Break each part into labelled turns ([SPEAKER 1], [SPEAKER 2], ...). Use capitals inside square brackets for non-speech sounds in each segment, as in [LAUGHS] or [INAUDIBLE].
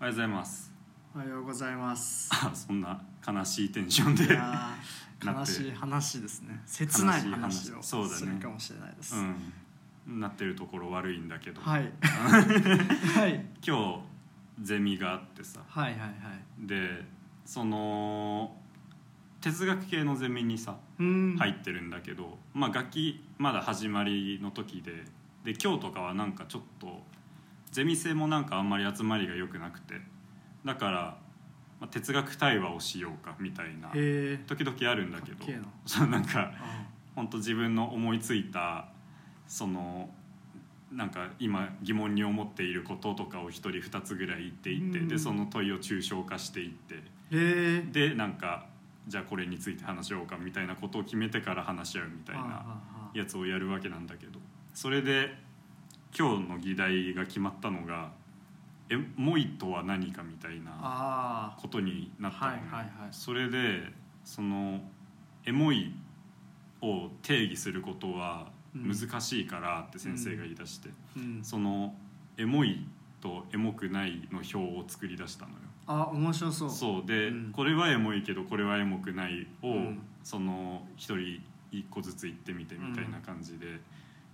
[SPEAKER 1] おはようございます [LAUGHS]
[SPEAKER 2] おはようございます
[SPEAKER 1] あそんな悲しいテンションで
[SPEAKER 2] いやー
[SPEAKER 1] な
[SPEAKER 2] 悲
[SPEAKER 1] って
[SPEAKER 2] しい話ですね切ない話
[SPEAKER 1] 悲しい話
[SPEAKER 2] をす
[SPEAKER 1] そうだね
[SPEAKER 2] るかもしれないです、
[SPEAKER 1] うんなってるところ悪いんだけど、
[SPEAKER 2] はい
[SPEAKER 1] [LAUGHS]
[SPEAKER 2] はい
[SPEAKER 1] 今日ゼミがあってさ
[SPEAKER 2] はいはいはい
[SPEAKER 1] でその哲学系のゼミにさ
[SPEAKER 2] うん
[SPEAKER 1] 入ってるんだけど、まあ楽器まだ始まりの時でで今日とかはなんかちょっとゼミ生もなんかあんまり集まりが良くなくてだから、まあ哲学対話をしようかみたいな
[SPEAKER 2] へえ
[SPEAKER 1] 時々あるんだけど
[SPEAKER 2] かっけえな
[SPEAKER 1] そうなんか本当自分の思いついたそのなんか今疑問に思っていることとかを一人二つぐらい言っていって、
[SPEAKER 2] うん
[SPEAKER 1] でその問いを抽象化していって
[SPEAKER 2] へえ
[SPEAKER 1] でなんかじゃあこれについて話し合おうかみたいなことを決めてから話し合うみたい
[SPEAKER 2] あ
[SPEAKER 1] な
[SPEAKER 2] あああ
[SPEAKER 1] やつをやるわけなんだけどそれで今日の議題が決まったのが「エモいとは何か」みたいな
[SPEAKER 2] あ
[SPEAKER 1] ことになったのね、
[SPEAKER 2] はいはいはい
[SPEAKER 1] それでそのエモいを定義することは難しいからって先生が言い出して、
[SPEAKER 2] ーうん
[SPEAKER 1] そのエモいとエモくないの表を作り出したのよ。
[SPEAKER 2] あ面白そう
[SPEAKER 1] そうで、
[SPEAKER 2] うん
[SPEAKER 1] これはエモいけどこれはエモくないを、
[SPEAKER 2] うん
[SPEAKER 1] その一人一個ずつ言ってみてみたいな感じで、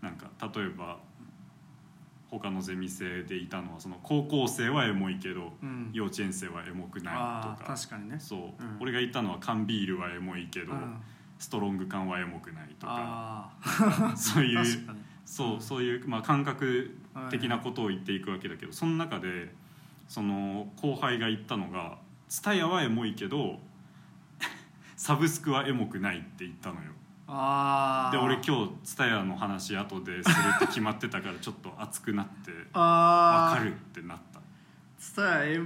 [SPEAKER 1] なんか例えば他のゼミ生でいたのはその高校生はエモいけど、
[SPEAKER 2] うん
[SPEAKER 1] 幼稚園生はエモくない
[SPEAKER 2] あ
[SPEAKER 1] と
[SPEAKER 2] あ
[SPEAKER 1] か
[SPEAKER 2] 確かにね
[SPEAKER 1] そう、
[SPEAKER 2] うん
[SPEAKER 1] 俺が言ったのは缶ビールはエモいけど、
[SPEAKER 2] うん
[SPEAKER 1] ストロング缶はエモくないとか
[SPEAKER 2] ああ
[SPEAKER 1] [LAUGHS] そうい
[SPEAKER 2] 確
[SPEAKER 1] う
[SPEAKER 2] かに
[SPEAKER 1] そううんそういう、まあ、感覚的な
[SPEAKER 2] はい
[SPEAKER 1] ことを言っていくわけだけどその中でその後輩が言ったのが「蔦屋はエモいけど [LAUGHS] サブスクはエモくない」って言ったのよ
[SPEAKER 2] ああ
[SPEAKER 1] で俺今日蔦屋の話後でするって決まってた
[SPEAKER 2] [LAUGHS]
[SPEAKER 1] からちょっと熱くなって「
[SPEAKER 2] あ
[SPEAKER 1] わ
[SPEAKER 2] あ
[SPEAKER 1] かる」ってなった
[SPEAKER 2] つたらエ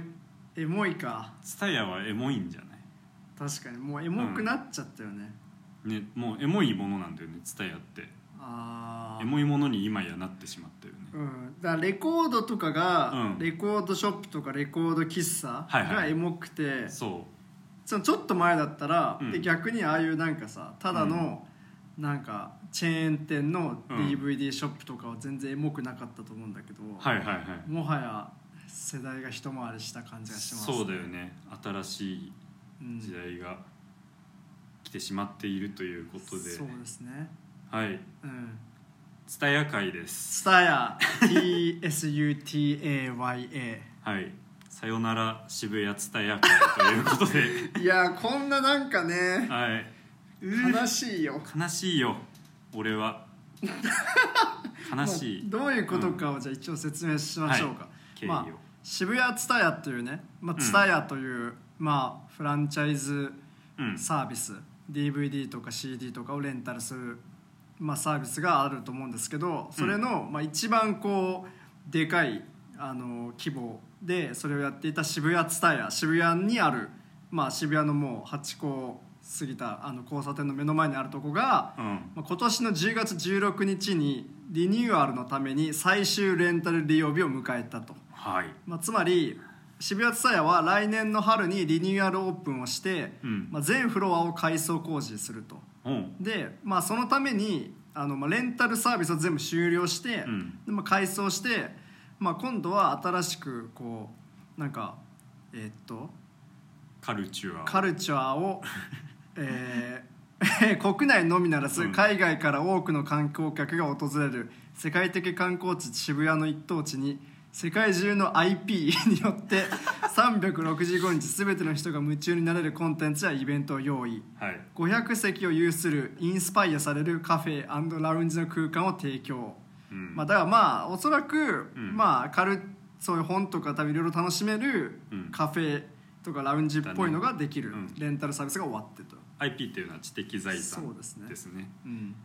[SPEAKER 2] エモいか
[SPEAKER 1] 蔦屋はエモいんじゃない
[SPEAKER 2] 確かにもうエモくなっちゃったよね、
[SPEAKER 1] ね、もうエモいものなんだよね蔦屋って
[SPEAKER 2] ああ
[SPEAKER 1] エモいものに今やなってしまったよね
[SPEAKER 2] うん、だからレコードとかが、
[SPEAKER 1] うん
[SPEAKER 2] レコードショップとかレコード喫茶
[SPEAKER 1] はいはい
[SPEAKER 2] がエモくて、
[SPEAKER 1] そ
[SPEAKER 2] そのちょっと前だったら、
[SPEAKER 1] うん
[SPEAKER 2] で逆にああいうなんかさただの、なんかチェーン店の
[SPEAKER 1] うん
[SPEAKER 2] DVD ショップとかは全然エモくなかったと思うんだけど、
[SPEAKER 1] うはいはいはい
[SPEAKER 2] もはや世代が一回りした感じがします、
[SPEAKER 1] そうだよね新しい
[SPEAKER 2] うん
[SPEAKER 1] 時代が来てしまっているということで、
[SPEAKER 2] そうですね
[SPEAKER 1] はい
[SPEAKER 2] うん
[SPEAKER 1] 蔦屋会です
[SPEAKER 2] スタヤ TSUTAYA
[SPEAKER 1] はいさよなら渋谷蔦屋会ということで
[SPEAKER 2] [LAUGHS] いやーこんななんかね
[SPEAKER 1] はい
[SPEAKER 2] 悲しいよ
[SPEAKER 1] 悲しいよ俺
[SPEAKER 2] [LAUGHS]
[SPEAKER 1] は悲しい、
[SPEAKER 2] まあどういうことかをじゃあ一応説明しましょうか、
[SPEAKER 1] 経緯を、
[SPEAKER 2] まあ、渋谷ツタヤというね、まあ、ツタヤという、まあ、フランチャイズ
[SPEAKER 1] うん
[SPEAKER 2] サービス、DVD とか CD とかをレンタルする、まあ、サービスがあると思うんですけどそれの、まあ、一番こうでかいあの規模でそれをやっていた渋谷ツタヤ渋谷にある、まあ、渋谷のもう8個過ぎたあの交差点の目の前にあるとこが、
[SPEAKER 1] うん
[SPEAKER 2] まあ今年の10月16日にリニューアルのために最終レンタル利用日を迎えたと、
[SPEAKER 1] はい
[SPEAKER 2] まあ、つまり渋谷ツタヤは来年の春にリニューアルオープンをして、
[SPEAKER 1] うん
[SPEAKER 2] まあ、全フロアを改装工事すると
[SPEAKER 1] うん
[SPEAKER 2] で、まあ、そのためにあの、まあ、レンタルサービスを全部終了して、
[SPEAKER 1] うん
[SPEAKER 2] でまあ、改装して、まあ、今度は新しくこうなんかえーっと
[SPEAKER 1] カルチュア
[SPEAKER 2] カルチャーを、 [LAUGHS] えー [LAUGHS] 国内のみならず
[SPEAKER 1] うん
[SPEAKER 2] 海外から多くの観光客が訪れる世界的観光地渋谷の一等地に世界中の IP によ
[SPEAKER 1] [LAUGHS]
[SPEAKER 2] って365日全ての人が夢中になれるコンテンツやイベントを用意
[SPEAKER 1] はい
[SPEAKER 2] 500席を有するインスパイアされるカフェラウンジの空間を提供、
[SPEAKER 1] うん
[SPEAKER 2] まあ、だからまあおそらく、
[SPEAKER 1] うん
[SPEAKER 2] まあカルそういう本とか多分いろいろ楽しめる
[SPEAKER 1] うん
[SPEAKER 2] カフェとかラウンジっぽいのができる、
[SPEAKER 1] だねうん
[SPEAKER 2] レンタルサービスが終わってと、
[SPEAKER 1] IP っていうのは知的財産
[SPEAKER 2] そうですね
[SPEAKER 1] ですね
[SPEAKER 2] うん、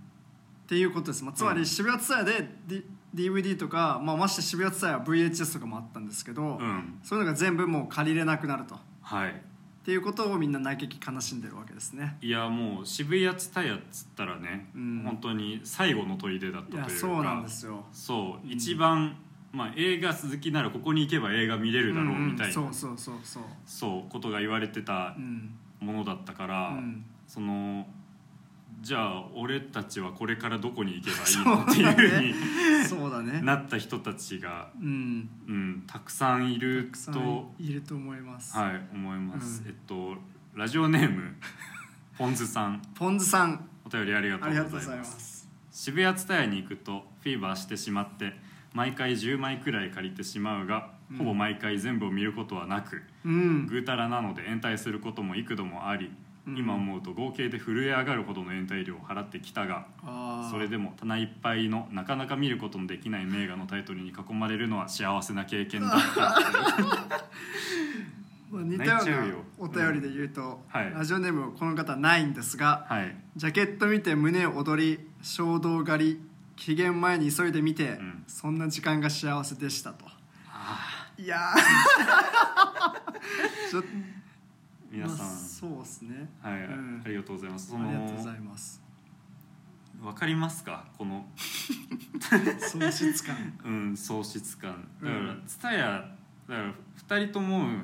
[SPEAKER 2] っていうことです、まあ、つま
[SPEAKER 1] う
[SPEAKER 2] り
[SPEAKER 1] ん
[SPEAKER 2] 渋谷ツタヤで、D、DVD とか、まあ、まして渋谷ツタヤは VHS とかもあったんですけど、
[SPEAKER 1] うん
[SPEAKER 2] そういうのが全部もう借りれなくなるとっ
[SPEAKER 1] はい
[SPEAKER 2] ていうことをみんな嘆き悲しんでるわけですね
[SPEAKER 1] いやもう渋谷ツタヤっつったらね、
[SPEAKER 2] うん
[SPEAKER 1] 本当に最後の砦だった
[SPEAKER 2] い
[SPEAKER 1] という
[SPEAKER 2] や
[SPEAKER 1] か
[SPEAKER 2] そうなんですよ
[SPEAKER 1] そう
[SPEAKER 2] うん
[SPEAKER 1] 一番、まあ、映画好きならここに行けば映画見れるだろうみたいな、
[SPEAKER 2] うんうんそうそうそうそう
[SPEAKER 1] そうことが言われてた
[SPEAKER 2] うん
[SPEAKER 1] ものだったから、
[SPEAKER 2] うん
[SPEAKER 1] そのじゃあ俺たちはこれからどこに行けば
[SPEAKER 2] そう
[SPEAKER 1] いいの
[SPEAKER 2] だ
[SPEAKER 1] っていうふうに
[SPEAKER 2] ねそうだね
[SPEAKER 1] なった人たちが、
[SPEAKER 2] うん
[SPEAKER 1] うん、たくさんいる
[SPEAKER 2] たくさ
[SPEAKER 1] と
[SPEAKER 2] んいると思います、
[SPEAKER 1] はい思います、
[SPEAKER 2] うん
[SPEAKER 1] えっとラジオネームポンズさん
[SPEAKER 2] ポンズさん
[SPEAKER 1] お便りありがと
[SPEAKER 2] あ
[SPEAKER 1] う
[SPEAKER 2] り
[SPEAKER 1] ご
[SPEAKER 2] が
[SPEAKER 1] ざ
[SPEAKER 2] とうござ
[SPEAKER 1] い
[SPEAKER 2] いま
[SPEAKER 1] ます
[SPEAKER 2] す
[SPEAKER 1] 渋谷蔦屋に行くとフィーバーしてしまって毎回10枚くらい借りてしまうが、
[SPEAKER 2] うん
[SPEAKER 1] ほぼ毎回全部を見ることはなく
[SPEAKER 2] うん
[SPEAKER 1] ぐうたらなので延滞することも幾度もあり、
[SPEAKER 2] うん
[SPEAKER 1] 今思うと合計で震え上がるほどの延滞料を払ってきたが
[SPEAKER 2] あー
[SPEAKER 1] それでも棚いっぱいのなかなか見ることのできない名画のタイトルに囲まれるのは幸せな経験だ
[SPEAKER 2] [LAUGHS]
[SPEAKER 1] った
[SPEAKER 2] まあ似たよ
[SPEAKER 1] 泣いちゃうよ
[SPEAKER 2] うなお便りで言うと、
[SPEAKER 1] はい
[SPEAKER 2] ラジオネームこの方ないんですが
[SPEAKER 1] はい、
[SPEAKER 2] ジャケット見て胸踊り衝動狩り期限前に急いで見て、
[SPEAKER 1] ん
[SPEAKER 2] そんな時間が幸せでしたといや
[SPEAKER 1] [LAUGHS]
[SPEAKER 2] ーちょっと
[SPEAKER 1] 皆さ
[SPEAKER 2] まあ
[SPEAKER 1] ん、
[SPEAKER 2] そうですね
[SPEAKER 1] はい
[SPEAKER 2] うん
[SPEAKER 1] ありがとうございますそ
[SPEAKER 2] ありがとうご
[SPEAKER 1] の
[SPEAKER 2] ざいます
[SPEAKER 1] わかりますかこの
[SPEAKER 2] 喪失
[SPEAKER 1] [LAUGHS]
[SPEAKER 2] 感
[SPEAKER 1] うん喪失感だから
[SPEAKER 2] うん
[SPEAKER 1] 蔦屋、だから2人ともい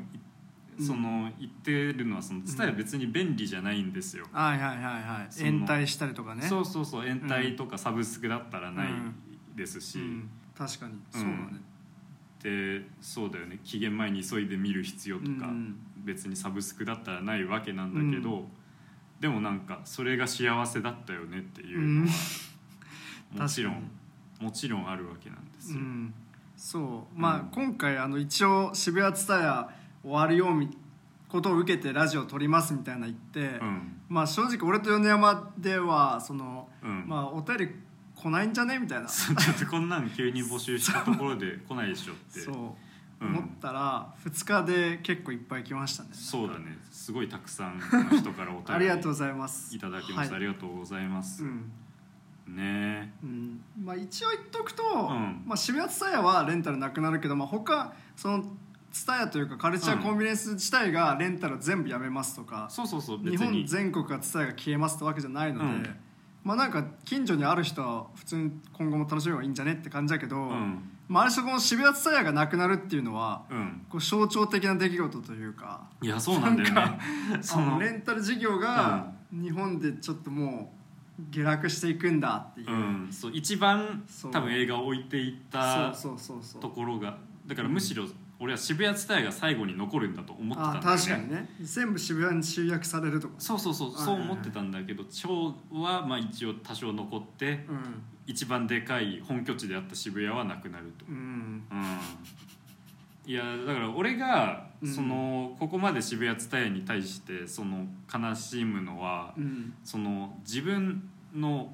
[SPEAKER 2] うん
[SPEAKER 1] その言ってるのはその蔦屋
[SPEAKER 2] うん
[SPEAKER 1] 別に便利じゃないんですよ、
[SPEAKER 2] はいはいはいはい
[SPEAKER 1] その
[SPEAKER 2] 延滞したりとかね
[SPEAKER 1] そうそうそう延滞とかサブスクだったらないですし、
[SPEAKER 2] うん確かに、そうだね
[SPEAKER 1] でそうだよね期限前に急いで見る必要とか、
[SPEAKER 2] うん
[SPEAKER 1] 別にサブスクだったらないわけなんだけど、
[SPEAKER 2] う
[SPEAKER 1] でもなんかそれが幸せだったよねっていうのは、もちろ
[SPEAKER 2] 確
[SPEAKER 1] んもちろんあるわけなんです
[SPEAKER 2] う
[SPEAKER 1] よ、
[SPEAKER 2] んそうまあ、
[SPEAKER 1] うん
[SPEAKER 2] 今回あの一応渋谷ツタヤ終わるよみことを受けてラジオ撮りますみたいな言って、
[SPEAKER 1] うん
[SPEAKER 2] まあ正直俺と米山ではその、
[SPEAKER 1] うん
[SPEAKER 2] まあお便り来ないんじゃねみたいなそ
[SPEAKER 1] [LAUGHS] そうちょっとこんなん急に募集したところで来ないでしょって
[SPEAKER 2] う、
[SPEAKER 1] うん
[SPEAKER 2] 思ったら2日で結構いっぱい来ましたね
[SPEAKER 1] そうだねすごいたくさんの人からお
[SPEAKER 2] ありが
[SPEAKER 1] 便
[SPEAKER 2] とうご
[SPEAKER 1] り
[SPEAKER 2] ざいます
[SPEAKER 1] いただきました、あ
[SPEAKER 2] はい
[SPEAKER 1] りがとうございます、
[SPEAKER 2] うん
[SPEAKER 1] ね
[SPEAKER 2] うんまあ、一応言っとくと、
[SPEAKER 1] ん
[SPEAKER 2] まあ、渋谷 TSUTAYA はレンタルなくなるけど、まあ、他その TSUTAYA というかカルチャーコンビニエンス自体がレンタル全部やめますとか、
[SPEAKER 1] そうそうそう
[SPEAKER 2] 日
[SPEAKER 1] 別
[SPEAKER 2] 本
[SPEAKER 1] に
[SPEAKER 2] 全国が TSUTAYA が消えますってわけじゃないので、
[SPEAKER 1] うん
[SPEAKER 2] まあなんか近所にある人は普通に今後も楽しめばいいんじゃねって感じだけど、
[SPEAKER 1] うん
[SPEAKER 2] まあ、ある種この渋谷 TSUTAYA がなくなるっていうのは、
[SPEAKER 1] うん
[SPEAKER 2] こう象徴的な出来事というか
[SPEAKER 1] いやそうなんだよ
[SPEAKER 2] なん
[SPEAKER 1] ね [LAUGHS] そ
[SPEAKER 2] あの
[SPEAKER 1] の
[SPEAKER 2] レンタル事業が日本でちょっともう下落していくんだっていう。
[SPEAKER 1] うん、そう一番
[SPEAKER 2] そう
[SPEAKER 1] 多分映画を置いていった
[SPEAKER 2] そうそうそうそ
[SPEAKER 1] と
[SPEAKER 2] う
[SPEAKER 1] ころがだからむしろ俺は渋谷自体が最後に残るんだと思ってたんだ
[SPEAKER 2] あ
[SPEAKER 1] よね
[SPEAKER 2] 確かにね全部渋谷に集約されるとか
[SPEAKER 1] そうそうそう
[SPEAKER 2] はいはい
[SPEAKER 1] そう思ってたんだけど蝶はまあ一応多少残って
[SPEAKER 2] うん、
[SPEAKER 1] 一番でかい本拠地であった渋谷はなくなると
[SPEAKER 2] うん、
[SPEAKER 1] うんいやだから俺が
[SPEAKER 2] うん
[SPEAKER 1] そのここまで渋谷伝えに対してその悲しむのは
[SPEAKER 2] うん
[SPEAKER 1] その自分の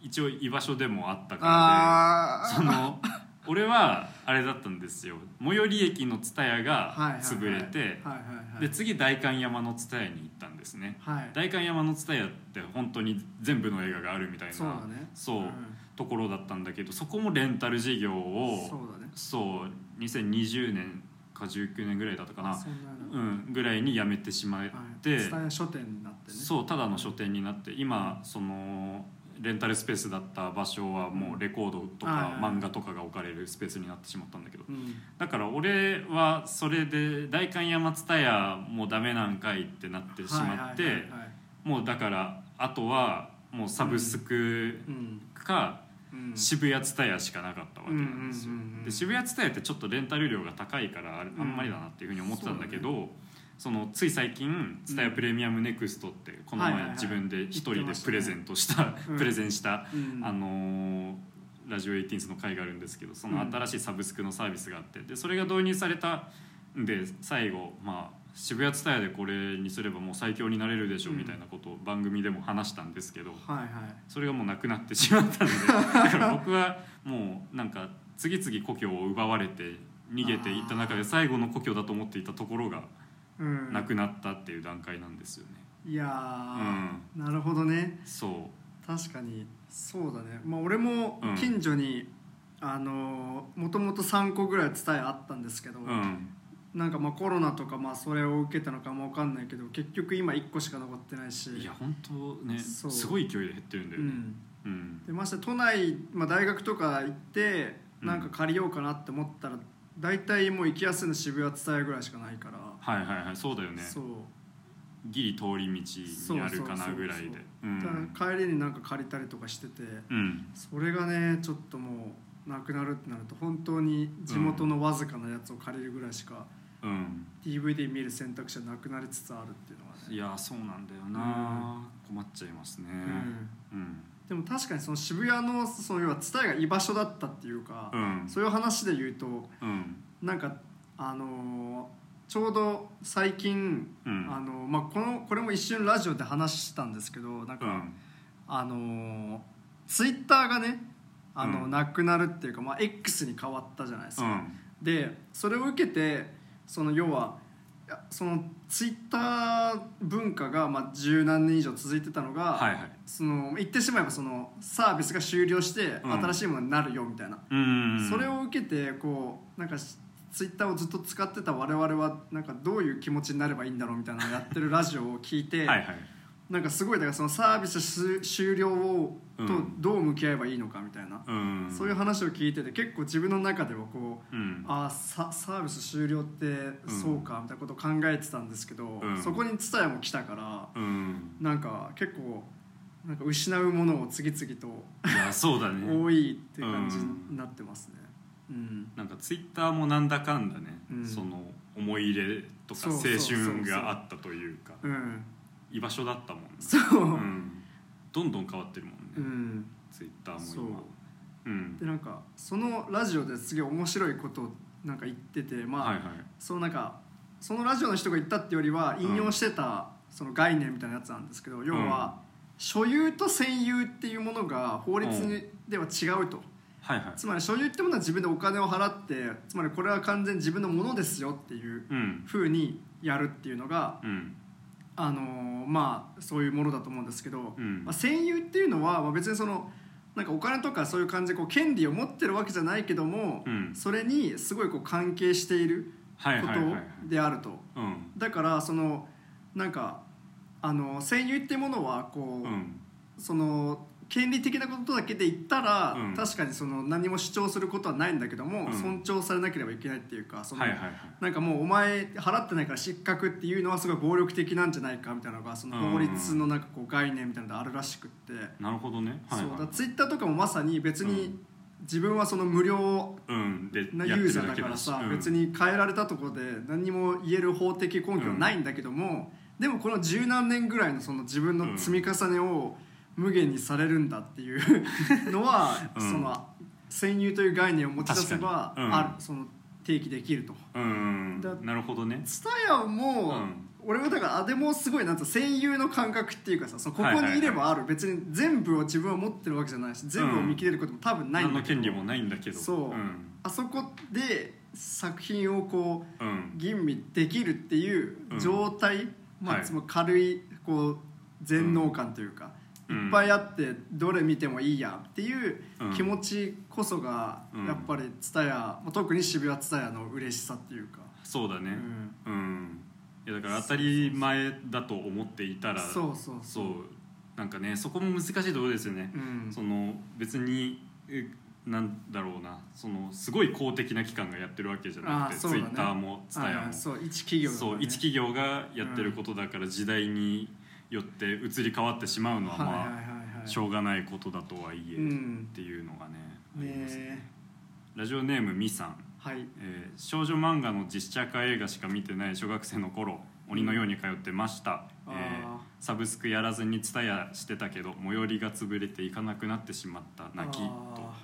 [SPEAKER 1] 一応居場所でもあったからで
[SPEAKER 2] あ
[SPEAKER 1] その俺はあれだったんですよ最寄り駅の蔦屋
[SPEAKER 2] あはいはい
[SPEAKER 1] が
[SPEAKER 2] はい
[SPEAKER 1] 潰れて
[SPEAKER 2] はいはいはい
[SPEAKER 1] で次代官山の蔦屋に行ったんですね
[SPEAKER 2] はい
[SPEAKER 1] 代官山の蔦屋って本当に全部の映画があるみたい
[SPEAKER 2] そうだ
[SPEAKER 1] な
[SPEAKER 2] ね
[SPEAKER 1] そう
[SPEAKER 2] うん
[SPEAKER 1] ところだったんだけどそこもレンタル事業を
[SPEAKER 2] そうだね
[SPEAKER 1] そう2020年か19年ぐらいだったかな、
[SPEAKER 2] そんなの、は
[SPEAKER 1] うん、ぐらいに辞めてしまっ
[SPEAKER 2] い、
[SPEAKER 1] て、
[SPEAKER 2] 伝え書店になってね
[SPEAKER 1] そうただの書店になって今そのレンタルスペースだった場所はもうレコードと
[SPEAKER 2] はい
[SPEAKER 1] か
[SPEAKER 2] はい
[SPEAKER 1] 漫画とかが置かれるスペースになってしまったんだけど
[SPEAKER 2] うん、
[SPEAKER 1] だから俺はそれで代官山蔦屋もダメなんかいってなってしまって、
[SPEAKER 2] はいはいはいはい
[SPEAKER 1] もうだからあとはもうサブスク
[SPEAKER 2] うん
[SPEAKER 1] か、
[SPEAKER 2] うん
[SPEAKER 1] 渋谷蔦屋しかなかったわけなんですよ、
[SPEAKER 2] うんうんうんうん
[SPEAKER 1] で渋谷蔦屋ってちょっとレンタル料が高いからああんまりだなっていうふうに思ってたんだけど、そのつい最近蔦屋プレミアムネクストってこの
[SPEAKER 2] はいはい
[SPEAKER 1] 前
[SPEAKER 2] はい
[SPEAKER 1] 自分で一人
[SPEAKER 2] 言
[SPEAKER 1] で
[SPEAKER 2] ってましたね
[SPEAKER 1] プレゼントした、
[SPEAKER 2] うん
[SPEAKER 1] プレゼンした、
[SPEAKER 2] うん
[SPEAKER 1] あのーラジオエイティーンスの会があるんですけどその新しいサブスクのサービスがあってでそれが導入されたんで最後まあ渋谷蔦屋でこれにすればもう最強になれるでしょうみたいなことを番組でも話したんですけど、
[SPEAKER 2] はいはい
[SPEAKER 1] それがもうなくなってしまったのでだから僕はもうなんか次々故郷を奪われて逃げていった中
[SPEAKER 2] あ
[SPEAKER 1] で
[SPEAKER 2] ー
[SPEAKER 1] 最後の故郷だと思っていたところが
[SPEAKER 2] うん
[SPEAKER 1] なくなったっていう段階なんですよね。
[SPEAKER 2] いやー、なるほどね
[SPEAKER 1] そ
[SPEAKER 2] 確かにそうだねまあ俺も
[SPEAKER 1] うん
[SPEAKER 2] 近所に、あのもともと3個ぐらい伝えあったんですけど、
[SPEAKER 1] う、うん、
[SPEAKER 2] なんかまあコロナとかまあそれを受けたのかもわかんないけど結局今1個しか残ってないし
[SPEAKER 1] いや本当ね
[SPEAKER 2] そう
[SPEAKER 1] すごい勢いで減ってるんだ
[SPEAKER 2] う
[SPEAKER 1] よね。
[SPEAKER 2] ん、
[SPEAKER 1] うん、
[SPEAKER 2] でまして都内、まあ、大学とか行って
[SPEAKER 1] うん
[SPEAKER 2] なんか借りようかなって思ったら大体もう行きやすいの渋谷伝えぐらいしかないから、
[SPEAKER 1] はいはいはいそうだよね。
[SPEAKER 2] そう
[SPEAKER 1] ギリ通り道にあるかなぐらい
[SPEAKER 2] そう
[SPEAKER 1] でう
[SPEAKER 2] そうそうそうだ
[SPEAKER 1] ん
[SPEAKER 2] から帰りになんか借りたりとかしてて
[SPEAKER 1] うん
[SPEAKER 2] それがねちょっともうなくなるってなると本当に地元のわずかなやつを借りるぐらいしか
[SPEAKER 1] うん
[SPEAKER 2] DVD 見る選択肢はなくなりつつあるっていうのはね、
[SPEAKER 1] いやそうなんだよな、困っちゃいますね
[SPEAKER 2] うん
[SPEAKER 1] うん
[SPEAKER 2] でも確かにその渋谷のその要は蔦屋が居場所だったっていうか、
[SPEAKER 1] うん
[SPEAKER 2] そういう話で言うと
[SPEAKER 1] うん
[SPEAKER 2] なんかあのーちょうど最近、
[SPEAKER 1] うん
[SPEAKER 2] あのーまあ、このこれも一瞬ラジオで話したんですけどなんか、
[SPEAKER 1] うん
[SPEAKER 2] あのツイッター Twitter がねあの、
[SPEAKER 1] うん
[SPEAKER 2] なくなるっていうか、まあ、X に変わったじゃないで
[SPEAKER 1] う
[SPEAKER 2] すか。
[SPEAKER 1] ん
[SPEAKER 2] でそれを受けてその要はいやそのツイッター文化がまあ十何年以上続いてたのが、
[SPEAKER 1] はいはい
[SPEAKER 2] その言ってしまえばそのサービスが終了して
[SPEAKER 1] うん
[SPEAKER 2] 新しいものになるよみたいな、
[SPEAKER 1] うん
[SPEAKER 2] それを受けてこうなんかツイッターをずっと使ってた我々はなんかどういう気持ちになればいいんだろうみたいなのをやってるラジオを聞いて
[SPEAKER 1] はいはい
[SPEAKER 2] なんかすごいだからそのサービス終終了を
[SPEAKER 1] う
[SPEAKER 2] と
[SPEAKER 1] ん
[SPEAKER 2] どう向き合えばいいのかみたいな、
[SPEAKER 1] うん
[SPEAKER 2] そういう話を聞いてて結構自分の中ではこう
[SPEAKER 1] うん
[SPEAKER 2] あーササービス終了ってそうかみたいなことを考えてたんですけど、
[SPEAKER 1] うん
[SPEAKER 2] そこに TSUTAYA も来たから
[SPEAKER 1] うん
[SPEAKER 2] なんか結構なんか失うものを次々と
[SPEAKER 1] いやそうだね
[SPEAKER 2] 多いって感じになってますね。うん
[SPEAKER 1] なんかツイッターもなんだかんだね、
[SPEAKER 2] うん
[SPEAKER 1] その思い入れとか
[SPEAKER 2] そう
[SPEAKER 1] 青
[SPEAKER 2] そうそうそう
[SPEAKER 1] 春があったというか
[SPEAKER 2] うん、
[SPEAKER 1] 居場所だったもんね
[SPEAKER 2] そう、う
[SPEAKER 1] うんん、どんどん変わってるもんね、ツイッター
[SPEAKER 2] そ
[SPEAKER 1] も今
[SPEAKER 2] う
[SPEAKER 1] う、ん、
[SPEAKER 2] でなんかそのラジオですげえ面白いことをなんか言っててまあ、
[SPEAKER 1] はいはい
[SPEAKER 2] そうなんかそのラジオの人が言ったってよりは引用してたその概念みたいなやつなんですけど、要は所有と占有っていうものが法律にでは違うと、
[SPEAKER 1] はいはい
[SPEAKER 2] つまり所有ってものは自分でお金を払ってつまりこれは完全に自分のものですよっていう
[SPEAKER 1] うん
[SPEAKER 2] ふうにやるっていうのが、
[SPEAKER 1] うん
[SPEAKER 2] あのーまあそういうものだと思うんですけど、
[SPEAKER 1] うん
[SPEAKER 2] まあ、占有っていうのは、まあ、別にそのなんかお金とかそういう感じでこう権利を持ってるわけじゃないけども、
[SPEAKER 1] うん
[SPEAKER 2] それにすごいこう関係している
[SPEAKER 1] はいはい
[SPEAKER 2] こ
[SPEAKER 1] はいはい
[SPEAKER 2] とであると、
[SPEAKER 1] うん
[SPEAKER 2] だからそのなんかあの占有っていうものはこう、
[SPEAKER 1] うん
[SPEAKER 2] その権利的なことだけで言ったら、
[SPEAKER 1] うん
[SPEAKER 2] 確かにその何も主張することはないんだけども、
[SPEAKER 1] うん
[SPEAKER 2] 尊重されなければいけないっていうかその、
[SPEAKER 1] はいはいはい
[SPEAKER 2] なんかもうお前払ってないから失格っていうのはすごい暴力的なんじゃないかみたいなのがその法律のなんかこう概念みたいなのがあるらしくって、
[SPEAKER 1] なるほどねはい
[SPEAKER 2] そう
[SPEAKER 1] は
[SPEAKER 2] だ
[SPEAKER 1] い
[SPEAKER 2] ツイッターとかもまさに別
[SPEAKER 1] う
[SPEAKER 2] に自分はその無料
[SPEAKER 1] うんで
[SPEAKER 2] なユ
[SPEAKER 1] やって
[SPEAKER 2] ー
[SPEAKER 1] る
[SPEAKER 2] ザー
[SPEAKER 1] だ
[SPEAKER 2] だ
[SPEAKER 1] け
[SPEAKER 2] か
[SPEAKER 1] だ
[SPEAKER 2] ら
[SPEAKER 1] し
[SPEAKER 2] さ、
[SPEAKER 1] うん
[SPEAKER 2] 別に変えられたところで何にも言える法的根拠はないんだけども、でもこの十何年ぐらいのその自分の積み重ねを無限にされるんだっていう [LAUGHS] のは、
[SPEAKER 1] うん
[SPEAKER 2] その占有という概念を持ち出せば、
[SPEAKER 1] 確かにうん
[SPEAKER 2] あるその定義できると。
[SPEAKER 1] うん
[SPEAKER 2] だ
[SPEAKER 1] なるほどね
[SPEAKER 2] ツタヤも、
[SPEAKER 1] うん
[SPEAKER 2] 俺はだからあでもすごいなんつうの戦友の感覚っていうかさそのここにいればある、別に全部を自分は持ってるわけじゃないし全部を見切れることも多分ないん
[SPEAKER 1] 何
[SPEAKER 2] だ
[SPEAKER 1] の
[SPEAKER 2] けど、
[SPEAKER 1] 権利もないんだけど
[SPEAKER 2] そう
[SPEAKER 1] うん
[SPEAKER 2] あそこで作品をこう
[SPEAKER 1] うん
[SPEAKER 2] 吟味できるっていう状態、ま
[SPEAKER 1] は
[SPEAKER 2] あ、
[SPEAKER 1] い
[SPEAKER 2] その軽いこう全能感というか、
[SPEAKER 1] うん
[SPEAKER 2] いっぱいあってどれ見てもいいやっていう
[SPEAKER 1] うん
[SPEAKER 2] 気持ちこそが
[SPEAKER 1] うん
[SPEAKER 2] やっぱり蔦屋特に渋谷蔦屋の嬉しさっていうか、
[SPEAKER 1] そうだね
[SPEAKER 2] うん
[SPEAKER 1] うんいやだから当たり前だと思っていたら
[SPEAKER 2] そうそうそう
[SPEAKER 1] そうなんかねそこも難しいところですよね、
[SPEAKER 2] うん
[SPEAKER 1] その別にえなんだろうなそのすごい公的な機関がやってるわけじゃなく
[SPEAKER 2] あー
[SPEAKER 1] て
[SPEAKER 2] そう
[SPEAKER 1] ツ
[SPEAKER 2] だ
[SPEAKER 1] イ
[SPEAKER 2] ね
[SPEAKER 1] ッターもツタヤ
[SPEAKER 2] あ
[SPEAKER 1] も
[SPEAKER 2] あそう一企業だから
[SPEAKER 1] そう
[SPEAKER 2] ね
[SPEAKER 1] 一企業がやってることだから時代によって移り変わってしまうのは
[SPEAKER 2] はいは
[SPEAKER 1] ま
[SPEAKER 2] いはいはい
[SPEAKER 1] あしょうがないことだとはいえ、
[SPEAKER 2] うん
[SPEAKER 1] っていうのがねあります
[SPEAKER 2] ね
[SPEAKER 1] ラジオネームみさん
[SPEAKER 2] えはい
[SPEAKER 1] えー少女漫画の実写化映画しか見てない小学生の頃鬼のように通ってました、
[SPEAKER 2] あー
[SPEAKER 1] えーサブスクやらずに蔦屋してたけど最寄りが潰れて行かなくなってしまった泣きと
[SPEAKER 2] あ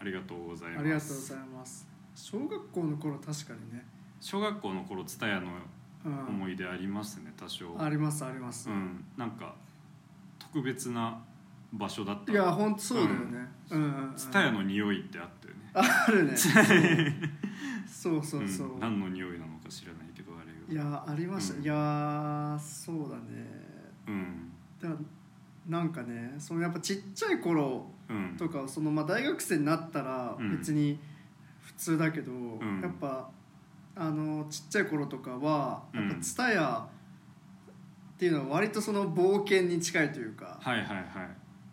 [SPEAKER 1] ありがとうござい
[SPEAKER 2] ー
[SPEAKER 1] ます
[SPEAKER 2] ありがとうございます小学校の頃確かにね、
[SPEAKER 1] 小学校の頃蔦屋の
[SPEAKER 2] うん、
[SPEAKER 1] 思い出ありますね多少
[SPEAKER 2] ありますあります、
[SPEAKER 1] うんなんか特別な場所だった
[SPEAKER 2] いや本当そうだよねうんうんうん
[SPEAKER 1] 蔦屋の匂いってあったよね
[SPEAKER 2] ある
[SPEAKER 1] [LAUGHS]
[SPEAKER 2] ねそうそうそうそう、
[SPEAKER 1] ん何の匂いなのか知らないけどあれが
[SPEAKER 2] いやありました、
[SPEAKER 1] うん
[SPEAKER 2] いやーそうだね
[SPEAKER 1] うん
[SPEAKER 2] だなんかねそのやっぱちっちゃい頃
[SPEAKER 1] うん
[SPEAKER 2] とかそのまあ大学生になったら
[SPEAKER 1] うん
[SPEAKER 2] 別に普通だけど、
[SPEAKER 1] ん
[SPEAKER 2] やっぱあのちっちゃい頃とかはやっぱ
[SPEAKER 1] うん
[SPEAKER 2] ツタヤっていうのは割とその冒険に近いというか、
[SPEAKER 1] はいはいはい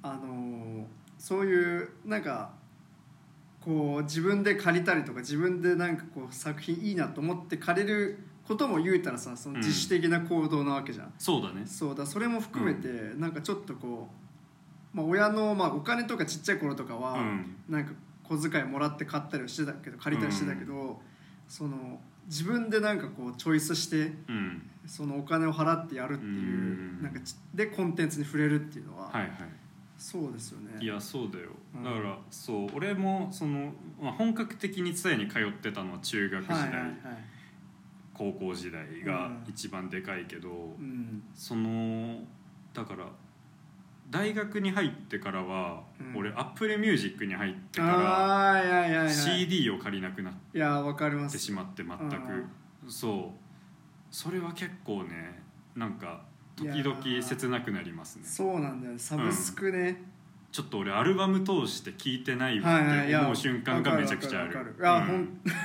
[SPEAKER 2] あのそういうなんかこう自分で借りたりとか自分でなんかこう作品いいなと思って借りることも言うたらさその自主的な行動なわけじゃん、
[SPEAKER 1] そうだね
[SPEAKER 2] そうだそれも含めて、なんかちょっとこう、まあ、親の、まあ、お金とかちっちゃい頃とかは、
[SPEAKER 1] うん
[SPEAKER 2] なんか小遣いもらって買ったりはしてたけど借りたりしてたけど、その自分でなんかこうチョイスして
[SPEAKER 1] うん
[SPEAKER 2] そのお金を払ってやるっていう、
[SPEAKER 1] うん
[SPEAKER 2] なんかちでコンテンツに触れるっていうのは、
[SPEAKER 1] はいはい
[SPEAKER 2] そうですよね
[SPEAKER 1] いやそうだよ
[SPEAKER 2] うん
[SPEAKER 1] だからそう俺もその、まあ、本格的に津屋に通ってたのは中学時代、
[SPEAKER 2] はいはいはい
[SPEAKER 1] 高校時代が一番でかいけど、
[SPEAKER 2] うん
[SPEAKER 1] そのだから大学に入ってからは、
[SPEAKER 2] うん
[SPEAKER 1] 俺アップルミュージックに入ってか
[SPEAKER 2] ああいやいやい
[SPEAKER 1] ら
[SPEAKER 2] や
[SPEAKER 1] CD を借りなくなっ
[SPEAKER 2] いやわかりま
[SPEAKER 1] て
[SPEAKER 2] す
[SPEAKER 1] しまって全くそうそれは結構ねなんか時
[SPEAKER 2] いや
[SPEAKER 1] 々
[SPEAKER 2] ー
[SPEAKER 1] 切なくなりますね
[SPEAKER 2] そうなんだよねサブスクね、
[SPEAKER 1] ちょっと俺アルバム通して聴いてないわ
[SPEAKER 2] はいは
[SPEAKER 1] っ
[SPEAKER 2] いい
[SPEAKER 1] て
[SPEAKER 2] や
[SPEAKER 1] 思う瞬間がめちゃくちゃあ
[SPEAKER 2] わ
[SPEAKER 1] る
[SPEAKER 2] かるわかるわかるあ
[SPEAKER 1] う
[SPEAKER 2] ほんだか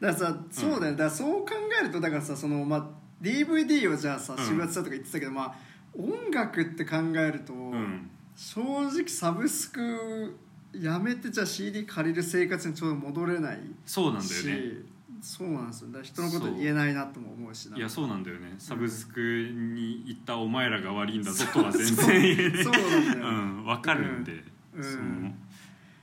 [SPEAKER 2] らさそうだよ、ねだからそう考えるとだからさその、まあ、DVD をじゃあさ
[SPEAKER 1] うん
[SPEAKER 2] 渋谷さんとか言ってたけど、まあ音楽って考えると、
[SPEAKER 1] うん
[SPEAKER 2] 正直サブスクやめてじゃあ CD 借りる生活にちょうど戻れない
[SPEAKER 1] そうなんだよ
[SPEAKER 2] し
[SPEAKER 1] ね
[SPEAKER 2] そうなんですよだから人のこと言えないなとも思うしない
[SPEAKER 1] やそうなんだよねサブスクに行ったお前らが悪いんだぞとは全然言えない
[SPEAKER 2] [LAUGHS] そうなんだよ、
[SPEAKER 1] [LAUGHS] うん、わかるんで、
[SPEAKER 2] うん
[SPEAKER 1] その
[SPEAKER 2] うん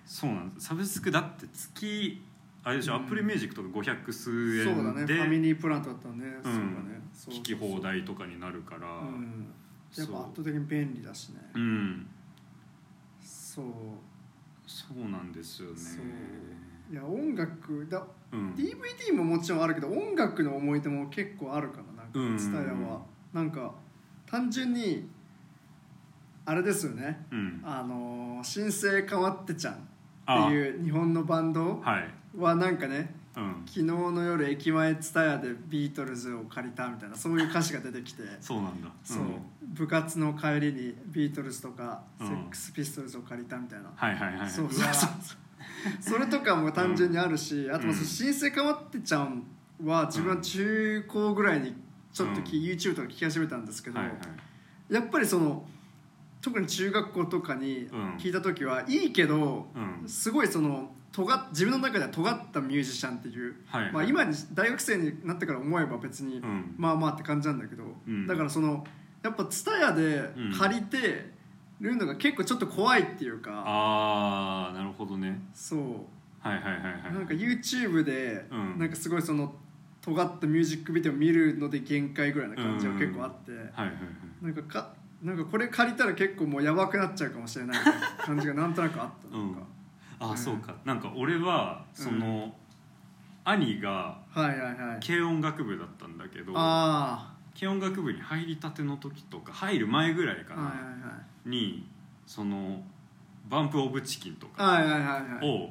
[SPEAKER 1] そうなんですサブスクだって月あれでしょ、
[SPEAKER 2] うん
[SPEAKER 1] アップルミュージックとか500数
[SPEAKER 2] そうだ
[SPEAKER 1] 円
[SPEAKER 2] ね
[SPEAKER 1] で
[SPEAKER 2] ファミリープラントだったらね、
[SPEAKER 1] う
[SPEAKER 2] そうだね
[SPEAKER 1] ん
[SPEAKER 2] そう
[SPEAKER 1] 聞き放題とかになるから、
[SPEAKER 2] うん、やっ
[SPEAKER 1] そ
[SPEAKER 2] ぱ
[SPEAKER 1] う
[SPEAKER 2] 圧倒的に便利だしね
[SPEAKER 1] うん
[SPEAKER 2] そう
[SPEAKER 1] そうなんですよね
[SPEAKER 2] そういや音楽だ
[SPEAKER 1] うん
[SPEAKER 2] DVD ももちろんあるけど音楽の思い出も結構あるからなんか
[SPEAKER 1] うん
[SPEAKER 2] 蔦屋はなんか単純にあれですよね
[SPEAKER 1] うん
[SPEAKER 2] あのー「新生変わってちゃん」っていう日本のバンド
[SPEAKER 1] はい
[SPEAKER 2] はなんかね
[SPEAKER 1] うん
[SPEAKER 2] 昨日の夜駅前蔦屋でビートルズを借りたみたいなそういう歌詞が出てきて
[SPEAKER 1] そうなんだ
[SPEAKER 2] そう、
[SPEAKER 1] ん
[SPEAKER 2] 部活の帰りにビートルズとか
[SPEAKER 1] う
[SPEAKER 2] セ
[SPEAKER 1] ん
[SPEAKER 2] ックスピストルズを借りたみたいな、
[SPEAKER 1] はいはいはい
[SPEAKER 2] そうそうそうそれとかも単純にあるし、あとま
[SPEAKER 1] う
[SPEAKER 2] あ
[SPEAKER 1] ん
[SPEAKER 2] その新生変わってちゃんは自分は中高ぐらいにちょっとき、
[SPEAKER 1] うん
[SPEAKER 2] YouTube とか聞き始めたんですけど、
[SPEAKER 1] はいはい
[SPEAKER 2] やっぱりその特に中学校とかに
[SPEAKER 1] うん
[SPEAKER 2] 聞いた時はいいけど、
[SPEAKER 1] うん
[SPEAKER 2] すごいその尖っ自分の中では尖ったミュージシャンっていう、
[SPEAKER 1] はいはい
[SPEAKER 2] まあ、今に大学生になってから思えば別に、
[SPEAKER 1] うん
[SPEAKER 2] まあまあって感じなんだけど、
[SPEAKER 1] うん
[SPEAKER 2] だからそのやっぱ TSUTAYA で借りてるのが結構ちょっと怖いっていうか、
[SPEAKER 1] ああなるほどね
[SPEAKER 2] そう
[SPEAKER 1] はいはいはいはい
[SPEAKER 2] なんか YouTube で、
[SPEAKER 1] うん
[SPEAKER 2] なんかすごいその尖ったミュージックビデオ見るので限界ぐらいな感じは結構あって、
[SPEAKER 1] はいはいはい
[SPEAKER 2] なんかかなんかこれ借りたら結構もうやばくなっちゃうかもしれないみたいな感じがなんとなくあったなんか、
[SPEAKER 1] あ
[SPEAKER 2] う
[SPEAKER 1] あ
[SPEAKER 2] ん
[SPEAKER 1] そうかなんか俺はその、兄が
[SPEAKER 2] はいはいはい
[SPEAKER 1] 軽音楽部だったんだけど
[SPEAKER 2] あ
[SPEAKER 1] 軽音楽部に入りたての時とか入る前ぐらい
[SPEAKER 2] あ
[SPEAKER 1] かな、
[SPEAKER 2] はい
[SPEAKER 1] にその「バンプ・オブ・チキン」とか
[SPEAKER 2] はいはいはいはいはいはい
[SPEAKER 1] を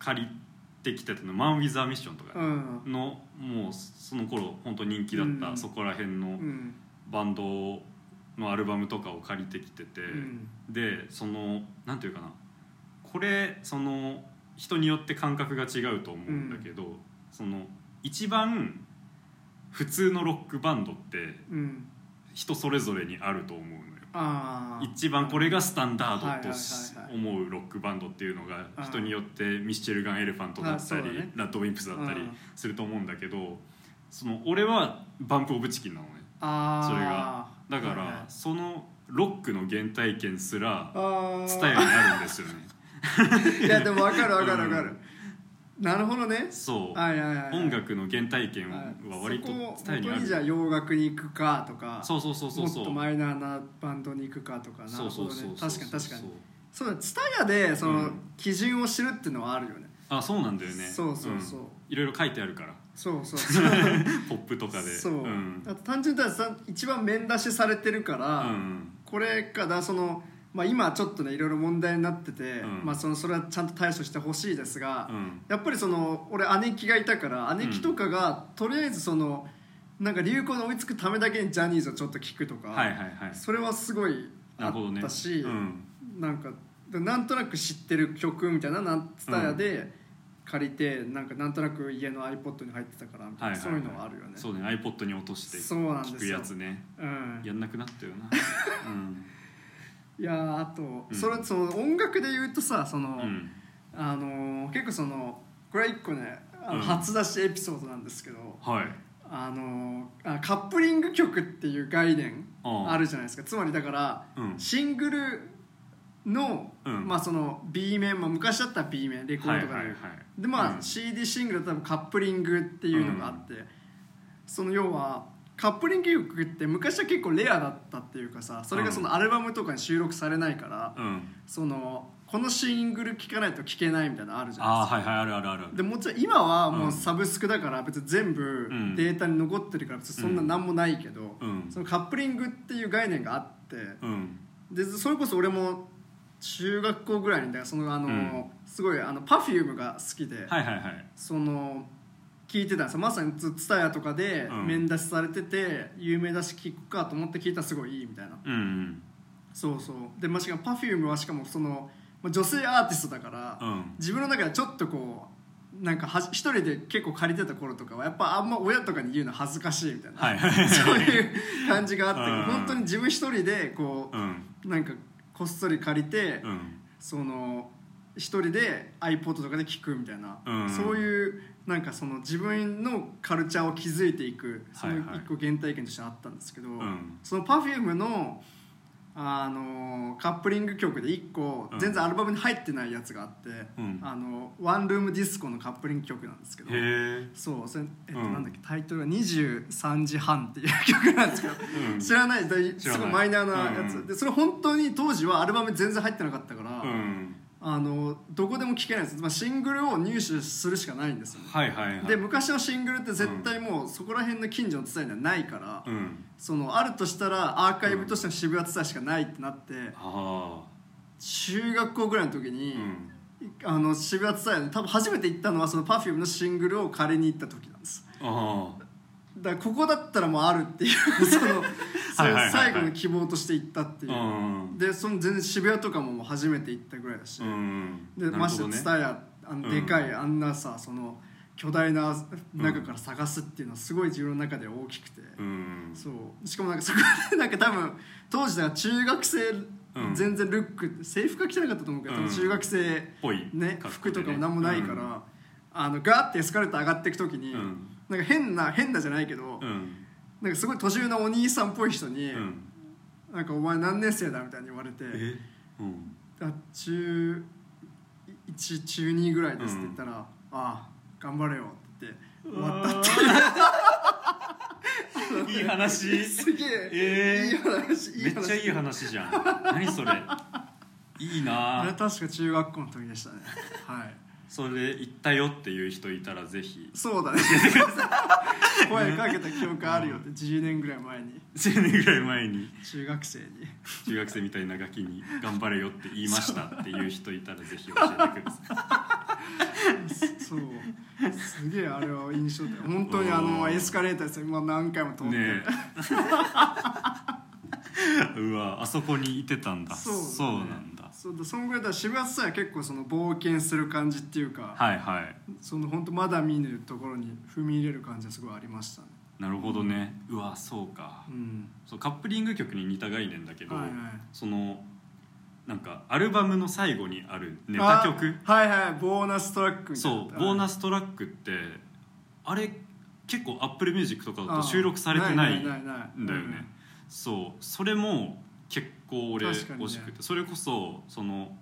[SPEAKER 1] 借りてきてたの「マン・ウィザー・ミッション」と
[SPEAKER 2] う
[SPEAKER 1] か
[SPEAKER 2] ん
[SPEAKER 1] の、もうその頃本当人気だった、
[SPEAKER 2] うん
[SPEAKER 1] そこら辺の
[SPEAKER 2] うん
[SPEAKER 1] バンドのアルバムとかを借りてきてて、
[SPEAKER 2] うん
[SPEAKER 1] でそのなんていうかなこれその人によって感覚が違うと思うんだけど、その一番普通のロックバンドって
[SPEAKER 2] うん
[SPEAKER 1] 人それぞれにあると思うのよ。
[SPEAKER 2] ああ
[SPEAKER 1] 一番これがスタンダードとし
[SPEAKER 2] はいはいはいはい
[SPEAKER 1] 思うロックバンドっていうのが
[SPEAKER 2] うん
[SPEAKER 1] 人によってミスチェルガン・エレファントだった
[SPEAKER 2] あそう
[SPEAKER 1] り、
[SPEAKER 2] だね
[SPEAKER 1] ラッドウィンプスだったり
[SPEAKER 2] うん
[SPEAKER 1] すると思うんだけどその俺はバンプ・オブ・チキンなのね
[SPEAKER 2] あ
[SPEAKER 1] それがだか
[SPEAKER 2] はいはい
[SPEAKER 1] らそのロックの原体験すら
[SPEAKER 2] あ
[SPEAKER 1] 伝えになるんですよね
[SPEAKER 2] えいやでも分かる分かる分かる、なるほどね
[SPEAKER 1] そう、
[SPEAKER 2] はいはいはい
[SPEAKER 1] 音楽の原体験は割と
[SPEAKER 2] はいそこ
[SPEAKER 1] 伝えに
[SPEAKER 2] を
[SPEAKER 1] あ
[SPEAKER 2] 元にじゃあ
[SPEAKER 1] る
[SPEAKER 2] 洋楽に行くかとか
[SPEAKER 1] そうそうそうそうそう
[SPEAKER 2] もっとマイナーなバンドに行くかとかな
[SPEAKER 1] そうそうそう
[SPEAKER 2] るほ
[SPEAKER 1] そ
[SPEAKER 2] ど
[SPEAKER 1] う
[SPEAKER 2] ね確かに確かにそうだツタヤでそうの
[SPEAKER 1] ん
[SPEAKER 2] 基準を知るっていうのはあるよね、
[SPEAKER 1] あそうなんだよね
[SPEAKER 2] そうそうそうん
[SPEAKER 1] いろいろ書いてあるから
[SPEAKER 2] そ
[SPEAKER 1] [LAUGHS]
[SPEAKER 2] うそうそう
[SPEAKER 1] ポップとかで
[SPEAKER 2] そう、
[SPEAKER 1] ん
[SPEAKER 2] あと単純にたださ一番面出しされてるか
[SPEAKER 1] う
[SPEAKER 2] ら、
[SPEAKER 1] ん
[SPEAKER 2] これかだその、まあ、今ちょっとねいろいろ問題になってて、
[SPEAKER 1] うん
[SPEAKER 2] まあ、そのそれはちゃんと対処してほしいですが、
[SPEAKER 1] うん
[SPEAKER 2] やっぱりその俺姉貴がいたから姉貴とかが、とりあえずそのなんか流行に追いつくためだけにジャニーズをちょっと聞くとか、
[SPEAKER 1] はいはいはい
[SPEAKER 2] それはすごい
[SPEAKER 1] な
[SPEAKER 2] あ
[SPEAKER 1] るほどね
[SPEAKER 2] ったし、
[SPEAKER 1] うん
[SPEAKER 2] なんかなんとなく知ってる曲みたいななんツタヤで借りて、なんかなんとなく家の iPod に入ってたからみたいな、そういうのはあるよね
[SPEAKER 1] そうね iPod に落として
[SPEAKER 2] そうなんですよ
[SPEAKER 1] 聞くやつね
[SPEAKER 2] うん、
[SPEAKER 1] やんなくなった
[SPEAKER 2] [LAUGHS]
[SPEAKER 1] よなうん
[SPEAKER 2] いやーあと、
[SPEAKER 1] うん
[SPEAKER 2] それその音楽で言うとさその、
[SPEAKER 1] うん
[SPEAKER 2] あのー結構そのこれは一個ねあの
[SPEAKER 1] うん
[SPEAKER 2] 初出しエピソードなんですけど、
[SPEAKER 1] はい
[SPEAKER 2] あのあカップリング曲っていう概念
[SPEAKER 1] うん
[SPEAKER 2] あるじゃないですかつまりだから、
[SPEAKER 1] うん
[SPEAKER 2] シングルの,、
[SPEAKER 1] うん
[SPEAKER 2] まあその B 面、まあ、昔だったら B 面レコードとかで、
[SPEAKER 1] はいはいはい
[SPEAKER 2] でまあ、
[SPEAKER 1] うん
[SPEAKER 2] CD シングルだったらカップリングっていうのがあって、その要はカップリング曲って昔は結構レアだったっていうかさそれがそのアルバムとかに収録されないから、
[SPEAKER 1] うん
[SPEAKER 2] そのこのシングル聴かないと聴けないみたいなのあるじゃないです
[SPEAKER 1] あ
[SPEAKER 2] か。
[SPEAKER 1] あはいはいあるあるある
[SPEAKER 2] でもちろん今はもううんサブスクだから別に全部
[SPEAKER 1] ん
[SPEAKER 2] データに残ってるから別にそんな何もないけど、
[SPEAKER 1] うん
[SPEAKER 2] そのカップリングっていう概念があって
[SPEAKER 1] うん
[SPEAKER 2] でそれこそ俺も中学校ぐらいにだからそのあの、
[SPEAKER 1] うん
[SPEAKER 2] すごいあの Perfume が好きで、
[SPEAKER 1] はいはいはい
[SPEAKER 2] その聞いてたんですよまさにツタヤとかで
[SPEAKER 1] うん
[SPEAKER 2] 面出しされてて、有名だし聞くかと思って聞いたらすごいいいみたいな
[SPEAKER 1] うんうん
[SPEAKER 2] そうそうでまあしかも Perfume はしかもそのまあ女性アーティストだから、
[SPEAKER 1] うん
[SPEAKER 2] 自分の中でちょっとこうなんかはじ一人で結構借りてた頃とかはやっぱあんま親とかに言うの恥ずかしいみたいな、
[SPEAKER 1] はいはい
[SPEAKER 2] [LAUGHS] そういう感じがあって、
[SPEAKER 1] うん
[SPEAKER 2] 本当に自分一人でこ
[SPEAKER 1] う
[SPEAKER 2] う、
[SPEAKER 1] ん
[SPEAKER 2] なんかこっそり借りて、
[SPEAKER 1] うん
[SPEAKER 2] その一人で iPod とかで聞くみたいな、
[SPEAKER 1] うん
[SPEAKER 2] そういうなんかその自分のカルチャーを築いていくその
[SPEAKER 1] はい
[SPEAKER 2] 一
[SPEAKER 1] はい
[SPEAKER 2] 個原体験としてあったんですけど、
[SPEAKER 1] ん
[SPEAKER 2] その Perfume のあのカップリング曲で1個
[SPEAKER 1] うん
[SPEAKER 2] 全然アルバムに入ってないやつがあって、
[SPEAKER 1] うん
[SPEAKER 2] あのワンルームディスコのカップリング曲なんですけど
[SPEAKER 1] へえ
[SPEAKER 2] そうそれ、えっと、
[SPEAKER 1] うん
[SPEAKER 2] なんだっけタイトルが「23時半」っていう曲なんですけど
[SPEAKER 1] うん
[SPEAKER 2] 知らないだい
[SPEAKER 1] [LAUGHS] 知
[SPEAKER 2] す
[SPEAKER 1] らない
[SPEAKER 2] ごいマイナーなやつ、
[SPEAKER 1] うん
[SPEAKER 2] でそれ本当に当時はアルバム全然入ってなかったから、
[SPEAKER 1] うん
[SPEAKER 2] あのどこでも聴けないんです、まあ、シングルを入手するしかないんですよ、
[SPEAKER 1] はいはいはい
[SPEAKER 2] で昔のシングルって絶対もうそこら辺の近所の伝えにはないから、
[SPEAKER 1] うん
[SPEAKER 2] そのあるとしたらアーカイブとしての渋谷伝えしかないってなって、
[SPEAKER 1] あ
[SPEAKER 2] 中学校ぐらいの時に
[SPEAKER 1] あう、ん
[SPEAKER 2] あの渋谷伝えに多分初めて行ったのはその Perfume のシングルを借りに行った時なんです
[SPEAKER 1] ああ
[SPEAKER 2] だからここだったらもうあるっていう [LAUGHS] そのそ
[SPEAKER 1] はいはいはいはい
[SPEAKER 2] れ最後の希望として行ったっていうう、
[SPEAKER 1] ん
[SPEAKER 2] でその全然渋谷とかももう初めて行ったぐらいだし、
[SPEAKER 1] うん
[SPEAKER 2] でましてツタヤあの
[SPEAKER 1] うん
[SPEAKER 2] でかい、あんなさその巨大な中から探すっていうのはすごい自分の中で大きくて、
[SPEAKER 1] うん
[SPEAKER 2] そうしかもなんか [LAUGHS] そこでなんか多分当時だから中学生、
[SPEAKER 1] うん
[SPEAKER 2] 全然ルック制服が着てなかったと思うけど、多分
[SPEAKER 1] うん
[SPEAKER 2] 中学生
[SPEAKER 1] ぽい
[SPEAKER 2] ね
[SPEAKER 1] 格好
[SPEAKER 2] 服
[SPEAKER 1] で
[SPEAKER 2] と
[SPEAKER 1] ね
[SPEAKER 2] かも何もないから、あのガーってエスカレーター上がっていく時に、
[SPEAKER 1] うん
[SPEAKER 2] なんか変な変なじゃないけど、
[SPEAKER 1] うん
[SPEAKER 2] なんかすごい年上のお兄さんっぽい人
[SPEAKER 1] う
[SPEAKER 2] に「
[SPEAKER 1] ん
[SPEAKER 2] なんかお前何年生だ?」みたいに言われて。
[SPEAKER 1] えうん
[SPEAKER 2] あ中1中2ぐらいですって言ったら「ああ頑張れよ」って言って終わったって
[SPEAKER 1] いい話
[SPEAKER 2] すげえ、
[SPEAKER 1] えー
[SPEAKER 2] いい話いい
[SPEAKER 1] めっ
[SPEAKER 2] 話
[SPEAKER 1] ちゃいい話じゃん何それいい
[SPEAKER 2] あ
[SPEAKER 1] な
[SPEAKER 2] れ
[SPEAKER 1] あ
[SPEAKER 2] 確か中学校の時でした
[SPEAKER 1] [LAUGHS]
[SPEAKER 2] ねはい
[SPEAKER 1] それで行ったよっていう人いたらぜひ
[SPEAKER 2] そ
[SPEAKER 1] [LAUGHS]
[SPEAKER 2] うだね声かけた記憶あるよって10年ぐらい前に
[SPEAKER 1] 10年ぐらい前に
[SPEAKER 2] 中学生に
[SPEAKER 1] 中学生みたいなガキに「頑張れよ」って言いましたっていう人いたらぜひ教えてください
[SPEAKER 2] そうすげえあれは印象的本当にあ
[SPEAKER 1] う
[SPEAKER 2] の
[SPEAKER 1] ん
[SPEAKER 2] エスカレーターですよ今何回も通ってる、
[SPEAKER 1] ねえうわあそこにいてたんだ
[SPEAKER 2] そうだね
[SPEAKER 1] なんだ
[SPEAKER 2] そうだそんぐらいだ渋谷さんは結構その冒険する感じっていうか、
[SPEAKER 1] はいはい
[SPEAKER 2] その本当まだ見ぬところに踏み入れる感じはすごいありましたね。
[SPEAKER 1] なるほどねうわそうか
[SPEAKER 2] うん。
[SPEAKER 1] そうカップリング曲に似た概念だけど、
[SPEAKER 2] はいはい
[SPEAKER 1] そのなんかアルバムの最後にあるネタ曲
[SPEAKER 2] あはいはいボーナストラックみたいな
[SPEAKER 1] そうボーナ
[SPEAKER 2] ス
[SPEAKER 1] ストラックってあれ結構アップルミュージックとかだと収録されてないんだよ
[SPEAKER 2] いな
[SPEAKER 1] ねそうそれも結構俺
[SPEAKER 2] 確かにね
[SPEAKER 1] 惜しくてそれこそその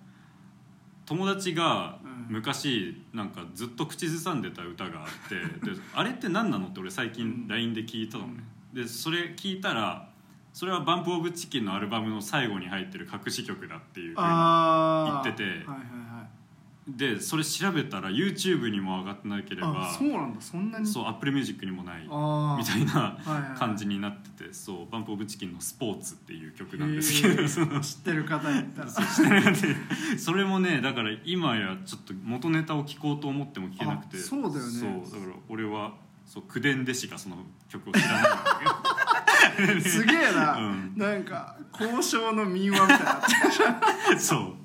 [SPEAKER 1] 友達が
[SPEAKER 2] うん
[SPEAKER 1] 昔なんかずっと口ずさんでた歌があ
[SPEAKER 2] [LAUGHS]
[SPEAKER 1] ってであれって何なのって俺最
[SPEAKER 2] う
[SPEAKER 1] 近
[SPEAKER 2] ん
[SPEAKER 1] LINE で聞いたのねでそれ聞いたらそれはバンプ・オブ・チキンのアルバムの最後に入ってる隠し曲だっていうふうに
[SPEAKER 2] ああ
[SPEAKER 1] 言ってて
[SPEAKER 2] はいはいはい
[SPEAKER 1] でそれ調べたら YouTube にも上がってなければ
[SPEAKER 2] あそうなんだそんなに
[SPEAKER 1] そう Apple Music にもない
[SPEAKER 2] ああ
[SPEAKER 1] みたいな
[SPEAKER 2] はいはい
[SPEAKER 1] 感じになっててそう「バンプ・オブ・チキンの「スポーツ」っていう曲なん
[SPEAKER 2] へ
[SPEAKER 1] ですけど
[SPEAKER 2] ー知ってる方に言ったら
[SPEAKER 1] [LAUGHS] それもねだから今やちょっと元ネタを聴こうと思っても聴けなくて
[SPEAKER 2] あそうだよね
[SPEAKER 1] そうだから俺はそう口伝でしかその曲を知らないんだけど
[SPEAKER 2] すげえ [LAUGHS] な、
[SPEAKER 1] うん
[SPEAKER 2] なんか交渉の民話みたいになって [LAUGHS] る
[SPEAKER 1] そう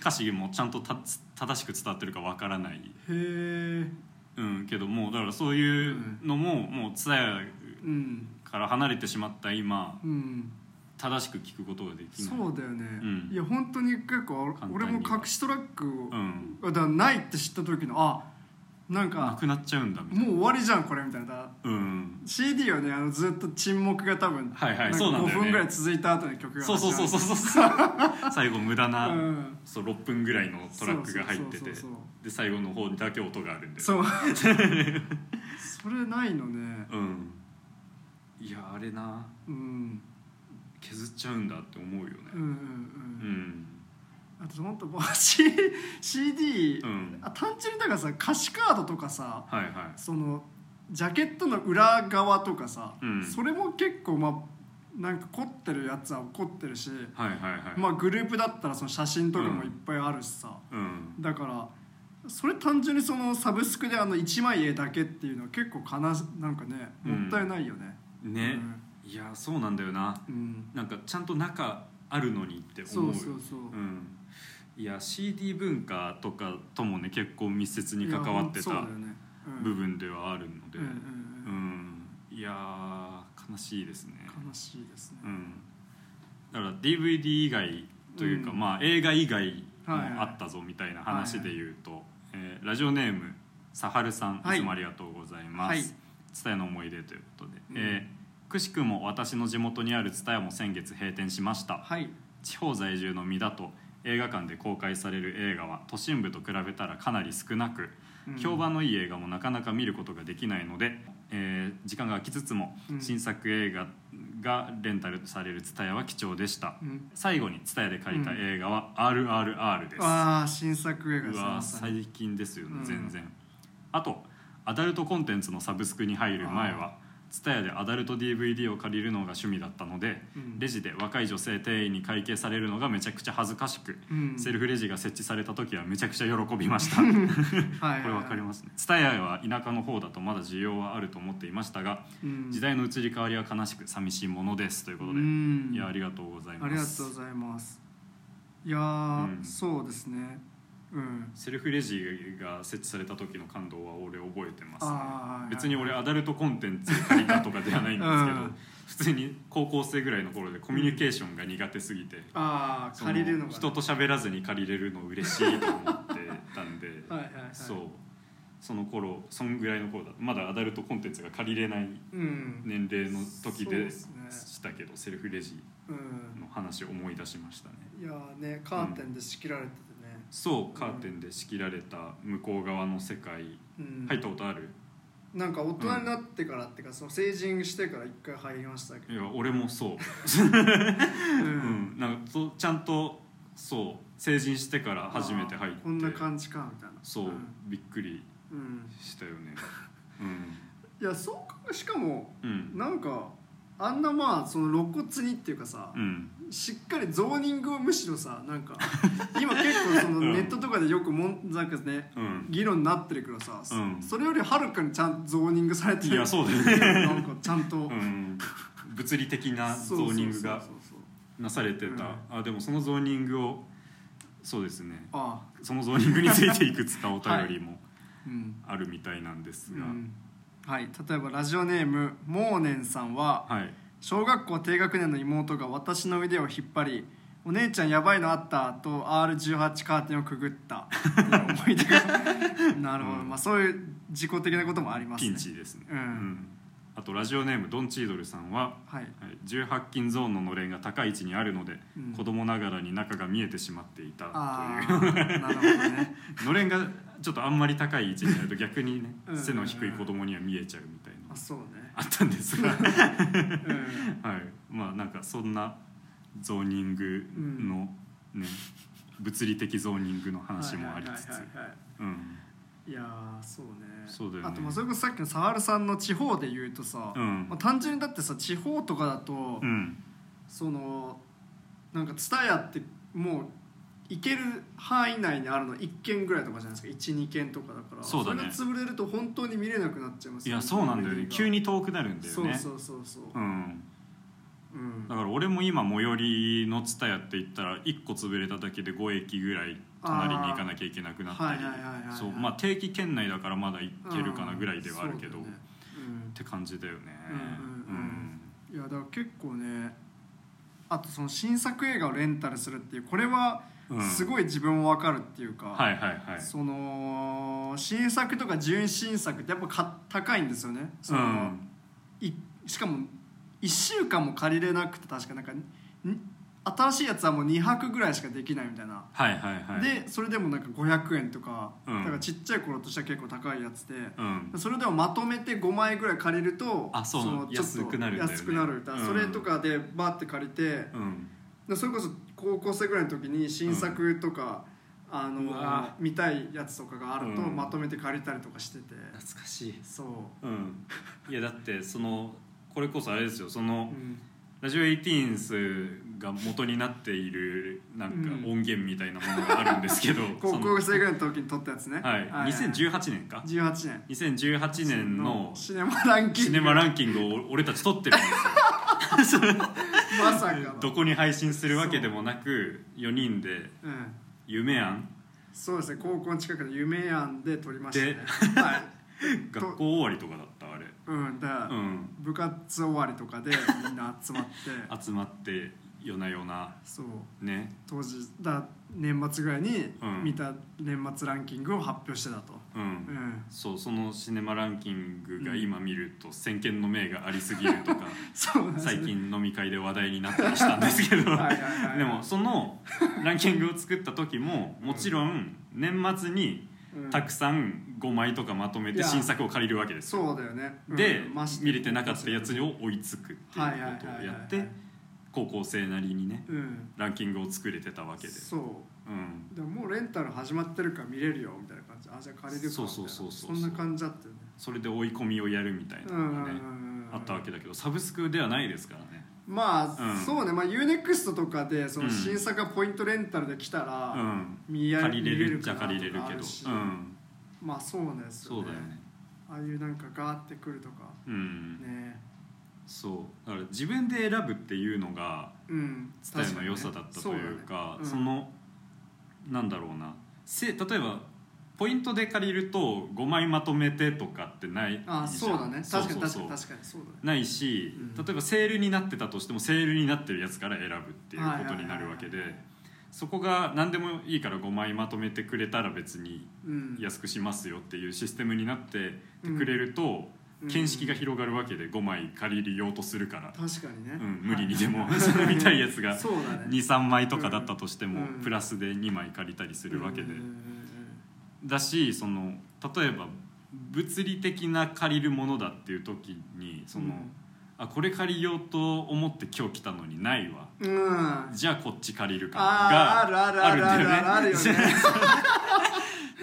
[SPEAKER 1] 歌詞もちゃんとた正しく伝わってるかわからない、
[SPEAKER 2] へえ
[SPEAKER 1] うん、けどもうだからそういうのも、もう蔦屋
[SPEAKER 2] うん
[SPEAKER 1] から離れてしまった今
[SPEAKER 2] うん
[SPEAKER 1] 正しく聴くことができない
[SPEAKER 2] そうだよね、
[SPEAKER 1] うん
[SPEAKER 2] いや本当に結構
[SPEAKER 1] 簡単に
[SPEAKER 2] 俺も隠しトラックを、
[SPEAKER 1] うん
[SPEAKER 2] だからないって知った時のあなん
[SPEAKER 1] な
[SPEAKER 2] か
[SPEAKER 1] くなっちゃうんだみたい
[SPEAKER 2] もう終わりじゃんこれみたいな
[SPEAKER 1] なうん
[SPEAKER 2] CD をねあのずっと沈黙が多分、
[SPEAKER 1] はいはい
[SPEAKER 2] なんか
[SPEAKER 1] そうなんだよね
[SPEAKER 2] 5分ぐらい続いた後に曲が
[SPEAKER 1] そうそうそうそう
[SPEAKER 2] う
[SPEAKER 1] そう
[SPEAKER 2] [LAUGHS]
[SPEAKER 1] そう最後無駄な、
[SPEAKER 2] うん
[SPEAKER 1] そう6分ぐらいのトラックが入って
[SPEAKER 2] そ
[SPEAKER 1] て
[SPEAKER 2] うそうそうそう
[SPEAKER 1] で最後の方だけ音があるんで
[SPEAKER 2] そ
[SPEAKER 1] [LAUGHS]
[SPEAKER 2] うそれないのね
[SPEAKER 1] うんいやあれな
[SPEAKER 2] うん
[SPEAKER 1] 削っちゃうんだって思うよね
[SPEAKER 2] うんうん
[SPEAKER 1] う
[SPEAKER 2] う
[SPEAKER 1] んん
[SPEAKER 2] あと本当もう C- CD、
[SPEAKER 1] うん
[SPEAKER 2] あ単純にだからさ歌詞カードとかさ
[SPEAKER 1] はいは
[SPEAKER 2] そのジャケットの裏側とかさ、
[SPEAKER 1] うん
[SPEAKER 2] それも結構まあなんか凝ってるやつは凝ってるし、
[SPEAKER 1] いはいはいはい
[SPEAKER 2] まあグループだったらその写真とかもいっぱいあるしさ、
[SPEAKER 1] うん
[SPEAKER 2] だからそれ単純にそのサブスクであの1枚絵だけっていうのは結構悲しなんかね
[SPEAKER 1] うん
[SPEAKER 2] もったいないよね、
[SPEAKER 1] ね、いやそうなんだよな
[SPEAKER 2] うん
[SPEAKER 1] なんかちゃんと中あるのにって
[SPEAKER 2] そ
[SPEAKER 1] 思う
[SPEAKER 2] う
[SPEAKER 1] よ
[SPEAKER 2] そうそう、
[SPEAKER 1] うんいや CD 文化とかともね結構密接に関わって
[SPEAKER 2] いや
[SPEAKER 1] た
[SPEAKER 2] そうだよねうん
[SPEAKER 1] 部分ではあるので
[SPEAKER 2] うんうん
[SPEAKER 1] う
[SPEAKER 2] うん
[SPEAKER 1] んいやー悲しいですね
[SPEAKER 2] 悲しいですね、
[SPEAKER 1] うんだから DVD 以外というか、
[SPEAKER 2] うん
[SPEAKER 1] まあ映画以外も
[SPEAKER 2] はいはい
[SPEAKER 1] あったぞみたいな話で言うと、えーラジオネームさはるさん、
[SPEAKER 2] はい
[SPEAKER 1] い、つもありがとうございます、
[SPEAKER 2] はい
[SPEAKER 1] 伝えの思い出ということで、
[SPEAKER 2] うん
[SPEAKER 1] えーくしくも私の地元にある伝えも先月閉店しました
[SPEAKER 2] はい
[SPEAKER 1] 地方在住の身だと映画館で公開される映画は都心部と比べたらかなり少なく、
[SPEAKER 2] うん
[SPEAKER 1] 評判のいい映画もなかなか見ることができないので、えー時間が空きつつも
[SPEAKER 2] うん
[SPEAKER 1] 新作映画がレンタルされる TSUTAYA は貴重でした、
[SPEAKER 2] うん
[SPEAKER 1] 最後に TSUTAYA で借りた映画は「RRR」です、
[SPEAKER 2] ああ新作映画
[SPEAKER 1] う
[SPEAKER 2] ですね
[SPEAKER 1] わ
[SPEAKER 2] まさに
[SPEAKER 1] 最近ですよね、
[SPEAKER 2] うん
[SPEAKER 1] 全然あとアダルトコンテンツのサブスクに入る前は TSUTAYA でアダルト DVD を借りるのが趣味だったので、
[SPEAKER 2] うん
[SPEAKER 1] レジで若い女性店員に会計されるのがめちゃくちゃ恥ずかしく、
[SPEAKER 2] うん
[SPEAKER 1] セルフレジが設置された時はめちゃくちゃ喜びま
[SPEAKER 2] [LAUGHS]
[SPEAKER 1] した
[SPEAKER 2] はいはい
[SPEAKER 1] これわかりますね蔦屋は田舎の方だとまだ需要はあると思っていましたが、
[SPEAKER 2] うん
[SPEAKER 1] 時代の移り変わりは悲しく寂しいものですということで、
[SPEAKER 2] うん
[SPEAKER 1] いやありがとうござい
[SPEAKER 2] あり
[SPEAKER 1] ま
[SPEAKER 2] が
[SPEAKER 1] す
[SPEAKER 2] とうございますいやー、
[SPEAKER 1] うん
[SPEAKER 2] そうですねうん
[SPEAKER 1] セルフレジが設置された時の感動は俺覚えてます、ね
[SPEAKER 2] あー
[SPEAKER 1] 別に俺
[SPEAKER 2] はい
[SPEAKER 1] アダルトコンテンツ借りたとかではないんですけど、
[SPEAKER 2] うん
[SPEAKER 1] 普通に高校生ぐらいの頃でコミュニケーションが苦手すぎて、
[SPEAKER 2] ああ
[SPEAKER 1] そ
[SPEAKER 2] 借りるのが
[SPEAKER 1] 人と喋らずに借りれるの嬉しいと思ってたんで
[SPEAKER 2] [LAUGHS] はいはいはい
[SPEAKER 1] そうその頃そんぐらいの頃だまだアダルトコンテンツが借りれない
[SPEAKER 2] うん、
[SPEAKER 1] 年齢の時
[SPEAKER 2] そう
[SPEAKER 1] で
[SPEAKER 2] ですね
[SPEAKER 1] したけど、セルフレジ
[SPEAKER 2] うん
[SPEAKER 1] の話を思い出しましたね
[SPEAKER 2] いやーねカーテンで仕切られててね、
[SPEAKER 1] そうカーテンで仕切られた向こう側の世界
[SPEAKER 2] うん
[SPEAKER 1] 入ったことある
[SPEAKER 2] なんか大人になってからっていうかその成人してから一回入りましたけ
[SPEAKER 1] い
[SPEAKER 2] ど、
[SPEAKER 1] や俺もそう、
[SPEAKER 2] う
[SPEAKER 1] うんん、なんかそうちゃんとそう成人してから初めて入って
[SPEAKER 2] あーこんな感じかみたいな
[SPEAKER 1] そう、
[SPEAKER 2] ん
[SPEAKER 1] びっくり
[SPEAKER 2] うん
[SPEAKER 1] した
[SPEAKER 2] [LAUGHS]
[SPEAKER 1] よね
[SPEAKER 2] いやそうかしかも
[SPEAKER 1] うんうん
[SPEAKER 2] なんかあんなまあその肋骨にっていうかさ、
[SPEAKER 1] うん
[SPEAKER 2] しっかりゾーニングをむしろさな
[SPEAKER 1] [LAUGHS]
[SPEAKER 2] んか今結構その
[SPEAKER 1] うん
[SPEAKER 2] ネットとかでよくもんなんかね
[SPEAKER 1] うん
[SPEAKER 2] 議論になってるけどさ、そ
[SPEAKER 1] うん
[SPEAKER 2] それよりはるかにちゃんとゾーニングされてる
[SPEAKER 1] いやそうだよね
[SPEAKER 2] なんかちゃんと、
[SPEAKER 1] うん物理的なゾ
[SPEAKER 2] そうそうそうそう
[SPEAKER 1] ーニングがなされて
[SPEAKER 2] うん
[SPEAKER 1] たあでもそのゾーニングをそうですね
[SPEAKER 2] あ
[SPEAKER 1] そのゾーニングについていくつかお便りも
[SPEAKER 2] あうん、
[SPEAKER 1] あるみたいなんです
[SPEAKER 2] う
[SPEAKER 1] が、
[SPEAKER 2] んはい、例えばラジオネームモーネンさんは
[SPEAKER 1] はい
[SPEAKER 2] 小学校低学年の妹が私の腕を引っ張り「お姉ちゃんやばいのあった」と R18 カーテンをくぐったっていう思い出がなるほど、
[SPEAKER 1] うん
[SPEAKER 2] まあ、 [LAUGHS] そういう自己的なこともあります
[SPEAKER 1] ピ
[SPEAKER 2] ね
[SPEAKER 1] ンチですね、
[SPEAKER 2] うん
[SPEAKER 1] あとラジオネームドンチードルさんはは
[SPEAKER 2] はい
[SPEAKER 1] い18金ゾーンののれんが高い位置にあるので、
[SPEAKER 2] うん
[SPEAKER 1] 子供ながらに中が見えてしまっていた
[SPEAKER 2] あ
[SPEAKER 1] と
[SPEAKER 2] あなるほど
[SPEAKER 1] [LAUGHS]
[SPEAKER 2] ね
[SPEAKER 1] いうのれんがちょっとあんまり高い位置にあると逆にね
[SPEAKER 2] うん
[SPEAKER 1] 背の低い子供には見えちゃうみたい
[SPEAKER 2] あ
[SPEAKER 1] な [LAUGHS]
[SPEAKER 2] そうね、
[SPEAKER 1] あったんですが
[SPEAKER 2] うん、
[SPEAKER 1] はい、まあなんかそんなゾーニングの、ね物理的ゾーニングの話もありつつ
[SPEAKER 2] はいはいはいはいは
[SPEAKER 1] うん
[SPEAKER 2] いいやーそうね
[SPEAKER 1] そうだよね
[SPEAKER 2] あとまあそれこそさっきのサワルさんの地方で言うとさ、
[SPEAKER 1] うん
[SPEAKER 2] まあ、単純にだってさ地方とかだと、
[SPEAKER 1] うん
[SPEAKER 2] そのなんか蔦屋ってもう行ける範囲内にあるの1軒ぐらいとかじゃないですか12軒とかだから
[SPEAKER 1] そうだね
[SPEAKER 2] それが潰れると本当に見れなくなっちゃいます
[SPEAKER 1] いやそうなんだよね急
[SPEAKER 2] に
[SPEAKER 1] に遠くなるんだよ
[SPEAKER 2] そう
[SPEAKER 1] ね
[SPEAKER 2] そうそうそう
[SPEAKER 1] うん
[SPEAKER 2] うん
[SPEAKER 1] だから俺も今最寄りの蔦屋って言ったら1個潰れただけで5駅ぐらい隣に行かなきゃいけなくなった
[SPEAKER 2] あーはいはいはいはいは
[SPEAKER 1] り
[SPEAKER 2] い
[SPEAKER 1] そうまあ定期圏内だからまだ行けるかなぐらいではあるけど、
[SPEAKER 2] うんそうだよね
[SPEAKER 1] って感じだよね
[SPEAKER 2] うんうんうんいやだから結構ねあとその新作映画をレンタルするっていうこれは
[SPEAKER 1] うん
[SPEAKER 2] すごい自分も分かるっていうか、
[SPEAKER 1] はいはいはい
[SPEAKER 2] その新作とか純新作ってやっぱか高いんですよねその、
[SPEAKER 1] うん
[SPEAKER 2] いしかも1週間も借りれなくて確かなんかに新しいやつはもう2泊ぐらいしかできないみたいな、
[SPEAKER 1] はいはいはい
[SPEAKER 2] でそれでもなんか500円とか、
[SPEAKER 1] うん
[SPEAKER 2] だからちっちゃい頃としては結構高いやつで、
[SPEAKER 1] うん
[SPEAKER 2] それでもまとめて5枚ぐらい借りると
[SPEAKER 1] あそうなの
[SPEAKER 2] のちょっと
[SPEAKER 1] 安くなるんだよね
[SPEAKER 2] 安くなるみたいな、
[SPEAKER 1] うん
[SPEAKER 2] それとかでバーって借りて、
[SPEAKER 1] うん
[SPEAKER 2] でそれこそ高校生ぐらいの時に新作とか、あ
[SPEAKER 1] う
[SPEAKER 2] の
[SPEAKER 1] わ
[SPEAKER 2] 見たいやつとかがあると
[SPEAKER 1] うん
[SPEAKER 2] まとめて借りたりとかしてて、
[SPEAKER 1] 懐かしい
[SPEAKER 2] そう、
[SPEAKER 1] うんいやだってそのこれこそあれですよそうの
[SPEAKER 2] ん
[SPEAKER 1] ラジオ18スが元になっているなんか
[SPEAKER 2] うん
[SPEAKER 1] 音源みたいなものがあるんです [LAUGHS] けど
[SPEAKER 2] 高校
[SPEAKER 1] そ
[SPEAKER 2] 生ぐらいの時に撮ったやつね
[SPEAKER 1] のはい2018年か
[SPEAKER 2] 18年
[SPEAKER 1] 2018年の
[SPEAKER 2] シネマランキング
[SPEAKER 1] シネマ
[SPEAKER 2] ン
[SPEAKER 1] ランキングを俺たち撮ってるんですよ
[SPEAKER 2] まさかの
[SPEAKER 1] どこに配信するわけでもなく4人で
[SPEAKER 2] うん、
[SPEAKER 1] 「夢案
[SPEAKER 2] そうですね高校の近くの夢やんで撮りましたね
[SPEAKER 1] で
[SPEAKER 2] はい、」
[SPEAKER 1] 学校終わりとかだったあれ
[SPEAKER 2] うんだから
[SPEAKER 1] うん
[SPEAKER 2] 部活終わりとかでみんな集まって
[SPEAKER 1] 集まって夜な夜な
[SPEAKER 2] そう
[SPEAKER 1] ね
[SPEAKER 2] 当時だ年末ぐらいに
[SPEAKER 1] うん
[SPEAKER 2] 見た年末ランキングを発表してたと、
[SPEAKER 1] う
[SPEAKER 2] うんん、
[SPEAKER 1] そうそのシネマランキングが今見ると先見の明がありすぎると
[SPEAKER 2] [LAUGHS]
[SPEAKER 1] か
[SPEAKER 2] そうなんですね
[SPEAKER 1] 最近飲み会で話題になったりしたんですけど
[SPEAKER 2] はいはいはい
[SPEAKER 1] でもそのランキングを作った時ももちろん年末に
[SPEAKER 2] うん
[SPEAKER 1] たくさん5枚とかまとめ
[SPEAKER 2] い
[SPEAKER 1] て
[SPEAKER 2] や
[SPEAKER 1] 新作を借りるわけですよ
[SPEAKER 2] そうだよね、うん
[SPEAKER 1] で、
[SPEAKER 2] まして
[SPEAKER 1] 見れてなかったやつを追いつくっていう
[SPEAKER 2] はいはいはい
[SPEAKER 1] こと
[SPEAKER 2] はいは
[SPEAKER 1] を
[SPEAKER 2] い
[SPEAKER 1] やって高校生なりにね
[SPEAKER 2] うん
[SPEAKER 1] ランキングを作れてたわけで、
[SPEAKER 2] そ
[SPEAKER 1] うん、
[SPEAKER 2] うでももうレンタル始まってるから見れるよみたいな感じあじゃあ借りるか
[SPEAKER 1] そ
[SPEAKER 2] み
[SPEAKER 1] う
[SPEAKER 2] たい
[SPEAKER 1] そう
[SPEAKER 2] な
[SPEAKER 1] そうそう
[SPEAKER 2] そんな感じだったよね
[SPEAKER 1] それで追い込みをやるみたいな
[SPEAKER 2] う
[SPEAKER 1] の
[SPEAKER 2] んうん
[SPEAKER 1] が
[SPEAKER 2] う
[SPEAKER 1] ね
[SPEAKER 2] んうん
[SPEAKER 1] あったわけだけどサブスクではないですからね
[SPEAKER 2] ま
[SPEAKER 1] う
[SPEAKER 2] あ、
[SPEAKER 1] ん
[SPEAKER 2] そうね、まあ、UNEXT とかでその
[SPEAKER 1] うん
[SPEAKER 2] 新作がポイントレンタルで来たら、
[SPEAKER 1] うん
[SPEAKER 2] 見や
[SPEAKER 1] 借りれる
[SPEAKER 2] 見
[SPEAKER 1] っちゃ
[SPEAKER 2] かな
[SPEAKER 1] 借りれる
[SPEAKER 2] とか
[SPEAKER 1] け
[SPEAKER 2] あ
[SPEAKER 1] ど
[SPEAKER 2] し
[SPEAKER 1] うん
[SPEAKER 2] まあそうなんです
[SPEAKER 1] そうだよね
[SPEAKER 2] ああいうなんかガーってくるとか
[SPEAKER 1] うん
[SPEAKER 2] ね
[SPEAKER 1] そうだから自分で選ぶっていうのが
[SPEAKER 2] うん
[SPEAKER 1] 伝えの良さだったというかそのなんだろうなせ例えばポイントで借りると5枚まとめてとかってない
[SPEAKER 2] あそうだね
[SPEAKER 1] じゃん
[SPEAKER 2] 確かに
[SPEAKER 1] そうそう
[SPEAKER 2] 確かに
[SPEAKER 1] そう
[SPEAKER 2] 確かにそうだね
[SPEAKER 1] ないし、
[SPEAKER 2] うん
[SPEAKER 1] 例えばセールになってたとしてもセールになってるやつから選ぶっていうことになるわけで
[SPEAKER 2] はいはいはいはい
[SPEAKER 1] そこが何でもいいから5枚まとめてくれたら別に
[SPEAKER 2] うん
[SPEAKER 1] 安くしますよっていうシステムになっててくれると、
[SPEAKER 2] うん
[SPEAKER 1] 見識が広がるわけで5枚借りようとするから、
[SPEAKER 2] 確かにね、
[SPEAKER 1] うん無理にでも [LAUGHS] その見たいやつが
[SPEAKER 2] そうだね
[SPEAKER 1] 23枚とかだったとしても、
[SPEAKER 2] うん
[SPEAKER 1] プラスで2枚借りたりするわけで、
[SPEAKER 2] うんうん
[SPEAKER 1] だしその例えば物理的な借りるものだっていう時にその、
[SPEAKER 2] うん
[SPEAKER 1] あこれ借りようと思って今日来たのにないわ
[SPEAKER 2] うんうんあ
[SPEAKER 1] じゃあこっち借りるか
[SPEAKER 2] あーある
[SPEAKER 1] が
[SPEAKER 2] あるあるあるある
[SPEAKER 1] あるん
[SPEAKER 2] よ
[SPEAKER 1] だよね [LAUGHS]
[SPEAKER 2] ね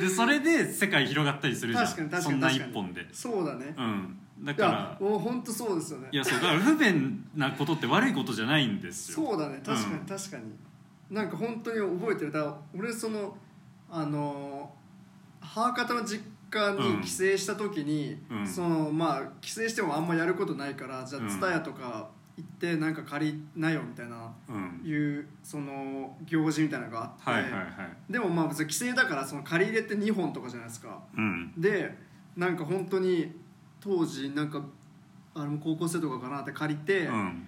[SPEAKER 1] でそれで世界広がったりするじゃん
[SPEAKER 2] 確かに確かに
[SPEAKER 1] そんな一
[SPEAKER 2] 確かに
[SPEAKER 1] 本で
[SPEAKER 2] そうだね
[SPEAKER 1] うんだ
[SPEAKER 2] い
[SPEAKER 1] か
[SPEAKER 2] や
[SPEAKER 1] ら
[SPEAKER 2] もう本当そうですよね
[SPEAKER 1] いやそうだから不便なことって悪いことじゃないんですよ
[SPEAKER 2] そうだね確か
[SPEAKER 1] う
[SPEAKER 2] に
[SPEAKER 1] ん
[SPEAKER 2] 確かに、なんか本当に覚えてるだから俺そのあのー母方の実家
[SPEAKER 1] うん
[SPEAKER 2] に帰省した時に、
[SPEAKER 1] うん
[SPEAKER 2] そのまあ帰省してもあんまやることないからじゃあ
[SPEAKER 1] うん
[SPEAKER 2] TSUTAYA とか行ってなんか借りなよみたいな
[SPEAKER 1] うん
[SPEAKER 2] いうその行事みたいなのがあって、
[SPEAKER 1] はいはいはい
[SPEAKER 2] でもまあ別に帰省だからその借り入れって2本とかじゃないですか
[SPEAKER 1] うん
[SPEAKER 2] でなんか本当に当時なんかあれも高校生とかかなって借りて、
[SPEAKER 1] うん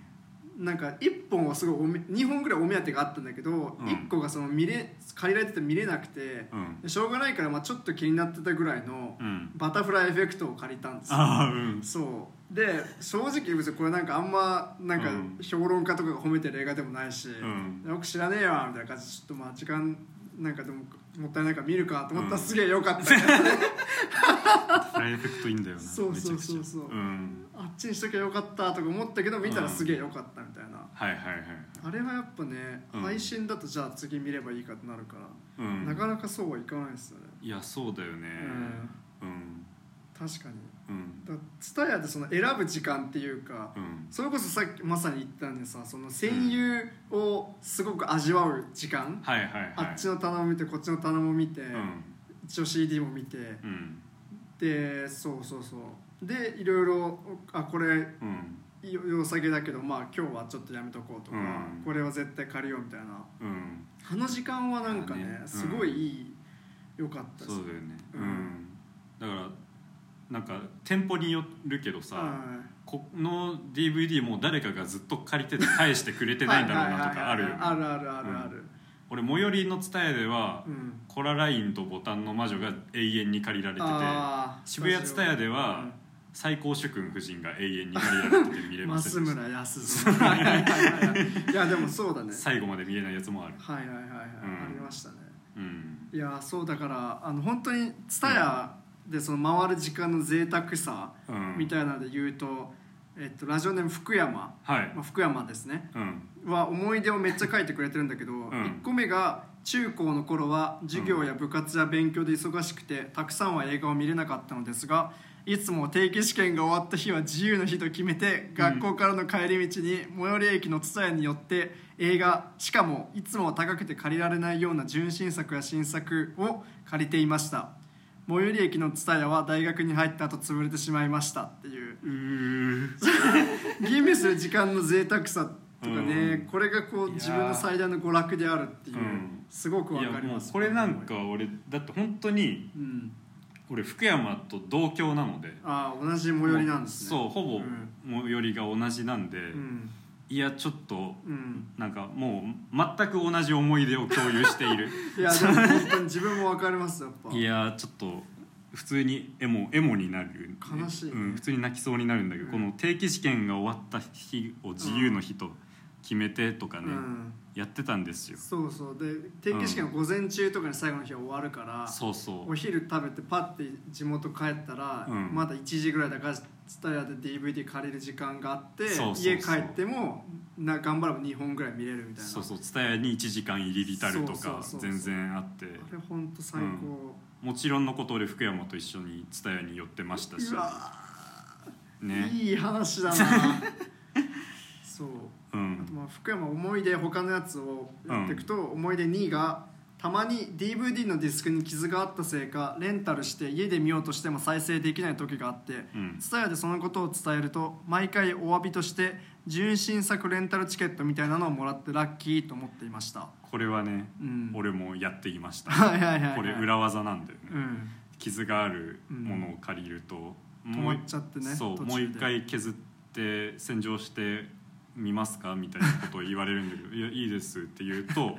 [SPEAKER 2] なんか1本はすごいおめ2本ぐらいお目当てがあったんだけど、
[SPEAKER 1] ん
[SPEAKER 2] 1個がその見れ借りられてて見れなくて、
[SPEAKER 1] うん
[SPEAKER 2] でしょうがないからまあちょっと気になってたぐらいの
[SPEAKER 1] うん
[SPEAKER 2] バタフライエフェクトを借りたんですよ
[SPEAKER 1] ああうん
[SPEAKER 2] そうで正直別にこれなんかあんまなんか
[SPEAKER 1] うん
[SPEAKER 2] 評論家とかが褒めてる映画でもないし、
[SPEAKER 1] ん
[SPEAKER 2] よく知らねえわみたいな感じでちょっとまあ時間なんかでももったいないから見るかと思ったら
[SPEAKER 1] うん
[SPEAKER 2] すげえよかった、
[SPEAKER 1] フライエフェクトいいんだよな
[SPEAKER 2] そうそうそうそう
[SPEAKER 1] めちゃくちゃうん
[SPEAKER 2] [LAUGHS] あっちにしときゃよかったとか思ったけど見たらすげえよかったみたいな。
[SPEAKER 1] はいはいはい
[SPEAKER 2] あれはやっぱね、
[SPEAKER 1] うん
[SPEAKER 2] 配信だとじゃあ次見ればいいかってなるから、
[SPEAKER 1] うん
[SPEAKER 2] なかなかそうはいかないですよね、
[SPEAKER 1] いやそうだよね
[SPEAKER 2] うん
[SPEAKER 1] うん
[SPEAKER 2] 確かに
[SPEAKER 1] うん
[SPEAKER 2] だから TSUTAYA でその選ぶ時間っていうか、
[SPEAKER 1] うん
[SPEAKER 2] それこそさっきまさに言ったんでさその戦友をすごく味わう時間、
[SPEAKER 1] はいはいはい
[SPEAKER 2] あっちの棚も見てこっちの棚も見て、
[SPEAKER 1] うん
[SPEAKER 2] 一応 CD も見て
[SPEAKER 1] うん
[SPEAKER 2] でそうそうそうでいろいろあこれ
[SPEAKER 1] うん
[SPEAKER 2] よ良さげだけどまあ今日はちょっとやめとこうとか、
[SPEAKER 1] うん
[SPEAKER 2] これは絶対借りようみたいな
[SPEAKER 1] うん
[SPEAKER 2] あの時間はなんかね
[SPEAKER 1] まあねうん
[SPEAKER 2] すごいいい良かったです
[SPEAKER 1] そうだよね
[SPEAKER 2] う
[SPEAKER 1] うんんだからなんか店舗によるけどさ
[SPEAKER 2] は
[SPEAKER 1] この DVD もう誰かがずっと借りてて返してくれてないんだろうなとかあるよね
[SPEAKER 2] はいはいはいはいあるあるあるある
[SPEAKER 1] 俺最寄りの蔦屋では、
[SPEAKER 2] うん
[SPEAKER 1] コララインとボタンの魔女が永遠に借りられてて
[SPEAKER 2] あー
[SPEAKER 1] 渋谷蔦屋では、
[SPEAKER 2] うん
[SPEAKER 1] 最高主君夫人が永遠に借りられてて見れませんでし
[SPEAKER 2] 増
[SPEAKER 1] た
[SPEAKER 2] 村康造はいはいはい [LAUGHS] はいいやでもそうだね
[SPEAKER 1] 最後まで見れないやつもある
[SPEAKER 2] はいはいはいはい、
[SPEAKER 1] うん
[SPEAKER 2] ありましたね
[SPEAKER 1] うん
[SPEAKER 2] いやそうだからあの本当に蔦屋でその回る時間の贅沢さ
[SPEAKER 1] うん
[SPEAKER 2] みたいなので言うと、えっと、ラジオネーム福山、
[SPEAKER 1] はい
[SPEAKER 2] まあ、福山ですね
[SPEAKER 1] うん
[SPEAKER 2] は思い出をめっちゃ書いてくれてるんだけど、1個目が中高の頃は授業や部活や勉強で忙しくて、たくさんは映画を見れなかったのですがいつも定期試験が終わった日は自由の日と決めて学校からの帰り道に最寄り駅の蔦屋に寄って映画しかもいつも高くて借りられないような純真作や新作を借りていました最寄り駅の蔦屋は大学に入った後潰れてしまいましたっていう
[SPEAKER 1] うー
[SPEAKER 2] 吟味する時間の贅沢さとかね、
[SPEAKER 1] うん
[SPEAKER 2] これが
[SPEAKER 1] いうや
[SPEAKER 2] こ
[SPEAKER 1] ー
[SPEAKER 2] 自分の最大の娯楽であるっていう、
[SPEAKER 1] うん
[SPEAKER 2] すごくわ
[SPEAKER 1] いや
[SPEAKER 2] かり
[SPEAKER 1] も
[SPEAKER 2] ま
[SPEAKER 1] う
[SPEAKER 2] す
[SPEAKER 1] これなんか俺だって本当に
[SPEAKER 2] うん、
[SPEAKER 1] 俺福山と同郷なので
[SPEAKER 2] ああ同じ最寄りなんですね
[SPEAKER 1] そうほぼ
[SPEAKER 2] うん
[SPEAKER 1] 最寄りが同じなんで、
[SPEAKER 2] うん、
[SPEAKER 1] いやちょっと
[SPEAKER 2] うん、
[SPEAKER 1] なんかもう全く同じ思い出を共有してい
[SPEAKER 2] [LAUGHS]
[SPEAKER 1] る
[SPEAKER 2] いやでも本当に自分もわかりますやっぱ
[SPEAKER 1] いやちょっと普通にエモエモになる、
[SPEAKER 2] 悲しいね
[SPEAKER 1] うん、普通に泣きそうになるんだけど、
[SPEAKER 2] うん
[SPEAKER 1] この定期試験が終わった日を自由の日と決めてとか
[SPEAKER 2] う
[SPEAKER 1] ね、
[SPEAKER 2] ん、
[SPEAKER 1] やってたんですよ
[SPEAKER 2] そうそうで定期試験は午前中とかに最後の日は終わるから、
[SPEAKER 1] そうそ
[SPEAKER 2] お
[SPEAKER 1] う
[SPEAKER 2] 昼食べてパッて地元帰ったら、
[SPEAKER 1] うん
[SPEAKER 2] まだ1時ぐらいだから蔦屋で DVD 借りる時間があって
[SPEAKER 1] そうそうそう
[SPEAKER 2] 家帰ってもな頑張れば2本ぐらい見れるみたいな
[SPEAKER 1] そうそう蔦屋に1時間入り浸ると
[SPEAKER 2] そうそう
[SPEAKER 1] か
[SPEAKER 2] そうそう
[SPEAKER 1] 全然あって
[SPEAKER 2] あれ本当最高、
[SPEAKER 1] もちろんのこと俺福山と一緒に蔦屋に寄ってましたし
[SPEAKER 2] うわー
[SPEAKER 1] ね
[SPEAKER 2] いい話
[SPEAKER 1] [LAUGHS]
[SPEAKER 2] だなそう
[SPEAKER 1] う
[SPEAKER 2] あと
[SPEAKER 1] ん
[SPEAKER 2] まあ福山思い出他のやつをやっていくと、思い出2がたまに DVD のディスクに傷があったせいかレンタルして家で見ようとしても再生できない時があって
[SPEAKER 1] うん
[SPEAKER 2] 蔦屋、でそのことを伝えると毎回お詫びとして純真作レンタルチケットみたいなのをもらってラッキーと思っていました
[SPEAKER 1] これはね、
[SPEAKER 2] うん
[SPEAKER 1] 俺もやっていました
[SPEAKER 2] はいはいはい、はい、
[SPEAKER 1] これ裏技なんだよね、
[SPEAKER 2] うん
[SPEAKER 1] 傷があるものを借りると、
[SPEAKER 2] ん
[SPEAKER 1] もう
[SPEAKER 2] 止まっちゃってね
[SPEAKER 1] そ
[SPEAKER 2] 途
[SPEAKER 1] う
[SPEAKER 2] 中で
[SPEAKER 1] もう一回削って洗浄してみますかみたいなことを言われるんだけど「い [LAUGHS] やいいです」って言う
[SPEAKER 2] [LAUGHS]
[SPEAKER 1] と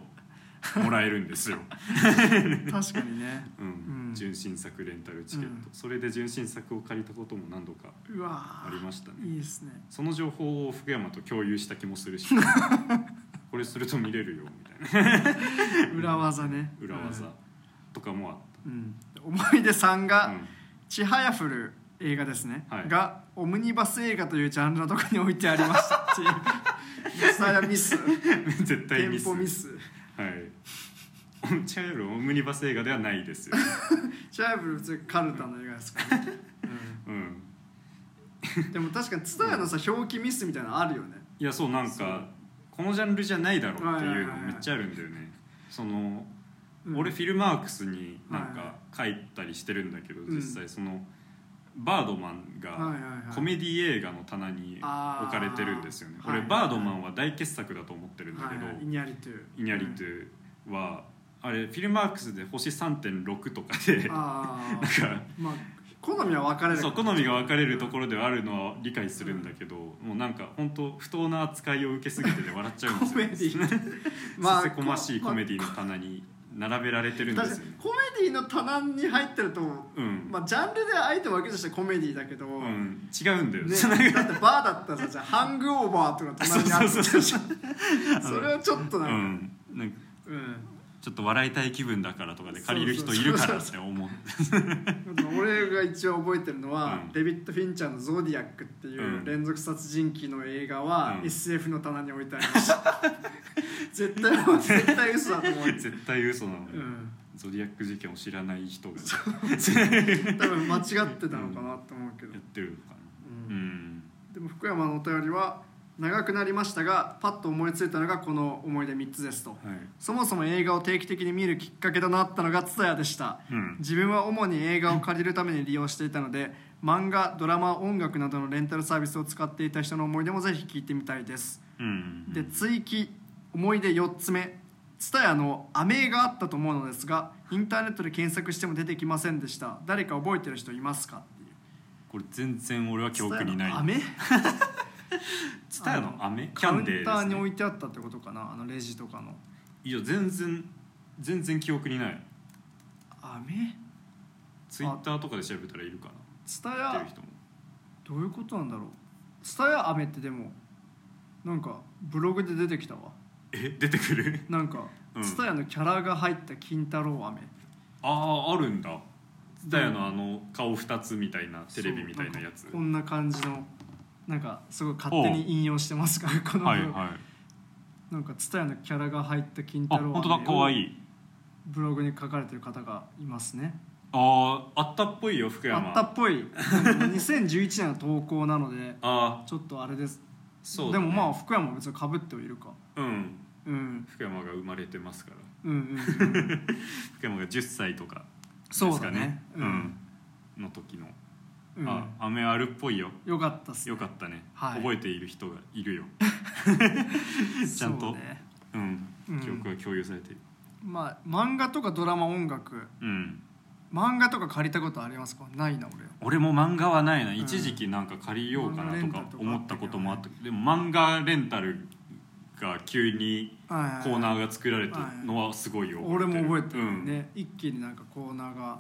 [SPEAKER 1] もらえるんですよ、
[SPEAKER 2] 確か
[SPEAKER 1] [LAUGHS]
[SPEAKER 2] にね
[SPEAKER 1] うん
[SPEAKER 2] うん
[SPEAKER 1] 純真作レンタルチケット、
[SPEAKER 2] うん
[SPEAKER 1] それで純真作を借りたことも何度か
[SPEAKER 2] うわ
[SPEAKER 1] ありましたね
[SPEAKER 2] ーいいですね
[SPEAKER 1] その情報を福山と共有した気もするし
[SPEAKER 2] [LAUGHS]
[SPEAKER 1] これすると見れるよみたいな
[SPEAKER 2] 裏技ね
[SPEAKER 1] 裏技とかもあっ
[SPEAKER 2] うん、思い出さん
[SPEAKER 1] た、
[SPEAKER 2] が、
[SPEAKER 1] うん
[SPEAKER 2] ちはやふる映画ですね、
[SPEAKER 1] はい
[SPEAKER 2] がオムニバス映画というジャンルのところに置いてあり
[SPEAKER 1] [LAUGHS]
[SPEAKER 2] ましたっていう実際はミス
[SPEAKER 1] 絶対
[SPEAKER 2] 店
[SPEAKER 1] ミス
[SPEAKER 2] 舗ミス
[SPEAKER 1] はいチャイルドオムニバス映画ではないです
[SPEAKER 2] [LAUGHS]
[SPEAKER 1] よ
[SPEAKER 2] ちはやふる普通カルタの映画ですから、ね
[SPEAKER 1] うん
[SPEAKER 2] でも確かに蔦屋のさ表記ミスみたいなのあるよね
[SPEAKER 1] いやそうなん
[SPEAKER 2] そう
[SPEAKER 1] かこのジャンルじゃないだろうっていう
[SPEAKER 2] はいはいは
[SPEAKER 1] の
[SPEAKER 2] い
[SPEAKER 1] めっちゃあるんだよねその
[SPEAKER 2] うん
[SPEAKER 1] 俺フィルマークスになん
[SPEAKER 2] は
[SPEAKER 1] か書いたりしてるんだけど
[SPEAKER 2] ん
[SPEAKER 1] 実際そのバードマン
[SPEAKER 2] はいは
[SPEAKER 1] が
[SPEAKER 2] いはい
[SPEAKER 1] コメディ映画の棚に
[SPEAKER 2] あー
[SPEAKER 1] 置かれてるんですよね
[SPEAKER 2] はい
[SPEAKER 1] 俺
[SPEAKER 2] はい
[SPEAKER 1] バードマンは大傑作だと思ってるんだ
[SPEAKER 2] は
[SPEAKER 1] け
[SPEAKER 2] い
[SPEAKER 1] ど
[SPEAKER 2] はいイニャリトゥ
[SPEAKER 1] イニャリトゥはあれフィルマークスで星3.6とかでなんか
[SPEAKER 2] ああまあ好みは分かれる
[SPEAKER 1] そう好みが分かれるところではあるのは理解するんだけど、もうなんか本当不当な扱いを受けすぎてで笑っちゃうんです
[SPEAKER 2] コ
[SPEAKER 1] よね
[SPEAKER 2] メディ
[SPEAKER 1] まあ、せせこましいコメ
[SPEAKER 2] デ
[SPEAKER 1] ディの棚に並べられてるん
[SPEAKER 2] ま
[SPEAKER 1] で
[SPEAKER 2] あ
[SPEAKER 1] す
[SPEAKER 2] 確
[SPEAKER 1] よ
[SPEAKER 2] かに
[SPEAKER 1] ね
[SPEAKER 2] コメディの棚に入ってると
[SPEAKER 1] うん、
[SPEAKER 2] まあ、ジャンルで相手分けとしてはコメディだけど、
[SPEAKER 1] うん、違うんだよ、
[SPEAKER 2] ね、
[SPEAKER 1] [LAUGHS] ね、
[SPEAKER 2] だってバーだったら
[SPEAKER 1] [LAUGHS]
[SPEAKER 2] さじゃあハングオーバーとか隣にあったとしそれはちょっと
[SPEAKER 1] う
[SPEAKER 2] なんか、
[SPEAKER 1] ん、なんか
[SPEAKER 2] うん
[SPEAKER 1] ちょっと笑いたい気分だからとかで借りる人いるからって思う
[SPEAKER 2] 俺が一応覚えてるのは、
[SPEAKER 1] うん
[SPEAKER 2] デビッド・フィンチャーの「ゾディアック」っていううん連続殺人鬼の映画は、
[SPEAKER 1] うん
[SPEAKER 2] SF の棚に置いてありました [LAUGHS] 絶対絶対嘘だと思
[SPEAKER 1] [LAUGHS]
[SPEAKER 2] う、
[SPEAKER 1] 絶対嘘なのに、
[SPEAKER 2] うん、
[SPEAKER 1] ゾディアック事件を知らない人が
[SPEAKER 2] 多分間違ってたのかなと思うけど、
[SPEAKER 1] やってるのかな
[SPEAKER 2] うん
[SPEAKER 1] うん、
[SPEAKER 2] でも福山のお便りは長くなりましたがパッと思いついたのがこの思い出3つですと
[SPEAKER 1] はい、
[SPEAKER 2] そもそも映画を定期的に見るきっかけとなったのが蔦屋でした
[SPEAKER 1] うん、
[SPEAKER 2] 自分は主に映画を借りるために利用していたので漫画ドラマ音楽などのレンタルサービスを使っていた人の思い出もぜひ聞いてみたいです
[SPEAKER 1] うん、
[SPEAKER 2] で追記思い出4つ目蔦屋のアメがあったと思うのですがインターネットで検索しても出てきませんでした誰か覚えてる人いますかっていう
[SPEAKER 1] これ全然俺は記憶にない
[SPEAKER 2] 雨
[SPEAKER 1] ツタヤの飴キ
[SPEAKER 2] カ
[SPEAKER 1] ャ
[SPEAKER 2] ウ
[SPEAKER 1] ン
[SPEAKER 2] ン
[SPEAKER 1] デーです、ね、
[SPEAKER 2] ターに置いてあったってことかなあのレジとかの
[SPEAKER 1] いや全然全然記憶にない
[SPEAKER 2] 雨
[SPEAKER 1] ツイッターとかで調べたらいるかな
[SPEAKER 2] ツタ
[SPEAKER 1] 知って
[SPEAKER 2] ヤ
[SPEAKER 1] る人も
[SPEAKER 2] どういうことなんだろうツタヤ雨ってでもなんかブログで出てきたわ
[SPEAKER 1] え出てく
[SPEAKER 2] [LAUGHS]
[SPEAKER 1] る
[SPEAKER 2] なんか
[SPEAKER 1] うん
[SPEAKER 2] ツタヤのキャラが入った金太郎飴
[SPEAKER 1] あああるんだツタヤのあの顔2つみたいなテレビみたいなやつ
[SPEAKER 2] そうなんかこんな感じのなんかすごい勝手に引用してますから [LAUGHS] この、
[SPEAKER 1] はいはい
[SPEAKER 2] なんかツタヤのキャラが入った金
[SPEAKER 1] あ
[SPEAKER 2] 太郎
[SPEAKER 1] 本当だ可愛
[SPEAKER 2] い
[SPEAKER 1] い
[SPEAKER 2] ブログに書かれてる方がいますね
[SPEAKER 1] あーあったっぽいよ福山
[SPEAKER 2] あったっぽいなんか2011年の投稿なので
[SPEAKER 1] あー
[SPEAKER 2] ちょっとあれです
[SPEAKER 1] そうだ
[SPEAKER 2] で
[SPEAKER 1] ね
[SPEAKER 2] もまあ福山も別にかぶってはいるか
[SPEAKER 1] うん
[SPEAKER 2] うん
[SPEAKER 1] 福山が生まれてますから
[SPEAKER 2] うんうん、
[SPEAKER 1] [LAUGHS]
[SPEAKER 2] うん、
[SPEAKER 1] 福山が10歳とかですか
[SPEAKER 2] そ
[SPEAKER 1] ね
[SPEAKER 2] うだね
[SPEAKER 1] う
[SPEAKER 2] うんん、
[SPEAKER 1] の時の、
[SPEAKER 2] うん
[SPEAKER 1] あ雨あるっぽいよ
[SPEAKER 2] よかったっす
[SPEAKER 1] よかったね、
[SPEAKER 2] はい
[SPEAKER 1] 覚えている人がいるよ、ち
[SPEAKER 2] ち
[SPEAKER 1] ゃんと
[SPEAKER 2] ね、
[SPEAKER 1] うん
[SPEAKER 2] うん、
[SPEAKER 1] 記憶が共有されている
[SPEAKER 2] まあ漫画とかドラマ音楽
[SPEAKER 1] うん
[SPEAKER 2] 漫画とか借りたことありますかないな俺
[SPEAKER 1] 俺も漫画はないな、
[SPEAKER 2] ん
[SPEAKER 1] 一時期なんか借りようかなと
[SPEAKER 2] 漫画レンタ
[SPEAKER 1] か
[SPEAKER 2] ルとか
[SPEAKER 1] 思ったこともあったけどでも漫画レンタルが急に
[SPEAKER 2] は
[SPEAKER 1] コー
[SPEAKER 2] ー
[SPEAKER 1] ナーが作られたのはすごいよ
[SPEAKER 2] 俺も覚えて
[SPEAKER 1] う
[SPEAKER 2] る
[SPEAKER 1] ん
[SPEAKER 2] ね、一気になんかコーナーが、ん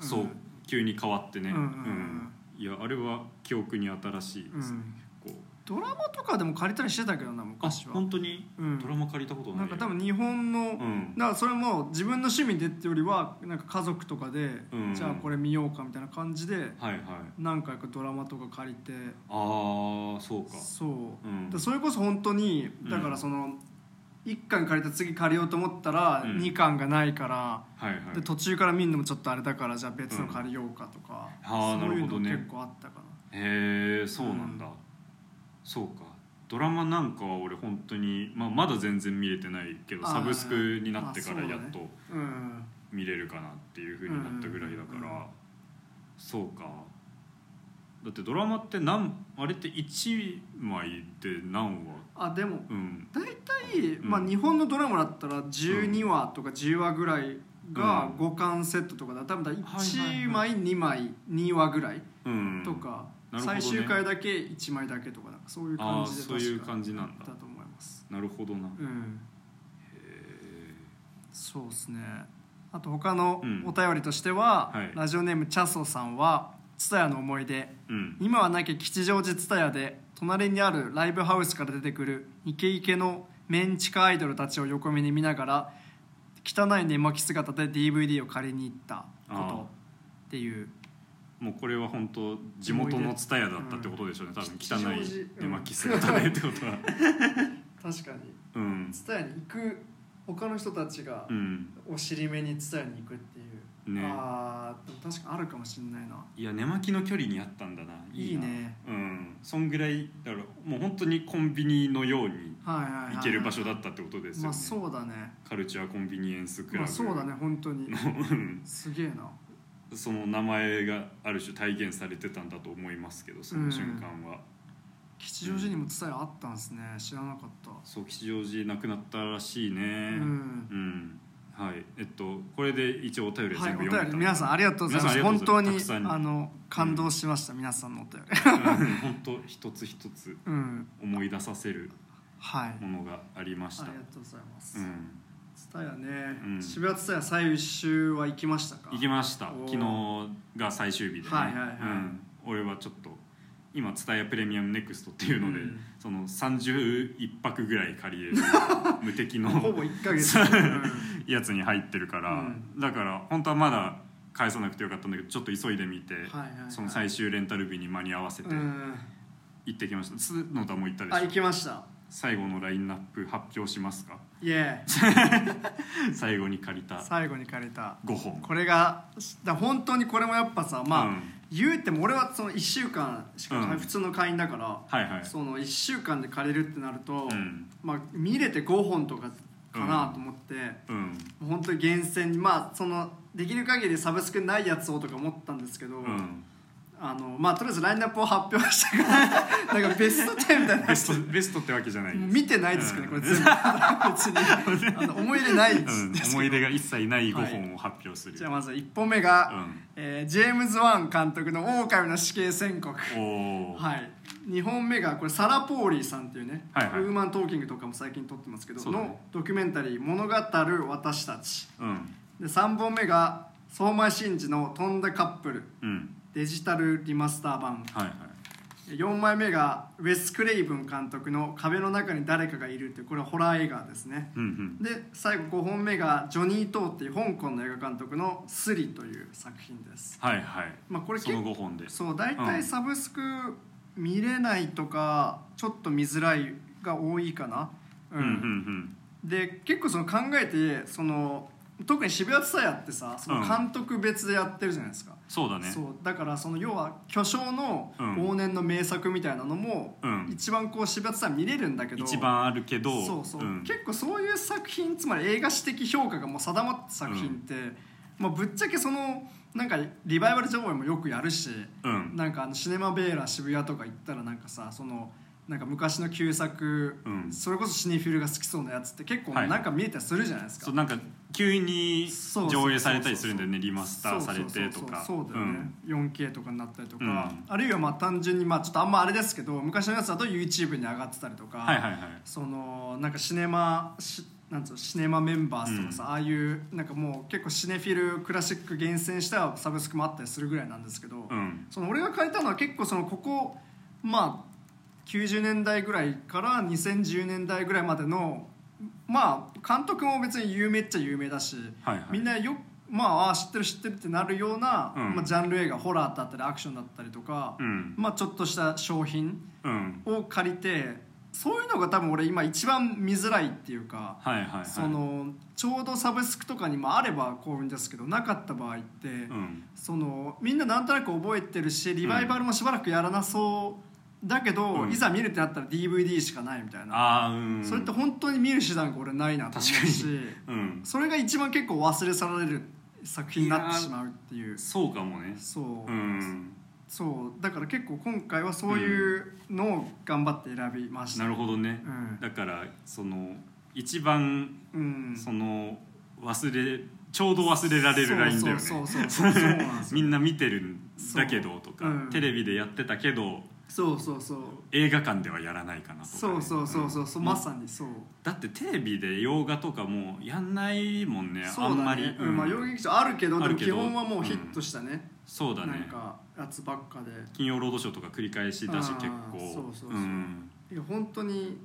[SPEAKER 1] そう急に変わってね、
[SPEAKER 2] うんうんう
[SPEAKER 1] う
[SPEAKER 2] ん
[SPEAKER 1] んいやあれは記憶に新しいで
[SPEAKER 2] う
[SPEAKER 1] す、
[SPEAKER 2] ん
[SPEAKER 1] こう
[SPEAKER 2] ドラマとかでも借りたりしてたけどな
[SPEAKER 1] あ
[SPEAKER 2] 昔は
[SPEAKER 1] 本当に、
[SPEAKER 2] うん
[SPEAKER 1] ドラマ借りたことない
[SPEAKER 2] なん
[SPEAKER 1] よ
[SPEAKER 2] か多分日本の、
[SPEAKER 1] うん
[SPEAKER 2] だからそれも自分の趣味でってよりはなんか家族とかで、
[SPEAKER 1] うん
[SPEAKER 2] じゃあこれ見ようかみたいな感じで
[SPEAKER 1] はいはい
[SPEAKER 2] 何回かドラマとか借りて
[SPEAKER 1] ああそうか
[SPEAKER 2] そ
[SPEAKER 1] う
[SPEAKER 2] う、
[SPEAKER 1] ん
[SPEAKER 2] だそれこそ本当に
[SPEAKER 1] うん
[SPEAKER 2] だからその、1巻借りた次借りようと思ったら
[SPEAKER 1] うん
[SPEAKER 2] 2巻がないから、
[SPEAKER 1] はいはい
[SPEAKER 2] で途中から見るのもちょっとあれだからじゃあ別の借りようかとか、
[SPEAKER 1] うんあー
[SPEAKER 2] そうい
[SPEAKER 1] なる
[SPEAKER 2] う
[SPEAKER 1] ほど
[SPEAKER 2] の
[SPEAKER 1] ね
[SPEAKER 2] 結構あったか
[SPEAKER 1] へえそうなんだ、
[SPEAKER 2] うん
[SPEAKER 1] そうかドラマなんかは俺本当にまあ、まだ全然見れてないけど
[SPEAKER 2] あー
[SPEAKER 1] サブスクになってから
[SPEAKER 2] あそう
[SPEAKER 1] や
[SPEAKER 2] だ
[SPEAKER 1] っ
[SPEAKER 2] ね
[SPEAKER 1] と
[SPEAKER 2] なうん
[SPEAKER 1] 見れるかなっていうふうになったぐらいだから、
[SPEAKER 2] うんうんうん
[SPEAKER 1] そうかだってドラマって何あれって1枚で何話
[SPEAKER 2] あでも
[SPEAKER 1] うん
[SPEAKER 2] 大体、
[SPEAKER 1] うん
[SPEAKER 2] まあ、日本のドラマだったら12話とか10話ぐらいが5巻セットとかだ多分だ1枚2枚2話ぐらい
[SPEAKER 1] うん
[SPEAKER 2] とか、
[SPEAKER 1] なるほどね
[SPEAKER 2] 最終回だけ1枚だけとかなんかそういう感じで
[SPEAKER 1] あーそういう
[SPEAKER 2] 確か
[SPEAKER 1] 感じなんだ
[SPEAKER 2] だと思います
[SPEAKER 1] なるほどなへ
[SPEAKER 2] うん
[SPEAKER 1] え
[SPEAKER 2] そうですねあと他の
[SPEAKER 1] うん
[SPEAKER 2] お便りとしては、
[SPEAKER 1] はい
[SPEAKER 2] ラジオネームチャソさんは「蔦屋の思い出」
[SPEAKER 1] うん
[SPEAKER 2] 今はなき吉祥寺蔦屋で隣にあるライブハウスから出てくるイケイケのメンチカアイドルたちを横目に見ながら汚い寝巻き姿で DVD を借りに行ったこ
[SPEAKER 1] ああ
[SPEAKER 2] とっていう
[SPEAKER 1] もうこれは本当地元の蔦屋だったってことでしょうね、多分汚い
[SPEAKER 2] 吉祥寺
[SPEAKER 1] 寝巻き姿でってことは
[SPEAKER 2] 確かに
[SPEAKER 1] うん
[SPEAKER 2] 蔦屋に行く他の人たちが
[SPEAKER 1] うん
[SPEAKER 2] お尻目に蔦屋に行くっていう、
[SPEAKER 1] ね
[SPEAKER 2] ああでも確かにあるかもしれないない
[SPEAKER 1] や寝巻きの距離にあったんだない
[SPEAKER 2] い
[SPEAKER 1] い
[SPEAKER 2] い
[SPEAKER 1] な
[SPEAKER 2] ね
[SPEAKER 1] うんそんぐらいだからもう本当にコンビニのように
[SPEAKER 2] はいはいはいはい
[SPEAKER 1] 行ける場所だったってことですよね、
[SPEAKER 2] まあそうだね
[SPEAKER 1] カルチャーコンビニエンスクラブ、
[SPEAKER 2] まあそうだね本当に
[SPEAKER 1] うん
[SPEAKER 2] すげえな
[SPEAKER 1] その名前がある種体現されてたんだと思いますけどその瞬間は、
[SPEAKER 2] 吉祥寺にも蔦屋あったんですね知らなかった
[SPEAKER 1] そう吉祥寺なくなったらしいね
[SPEAKER 2] うん
[SPEAKER 1] うんはいえっとこれで一応お便りは
[SPEAKER 2] はい、
[SPEAKER 1] 全部
[SPEAKER 2] お
[SPEAKER 1] 読
[SPEAKER 2] 便
[SPEAKER 1] め
[SPEAKER 2] り
[SPEAKER 1] た
[SPEAKER 2] 皆さんありがとうございます
[SPEAKER 1] 皆さんあり
[SPEAKER 2] 本
[SPEAKER 1] がとうござ
[SPEAKER 2] 当
[SPEAKER 1] い
[SPEAKER 2] に
[SPEAKER 1] ますたくさん
[SPEAKER 2] あの感動しました、皆さんのお便り [LAUGHS]
[SPEAKER 1] うん本当一つ一つ
[SPEAKER 2] うん
[SPEAKER 1] 思い出させる
[SPEAKER 2] はいあり
[SPEAKER 1] ものがありまし
[SPEAKER 2] が
[SPEAKER 1] た
[SPEAKER 2] とうございます
[SPEAKER 1] うん
[SPEAKER 2] ツタヤね、
[SPEAKER 1] うん
[SPEAKER 2] 渋谷ツタヤ最終は行きましたか
[SPEAKER 1] 行きました
[SPEAKER 2] おー
[SPEAKER 1] 昨日が最終日でね、
[SPEAKER 2] はいはいはい
[SPEAKER 1] うん、俺はちょっと今蔦屋プレミアムネクストっていうので、
[SPEAKER 2] うん
[SPEAKER 1] その31泊ぐらい借りれ
[SPEAKER 2] [LAUGHS]
[SPEAKER 1] る無敵の
[SPEAKER 2] ほぼ1ヶ月、
[SPEAKER 1] [LAUGHS] そう
[SPEAKER 2] うん
[SPEAKER 1] やつに入ってるから、
[SPEAKER 2] うん
[SPEAKER 1] だから本当はまだ返さなくてよかったんだけどちょっと急いでみて、
[SPEAKER 2] はいはいはい
[SPEAKER 1] その最終レンタル日に間に合わせて
[SPEAKER 2] うん
[SPEAKER 1] 行ってきました須野田も行ったで
[SPEAKER 2] あ
[SPEAKER 1] しょ
[SPEAKER 2] 行きました
[SPEAKER 1] 最後のラインナップ発表しますか
[SPEAKER 2] イエーイ
[SPEAKER 1] 最後に借りた
[SPEAKER 2] 最後に借りた
[SPEAKER 1] 5本
[SPEAKER 2] これがだ本当にこれもやっぱさまあ、
[SPEAKER 1] うん
[SPEAKER 2] 言うても俺はその1週間しか、
[SPEAKER 1] うん
[SPEAKER 2] 普通の会員だから、
[SPEAKER 1] はいはい
[SPEAKER 2] その1週間で借りるってなると、
[SPEAKER 1] うん
[SPEAKER 2] まあ、見れて5本とかかなと思って、
[SPEAKER 1] うん
[SPEAKER 2] 本当に厳選にまあそのできる限りサブスクないやつをとか思ったんですけど、
[SPEAKER 1] うん
[SPEAKER 2] あのまあとりあえずラインナップを発表したからなんかベスト10みたいな
[SPEAKER 1] ベストベストってわけじゃない
[SPEAKER 2] もう
[SPEAKER 1] です
[SPEAKER 2] 見てないですけどねこれ全部別にあの思い入れないです
[SPEAKER 1] うん、思い出が一切ない5本を発表する、
[SPEAKER 2] じゃあまず1本目が、
[SPEAKER 1] うん
[SPEAKER 2] えージェームズ・ワン監督の「狼の死刑宣告」
[SPEAKER 1] おお、
[SPEAKER 2] はい、2本目がこれサラ・ポーリーさんっていうね、
[SPEAKER 1] はいはい
[SPEAKER 2] ウーマントーキングとかも最近撮ってますけど、
[SPEAKER 1] そうだね
[SPEAKER 2] のドキュメンタリー「物語る私たち
[SPEAKER 1] うん」
[SPEAKER 2] で3本目が相馬真司の「飛んだカップル
[SPEAKER 1] うん」
[SPEAKER 2] デジタルリマスター版
[SPEAKER 1] はいはい
[SPEAKER 2] 4枚目がウェス・クレイブン監督の「壁の中に誰かがいる」っていうこれはホラー映画ですね
[SPEAKER 1] うんうん
[SPEAKER 2] で最後5本目がジョニー・トーっていう香港の映画監督の「スリ」という作品です、
[SPEAKER 1] はいはい
[SPEAKER 2] まあ、これ
[SPEAKER 1] そ
[SPEAKER 2] 結
[SPEAKER 1] の
[SPEAKER 2] 構
[SPEAKER 1] 5本で
[SPEAKER 2] そう大体
[SPEAKER 1] うん
[SPEAKER 2] サブスク見れないとかちょっと見づらいが多いかな、
[SPEAKER 1] うんうん
[SPEAKER 2] で結構その考えてその特に渋谷ツタヤってさその監督別でやってるじゃないですか、
[SPEAKER 1] そうだね
[SPEAKER 2] そうだからその要は巨匠の
[SPEAKER 1] うん
[SPEAKER 2] 往年の名作みたいなのも、
[SPEAKER 1] うん
[SPEAKER 2] 一番こう渋谷ツタヤ見れるんだけど
[SPEAKER 1] 一番あるけど
[SPEAKER 2] そうそう、
[SPEAKER 1] ん
[SPEAKER 2] 結構そういう作品つまり映画史的評価がもう定まった作品って、まあ、ぶっちゃけそのなんかリバイバル上映もよくやるし、
[SPEAKER 1] うん
[SPEAKER 2] なんかあのシネマベーラ渋谷とか行ったらなんかさそのなんか昔の旧作、
[SPEAKER 1] うん
[SPEAKER 2] それこそシネフィルが好きそうなやつって結構
[SPEAKER 1] はい
[SPEAKER 2] なんか見えたりするじゃないですか、
[SPEAKER 1] そうなんか急に
[SPEAKER 2] そう
[SPEAKER 1] 上映されたりするんだよねリマスターされてとか
[SPEAKER 2] そうそうそうそうだよね、4K とかになったりとか、
[SPEAKER 1] うん
[SPEAKER 2] あるいはまあ単純にまあちょっとあんまあれですけど昔のやつだと YouTube に上がってたりとか、
[SPEAKER 1] うんはいはいはい
[SPEAKER 2] そのなんかシネマしなんつうのシネマメンバーズとかさ、ああいうなんかもう結構シネフィルクラシック厳選したサブスクもあったりするぐらいなんですけど、
[SPEAKER 1] うん
[SPEAKER 2] その俺が変えたのは結構そのここまあ90年代ぐらいから2010年代ぐらいまでのまあ監督も別に有名っちゃ有名だし、
[SPEAKER 1] はいはい
[SPEAKER 2] みんなよまあああ知ってる知ってるってなるような、
[SPEAKER 1] うん
[SPEAKER 2] まあ、ジャンル映画ホラーだったりアクションだったりとか、
[SPEAKER 1] うん
[SPEAKER 2] まあ、ちょっとした商品
[SPEAKER 1] うん
[SPEAKER 2] を借りてそういうのが多分俺今一番見づらいっていうか、
[SPEAKER 1] はいはいはい
[SPEAKER 2] そのちょうどサブスクとかにもあれば幸運ですけどなかった場合って、
[SPEAKER 1] うん
[SPEAKER 2] そのみんななんとなく覚えてるしリバイバルもしばらくやらなそうだけど、
[SPEAKER 1] うん
[SPEAKER 2] いざ見るってなったら DVD しかないみたいな、
[SPEAKER 1] ああうん
[SPEAKER 2] それって本当に見る手段が俺ないなと思うし
[SPEAKER 1] うん
[SPEAKER 2] それが一番結構忘れ去られる作品になってしまうっていう。
[SPEAKER 1] そうかもね
[SPEAKER 2] そう、
[SPEAKER 1] うん
[SPEAKER 2] そうだから結構今回はそういうのを頑張って選びました、
[SPEAKER 1] なるほどね
[SPEAKER 2] うん
[SPEAKER 1] だからその一番
[SPEAKER 2] うん
[SPEAKER 1] その忘れちょうど忘れられるラインだよね
[SPEAKER 2] そうそうそうそうそうなんですよ
[SPEAKER 1] みんな見てるんだけどとか、
[SPEAKER 2] うん
[SPEAKER 1] テレビでやってたけど
[SPEAKER 2] そうそ
[SPEAKER 1] [LAUGHS]
[SPEAKER 2] うそう
[SPEAKER 1] 映画館ではやらないかなとかね、
[SPEAKER 2] そうそうそうそうそう、
[SPEAKER 1] ん
[SPEAKER 2] まさにそう
[SPEAKER 1] だってテレビで洋画とかもうやんないもんね
[SPEAKER 2] そう
[SPEAKER 1] あ
[SPEAKER 2] だね
[SPEAKER 1] んまり、
[SPEAKER 2] う
[SPEAKER 1] うんん
[SPEAKER 2] まあ洋劇場あるけど
[SPEAKER 1] ある
[SPEAKER 2] で
[SPEAKER 1] け
[SPEAKER 2] も
[SPEAKER 1] ど
[SPEAKER 2] 基本はもうヒットしたね、
[SPEAKER 1] そうだ
[SPEAKER 2] なん
[SPEAKER 1] ね
[SPEAKER 2] かやつばっかで
[SPEAKER 1] 金曜ロードショーとか繰り返しだし
[SPEAKER 2] あー
[SPEAKER 1] 結構
[SPEAKER 2] そうそうそう
[SPEAKER 1] うん
[SPEAKER 2] いや本当に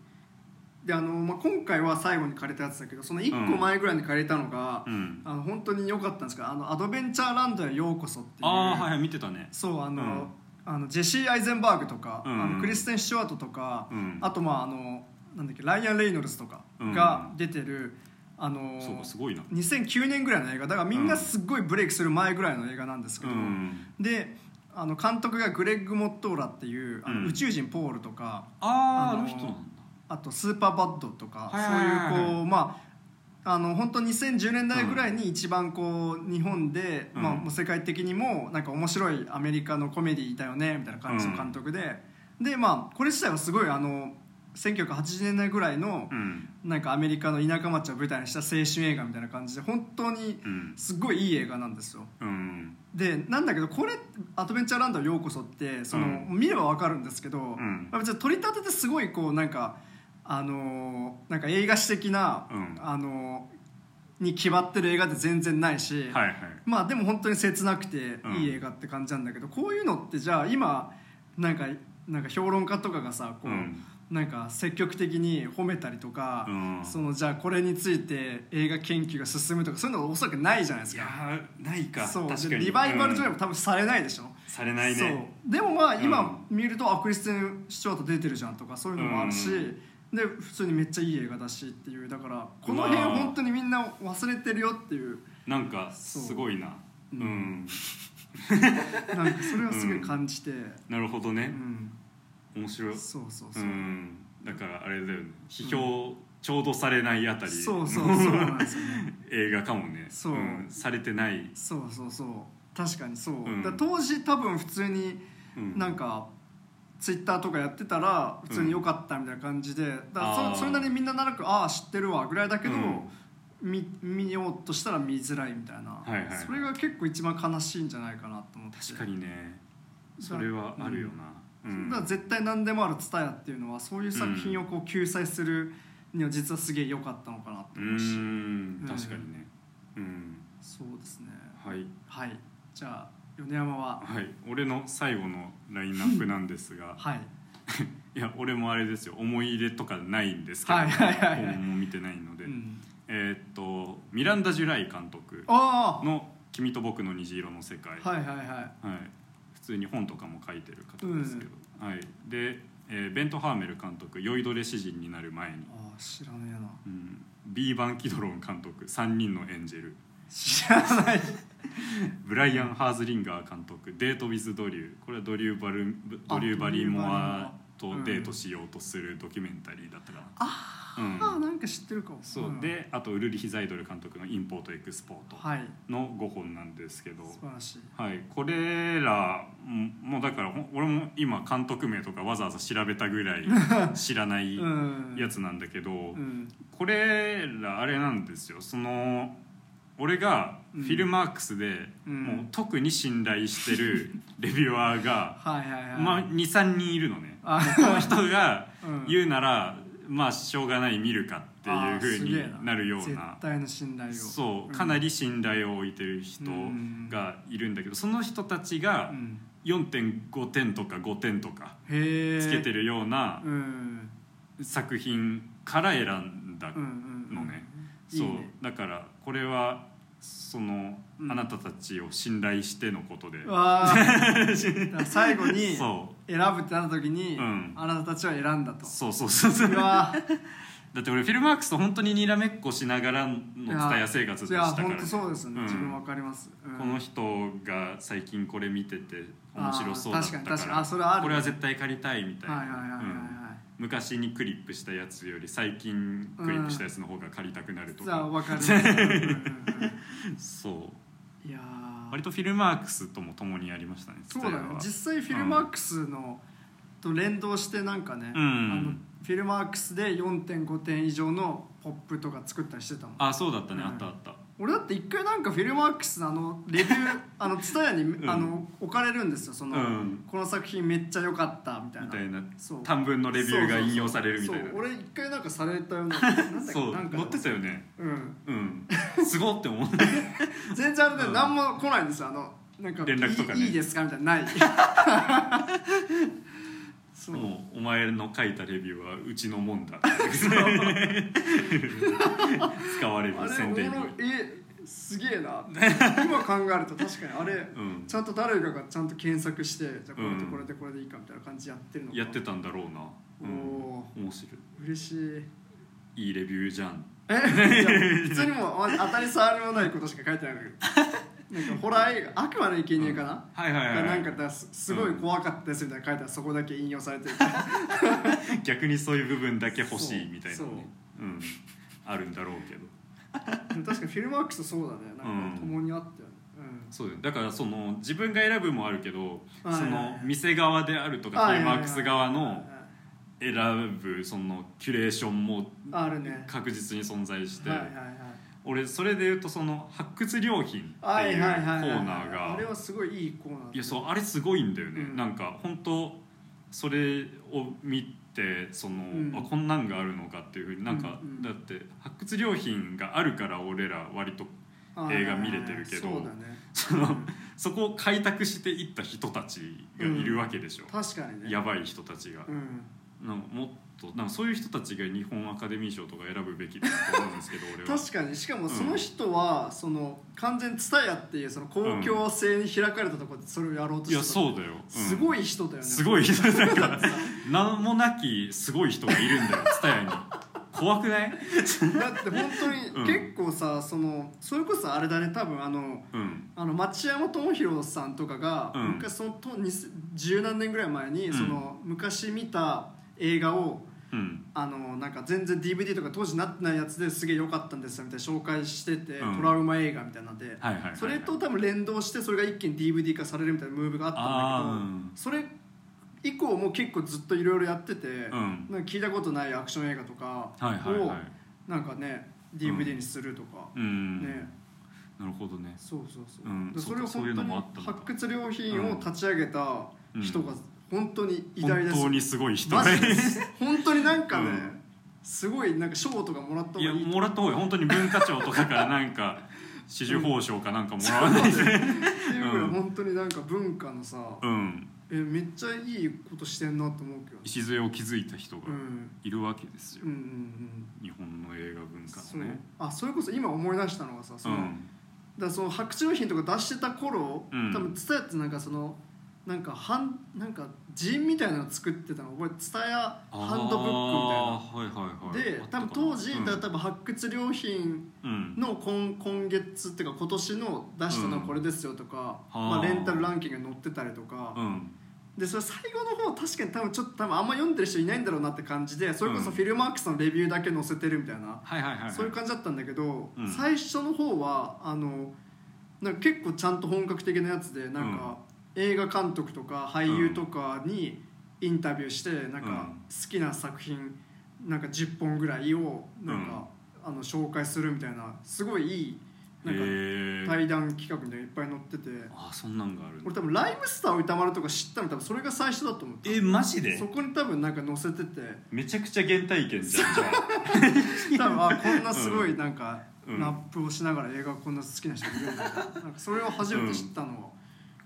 [SPEAKER 2] であの、まあ、今回は最後に借りたやつだけどその1個
[SPEAKER 1] うん
[SPEAKER 2] 前ぐらいに借りたのが、
[SPEAKER 1] うん
[SPEAKER 2] あの本当に良かったんですけどあの「アドベンチャーランドへようこそ」っていう
[SPEAKER 1] ああはいはい見てたね
[SPEAKER 2] そうあの,、
[SPEAKER 1] うん
[SPEAKER 2] あのジェシー・アイゼンバーグとか、
[SPEAKER 1] うん
[SPEAKER 2] あのクリステン・シュワートとか、
[SPEAKER 1] うん
[SPEAKER 2] あとまああのなんだっけライアン・レイノルズとかが出てる、あの
[SPEAKER 1] そうかすごいな
[SPEAKER 2] 2009年ぐらいの映画だからみんなすっごいブレイクする前ぐらいの映画なんですけ
[SPEAKER 1] う
[SPEAKER 2] ど、
[SPEAKER 1] ん
[SPEAKER 2] であの監督がグレッグ・モットーラっていうあの
[SPEAKER 1] うん
[SPEAKER 2] 宇宙人ポールとか、
[SPEAKER 1] ああ
[SPEAKER 2] あ
[SPEAKER 1] あ
[SPEAKER 2] の
[SPEAKER 1] の人なんだ
[SPEAKER 2] あと「スーパーバッド」とか、
[SPEAKER 1] はいはいはいはい
[SPEAKER 2] そういうこうまああの本当2010年代ぐらいに一番こう日本で、
[SPEAKER 1] うん
[SPEAKER 2] まあ、もう世界的にもなんか面白いアメリカのコメディだよねみたいな感じの監督で、でまあこれ自体はすごいあの1980年代ぐらいの
[SPEAKER 1] うん
[SPEAKER 2] なんかアメリカの田舎町を舞台にした青春映画みたいな感じで本当に
[SPEAKER 1] うん
[SPEAKER 2] すごいいい映画なんですよ。
[SPEAKER 1] うん
[SPEAKER 2] でなんだけどこれ「アドベンチャーランドようこそ」ってその、
[SPEAKER 1] う
[SPEAKER 2] 見ればわかるんですけど、
[SPEAKER 1] ん
[SPEAKER 2] まあ別に取り立ててすごいこうなんかあのーなんか映画史的な、
[SPEAKER 1] うん
[SPEAKER 2] あのーに決まってる映画って全然ないし、
[SPEAKER 1] はいはい
[SPEAKER 2] まあでも本当に切なくて
[SPEAKER 1] うん
[SPEAKER 2] いい映画って感じなんだけど、こういうのってじゃあ今なんかなんか評論家とかがさこう、
[SPEAKER 1] うん
[SPEAKER 2] なんか積極的に褒めたりとか、
[SPEAKER 1] うん
[SPEAKER 2] そのじゃあこれについて映画研究が進むとかそういうのおそらくないじゃないです
[SPEAKER 1] い
[SPEAKER 2] か。
[SPEAKER 1] やーないか
[SPEAKER 2] そうで
[SPEAKER 1] 確かに
[SPEAKER 2] リバイバル上映
[SPEAKER 1] うん
[SPEAKER 2] も多分されないでしょ、
[SPEAKER 1] されないね
[SPEAKER 2] そうでもまあ今
[SPEAKER 1] う
[SPEAKER 2] 見ると、あクリステン・シチュワート出てるじゃんとかそういうのもあるし、
[SPEAKER 1] うん
[SPEAKER 2] で普通にめっちゃいい映画だしっていうだからこの辺
[SPEAKER 1] うわー
[SPEAKER 2] 本当にみんな忘れてるよっていう
[SPEAKER 1] なんかすごいなう
[SPEAKER 2] う
[SPEAKER 1] んん、
[SPEAKER 2] なんかそれをすごい感じて、うん
[SPEAKER 1] なるほどね、面白い
[SPEAKER 2] そうそう
[SPEAKER 1] う
[SPEAKER 2] そう、
[SPEAKER 1] んだからあれだよね批評ちょうどされないあたり [LAUGHS]
[SPEAKER 2] そうそうそうなんですよね
[SPEAKER 1] 映画かもね
[SPEAKER 2] そうん
[SPEAKER 1] されてない
[SPEAKER 2] そうそうそう確かにそう、
[SPEAKER 1] うん
[SPEAKER 2] だから当時多分普通に
[SPEAKER 1] うん
[SPEAKER 2] なんかツイッターとかやってたら普通に良かったみたいな感じで、だか
[SPEAKER 1] あ
[SPEAKER 2] ら
[SPEAKER 1] ー
[SPEAKER 2] そそれなりにみんな長くああ知ってるわぐらいだけど、
[SPEAKER 1] うん
[SPEAKER 2] 見見ようとしたら見づらいみたいな、
[SPEAKER 1] はいはい
[SPEAKER 2] それが結構一番悲しいんじゃないかなと思って
[SPEAKER 1] 確かにねそれはあるよな、うん
[SPEAKER 2] だから絶対何でもある「伝えっていうのはそういう作品をこう救済するには実はすげえ良かったのかなと
[SPEAKER 1] う
[SPEAKER 2] 思うし、
[SPEAKER 1] ん確かにねうん
[SPEAKER 2] そうですね
[SPEAKER 1] はい
[SPEAKER 2] はいじゃあ米山は
[SPEAKER 1] はい俺の最後のラインナップなんですが
[SPEAKER 2] はい
[SPEAKER 1] いや俺もあれですよ思い入れとかないんですけど、
[SPEAKER 2] はいはいはいはい
[SPEAKER 1] 本も見てないので、
[SPEAKER 2] うん、
[SPEAKER 1] えーっとミランダ・ジュライ監督
[SPEAKER 2] あ
[SPEAKER 1] の「君と僕の虹色の世界」
[SPEAKER 2] あはいはいはい
[SPEAKER 1] はい、普通に本とかも書いてる方ですけど、はい、で、えーベント・ハーメル監督「酔いどれ詩人になる前に」
[SPEAKER 2] ああ知らねえな
[SPEAKER 1] うん、ビーバン・キドロン監督「3人のエンジェル
[SPEAKER 2] 知らない」
[SPEAKER 1] [LAUGHS] ブライアン・ハーズリンガー監督「デート・ウィズ・ドリュー」これはドリューバルドリューバリーモア
[SPEAKER 2] ドリューバリーモアう
[SPEAKER 1] と
[SPEAKER 2] ん
[SPEAKER 1] デートしようとするドキュメンタリーだったかな、うん
[SPEAKER 2] ああなんか知ってるかも
[SPEAKER 1] そう、
[SPEAKER 2] ん
[SPEAKER 1] であとウルリヒ・ザイドル監督の「インポート・エクスポート
[SPEAKER 2] はい」
[SPEAKER 1] の5本なんですけど、
[SPEAKER 2] 素晴らしい
[SPEAKER 1] はい、これらももうだからほん俺も今監督名とかわざわざ調べたぐらい知らない
[SPEAKER 2] [LAUGHS] うん
[SPEAKER 1] やつなんだけど、
[SPEAKER 2] うん
[SPEAKER 1] これらあれなんですよその俺がフィルマークスで、
[SPEAKER 2] うん
[SPEAKER 1] もう特に信頼して
[SPEAKER 2] [LAUGHS]
[SPEAKER 1] るレビュアーが、
[SPEAKER 2] はいはいはい
[SPEAKER 1] まあ、23人いるのね。
[SPEAKER 2] あ
[SPEAKER 1] この人が
[SPEAKER 2] うん
[SPEAKER 1] 言うなら、まあしょうがない見るかって
[SPEAKER 2] あ
[SPEAKER 1] い
[SPEAKER 2] あ
[SPEAKER 1] うふ
[SPEAKER 2] す
[SPEAKER 1] う
[SPEAKER 2] げえ
[SPEAKER 1] になるような
[SPEAKER 2] 絶対の信頼を
[SPEAKER 1] そうかな
[SPEAKER 2] り
[SPEAKER 1] り信頼を置いてる人がいるんだけどその人たちが
[SPEAKER 2] うん
[SPEAKER 1] 4.5点とか5点とか
[SPEAKER 2] へえ
[SPEAKER 1] つけてるような
[SPEAKER 2] うん
[SPEAKER 1] 作品から選んだ
[SPEAKER 2] うんうん
[SPEAKER 1] のね
[SPEAKER 2] うん
[SPEAKER 1] そう
[SPEAKER 2] いいね
[SPEAKER 1] だからこれはその
[SPEAKER 2] うん
[SPEAKER 1] あなたたちを信頼してのことで
[SPEAKER 2] うわー
[SPEAKER 1] [LAUGHS]
[SPEAKER 2] だから最後に選
[SPEAKER 1] そ
[SPEAKER 2] ぶってなった時に、
[SPEAKER 1] うん
[SPEAKER 2] あなたたちは選んだと
[SPEAKER 1] うそうそうそうそう [LAUGHS]
[SPEAKER 2] うわ
[SPEAKER 1] だって俺フィルマークスと本当ににらめっこしながらの蔦屋生活で
[SPEAKER 2] ーい
[SPEAKER 1] し
[SPEAKER 2] や
[SPEAKER 1] たから
[SPEAKER 2] 本
[SPEAKER 1] ね
[SPEAKER 2] 当そうですね、
[SPEAKER 1] うん
[SPEAKER 2] 自分わかります、うん
[SPEAKER 1] この人が最近これ見てて面白そうだったから
[SPEAKER 2] あー確かに確かにあそれはある
[SPEAKER 1] これは絶対借りたいみたいな、
[SPEAKER 2] はいはいはいはいはい、
[SPEAKER 1] うん昔にクリップしたやつより最近クリップしたやつの方が借りたくなると
[SPEAKER 2] じゃあ
[SPEAKER 1] か、
[SPEAKER 2] わかります、うんうん
[SPEAKER 1] [LAUGHS] そう
[SPEAKER 2] うんいやー
[SPEAKER 1] 割とフィルマークスとも共にやりましたね
[SPEAKER 2] そうだね
[SPEAKER 1] 蔦屋は
[SPEAKER 2] 実際フィルマークスの、と連動してなんかね、
[SPEAKER 1] うん
[SPEAKER 2] あのフィルマークスで4.5点以上のポップとか作ったりしてたもん
[SPEAKER 1] あそうだったね、
[SPEAKER 2] うん
[SPEAKER 1] あったあった
[SPEAKER 2] 俺だって一回なんかフィルマークスのあのレビュ
[SPEAKER 1] [LAUGHS]
[SPEAKER 2] ーあのツタヤに、
[SPEAKER 1] ん
[SPEAKER 2] あの置かれるんですよその、
[SPEAKER 1] うん
[SPEAKER 2] この作品めっちゃ良かったみたいな
[SPEAKER 1] みたいな
[SPEAKER 2] そう
[SPEAKER 1] 短文のレビューが引用されるみたいな
[SPEAKER 2] そう俺一回なんかされたようななんだ
[SPEAKER 1] [LAUGHS]
[SPEAKER 2] っけ
[SPEAKER 1] そう
[SPEAKER 2] なんか
[SPEAKER 1] 載ってたよね
[SPEAKER 2] うん
[SPEAKER 1] うん
[SPEAKER 2] [LAUGHS]
[SPEAKER 1] すごって思う
[SPEAKER 2] 全然あれで
[SPEAKER 1] うん
[SPEAKER 2] 何も来ないんですよあのなんか
[SPEAKER 1] 連絡とかね
[SPEAKER 2] いいいですかみたい
[SPEAKER 1] [LAUGHS]
[SPEAKER 2] なないそう
[SPEAKER 1] もうお前の書いたレビューはうちのもんだ
[SPEAKER 2] [LAUGHS]
[SPEAKER 1] 使われ
[SPEAKER 2] あ
[SPEAKER 1] る
[SPEAKER 2] れお
[SPEAKER 1] 宣
[SPEAKER 2] もろ
[SPEAKER 1] 伝に
[SPEAKER 2] えすげえ
[SPEAKER 1] [LAUGHS]
[SPEAKER 2] な今考えると確かにあれ、
[SPEAKER 1] うん
[SPEAKER 2] ちゃんと誰かがちゃんと検索してじゃあこれ
[SPEAKER 1] う
[SPEAKER 2] と
[SPEAKER 1] ん
[SPEAKER 2] これでこれでいいかみたいな感じでやってるのか
[SPEAKER 1] やってたんだろうな、うん、
[SPEAKER 2] お
[SPEAKER 1] 面白
[SPEAKER 2] お嬉し
[SPEAKER 1] [LAUGHS]
[SPEAKER 2] い
[SPEAKER 1] いいいレビューじゃん
[SPEAKER 2] えいや普通にもうまず当たり障りもないことしか書いてないんだけどなんかホラー映画悪魔の生贄かな、
[SPEAKER 1] はいはいはい、は
[SPEAKER 2] が
[SPEAKER 1] い、
[SPEAKER 2] なんかだすすごい怖かったですみたいな書いたらそこだけ引用されてる
[SPEAKER 1] 逆にそういう部分だけ欲しいみたいな
[SPEAKER 2] そう
[SPEAKER 1] ねうんあるんだろうけど
[SPEAKER 2] 確かにフィルマークスそうだねなんか共にあったよね、うん
[SPEAKER 1] そうだよだからその自分が選ぶもあるけどそ
[SPEAKER 2] はいはいはい
[SPEAKER 1] の店側であるとかフ
[SPEAKER 2] は
[SPEAKER 1] ィ
[SPEAKER 2] い
[SPEAKER 1] ル
[SPEAKER 2] は
[SPEAKER 1] マ
[SPEAKER 2] いはい
[SPEAKER 1] ークス側の選ぶそのキュレーションも
[SPEAKER 2] あるね
[SPEAKER 1] 確実に存在して
[SPEAKER 2] はいはいはい
[SPEAKER 1] 俺それで言うとその発掘良品っていうコ
[SPEAKER 2] はいはい
[SPEAKER 1] ー
[SPEAKER 2] はいはい
[SPEAKER 1] ナー
[SPEAKER 2] あ
[SPEAKER 1] が
[SPEAKER 2] れはすごいいいコーナーだね
[SPEAKER 1] いやそうあれすごいんだよね、
[SPEAKER 2] うん
[SPEAKER 1] なんか本当それを見てその、
[SPEAKER 2] ん
[SPEAKER 1] あこんなんがあるのかっていうふうになんか、
[SPEAKER 2] うんうん
[SPEAKER 1] だって発掘良品があるから俺ら割と
[SPEAKER 2] あ
[SPEAKER 1] 映画見れてるけど
[SPEAKER 2] そうだね
[SPEAKER 1] その、そこを開拓していった人たちがいるわけでしょ、
[SPEAKER 2] 確かにね
[SPEAKER 1] やばい人たちが
[SPEAKER 2] う、ん
[SPEAKER 1] なんかもっとなんかそういう人たちが日本アカデミー賞とか選ぶべきだと思うんですけど俺は
[SPEAKER 2] 確かにしかもその人は、その完全ツタヤっていうその公共性に開かれたところでそれをやろうと
[SPEAKER 1] い
[SPEAKER 2] して
[SPEAKER 1] や
[SPEAKER 2] た
[SPEAKER 1] そうだよ、
[SPEAKER 2] す
[SPEAKER 1] い
[SPEAKER 2] ごい人だよね
[SPEAKER 1] すごい人なんか名もなきすごい人がいるんだよ蔦屋に怖くない
[SPEAKER 2] だって本当
[SPEAKER 1] うん
[SPEAKER 2] に結構さ、そのそれこそあれだね多分あの
[SPEAKER 1] うん
[SPEAKER 2] あの町山智博さんとかが、
[SPEAKER 1] うん
[SPEAKER 2] 昔そのとに十何年ぐらい前に、
[SPEAKER 1] うん
[SPEAKER 2] その昔見た映画を
[SPEAKER 1] うん
[SPEAKER 2] あのなんか全然 DVD とか当時なってないやつですげえ良かったんですよみたいな紹介してて、
[SPEAKER 1] うん
[SPEAKER 2] トラウマ映画みたいなんで、
[SPEAKER 1] はいはいはいはい
[SPEAKER 2] それと多分連動してそれが一気に DVD 化されるみたいなムーブがあったんだけ
[SPEAKER 1] あ
[SPEAKER 2] ど、それ以降も結構ずっといろいろやってて、
[SPEAKER 1] ん
[SPEAKER 2] なんか聞いたことないアクション映画とか
[SPEAKER 1] あうんはいはいはい
[SPEAKER 2] をなんかね DVD にするとか、
[SPEAKER 1] うん、
[SPEAKER 2] ね
[SPEAKER 1] なるほどね
[SPEAKER 2] そうそうそう、
[SPEAKER 1] うん
[SPEAKER 2] で
[SPEAKER 1] そ
[SPEAKER 2] そうれ
[SPEAKER 1] か
[SPEAKER 2] を
[SPEAKER 1] そういう
[SPEAKER 2] 本当
[SPEAKER 1] のもあ
[SPEAKER 2] に
[SPEAKER 1] ったんだ
[SPEAKER 2] 発掘良品を立ち上げた人が本当に偉大
[SPEAKER 1] 本
[SPEAKER 2] ですよ
[SPEAKER 1] 当にすごい人
[SPEAKER 2] マジで本当になんかね、
[SPEAKER 1] うん
[SPEAKER 2] すごいなんか賞とかもらった方が
[SPEAKER 1] い
[SPEAKER 2] い
[SPEAKER 1] や
[SPEAKER 2] い
[SPEAKER 1] もらった方が本当に文化庁とかからなんか紫綬褒章かなんかもらわない
[SPEAKER 2] そうだよっていうぐらい
[SPEAKER 1] うん
[SPEAKER 2] 本当になんか文化のさ、
[SPEAKER 1] うん
[SPEAKER 2] えめっちゃいいことしてんなと思うけど、
[SPEAKER 1] 礎を築いた人が
[SPEAKER 2] うん、
[SPEAKER 1] いるわけですよ、
[SPEAKER 2] うんうんうん
[SPEAKER 1] 日本の映画文化
[SPEAKER 2] そ
[SPEAKER 1] の
[SPEAKER 2] う
[SPEAKER 1] ね
[SPEAKER 2] あそれこそ今思い出したのがさその、だからその白昼品とか出してた頃、
[SPEAKER 1] うん
[SPEAKER 2] 多分蔦屋ってなんかそのなんかハンなんか人みたいなの作ってたの覚えて蔦屋ハンドブッ
[SPEAKER 1] ックみたいなはいはい
[SPEAKER 2] クみ
[SPEAKER 1] はい
[SPEAKER 2] たいなで多分当時、
[SPEAKER 1] うん
[SPEAKER 2] だから多分発掘良品
[SPEAKER 1] うん
[SPEAKER 2] の今今月っていうか今年の出したのはこれですよとか、
[SPEAKER 1] うん
[SPEAKER 2] ま
[SPEAKER 1] は
[SPEAKER 2] あ、
[SPEAKER 1] あ
[SPEAKER 2] レンタルランキングに載ってたりとか、
[SPEAKER 1] うん
[SPEAKER 2] でそれ最後の方確かに多分ちょっと多分あんま読んでる人いないんだろうなって感じでそれこそ
[SPEAKER 1] うん
[SPEAKER 2] フィルマークスのレビューだけ載せてるみたいな、
[SPEAKER 1] はいはいはいはい
[SPEAKER 2] そういう感じだったんだけど、
[SPEAKER 1] うん
[SPEAKER 2] 最初の方はあのなんか結構ちゃんと本格的なやつでなんか、映画監督とか俳優とかにインタビューしてなん
[SPEAKER 1] うん
[SPEAKER 2] か好きな作品なんか10本ぐらいをなんか、あの紹介するみたいなすごいいいなんか
[SPEAKER 1] へえ
[SPEAKER 2] 対談企画みたいなのいっぱい載ってて
[SPEAKER 1] あそんなんがある
[SPEAKER 2] 俺多分ライムスター歌丸とか知ったの多分それが最初だと思って
[SPEAKER 1] えマジで
[SPEAKER 2] そこに多分なんか載せてて
[SPEAKER 1] めちゃくちゃ原体験じゃんじゃ
[SPEAKER 2] [LAUGHS] 多分あこんなすごいなんか、
[SPEAKER 1] うん
[SPEAKER 2] ラップをしながら映画こんな好きな人いるんだななんかそれを初めて知ったのは、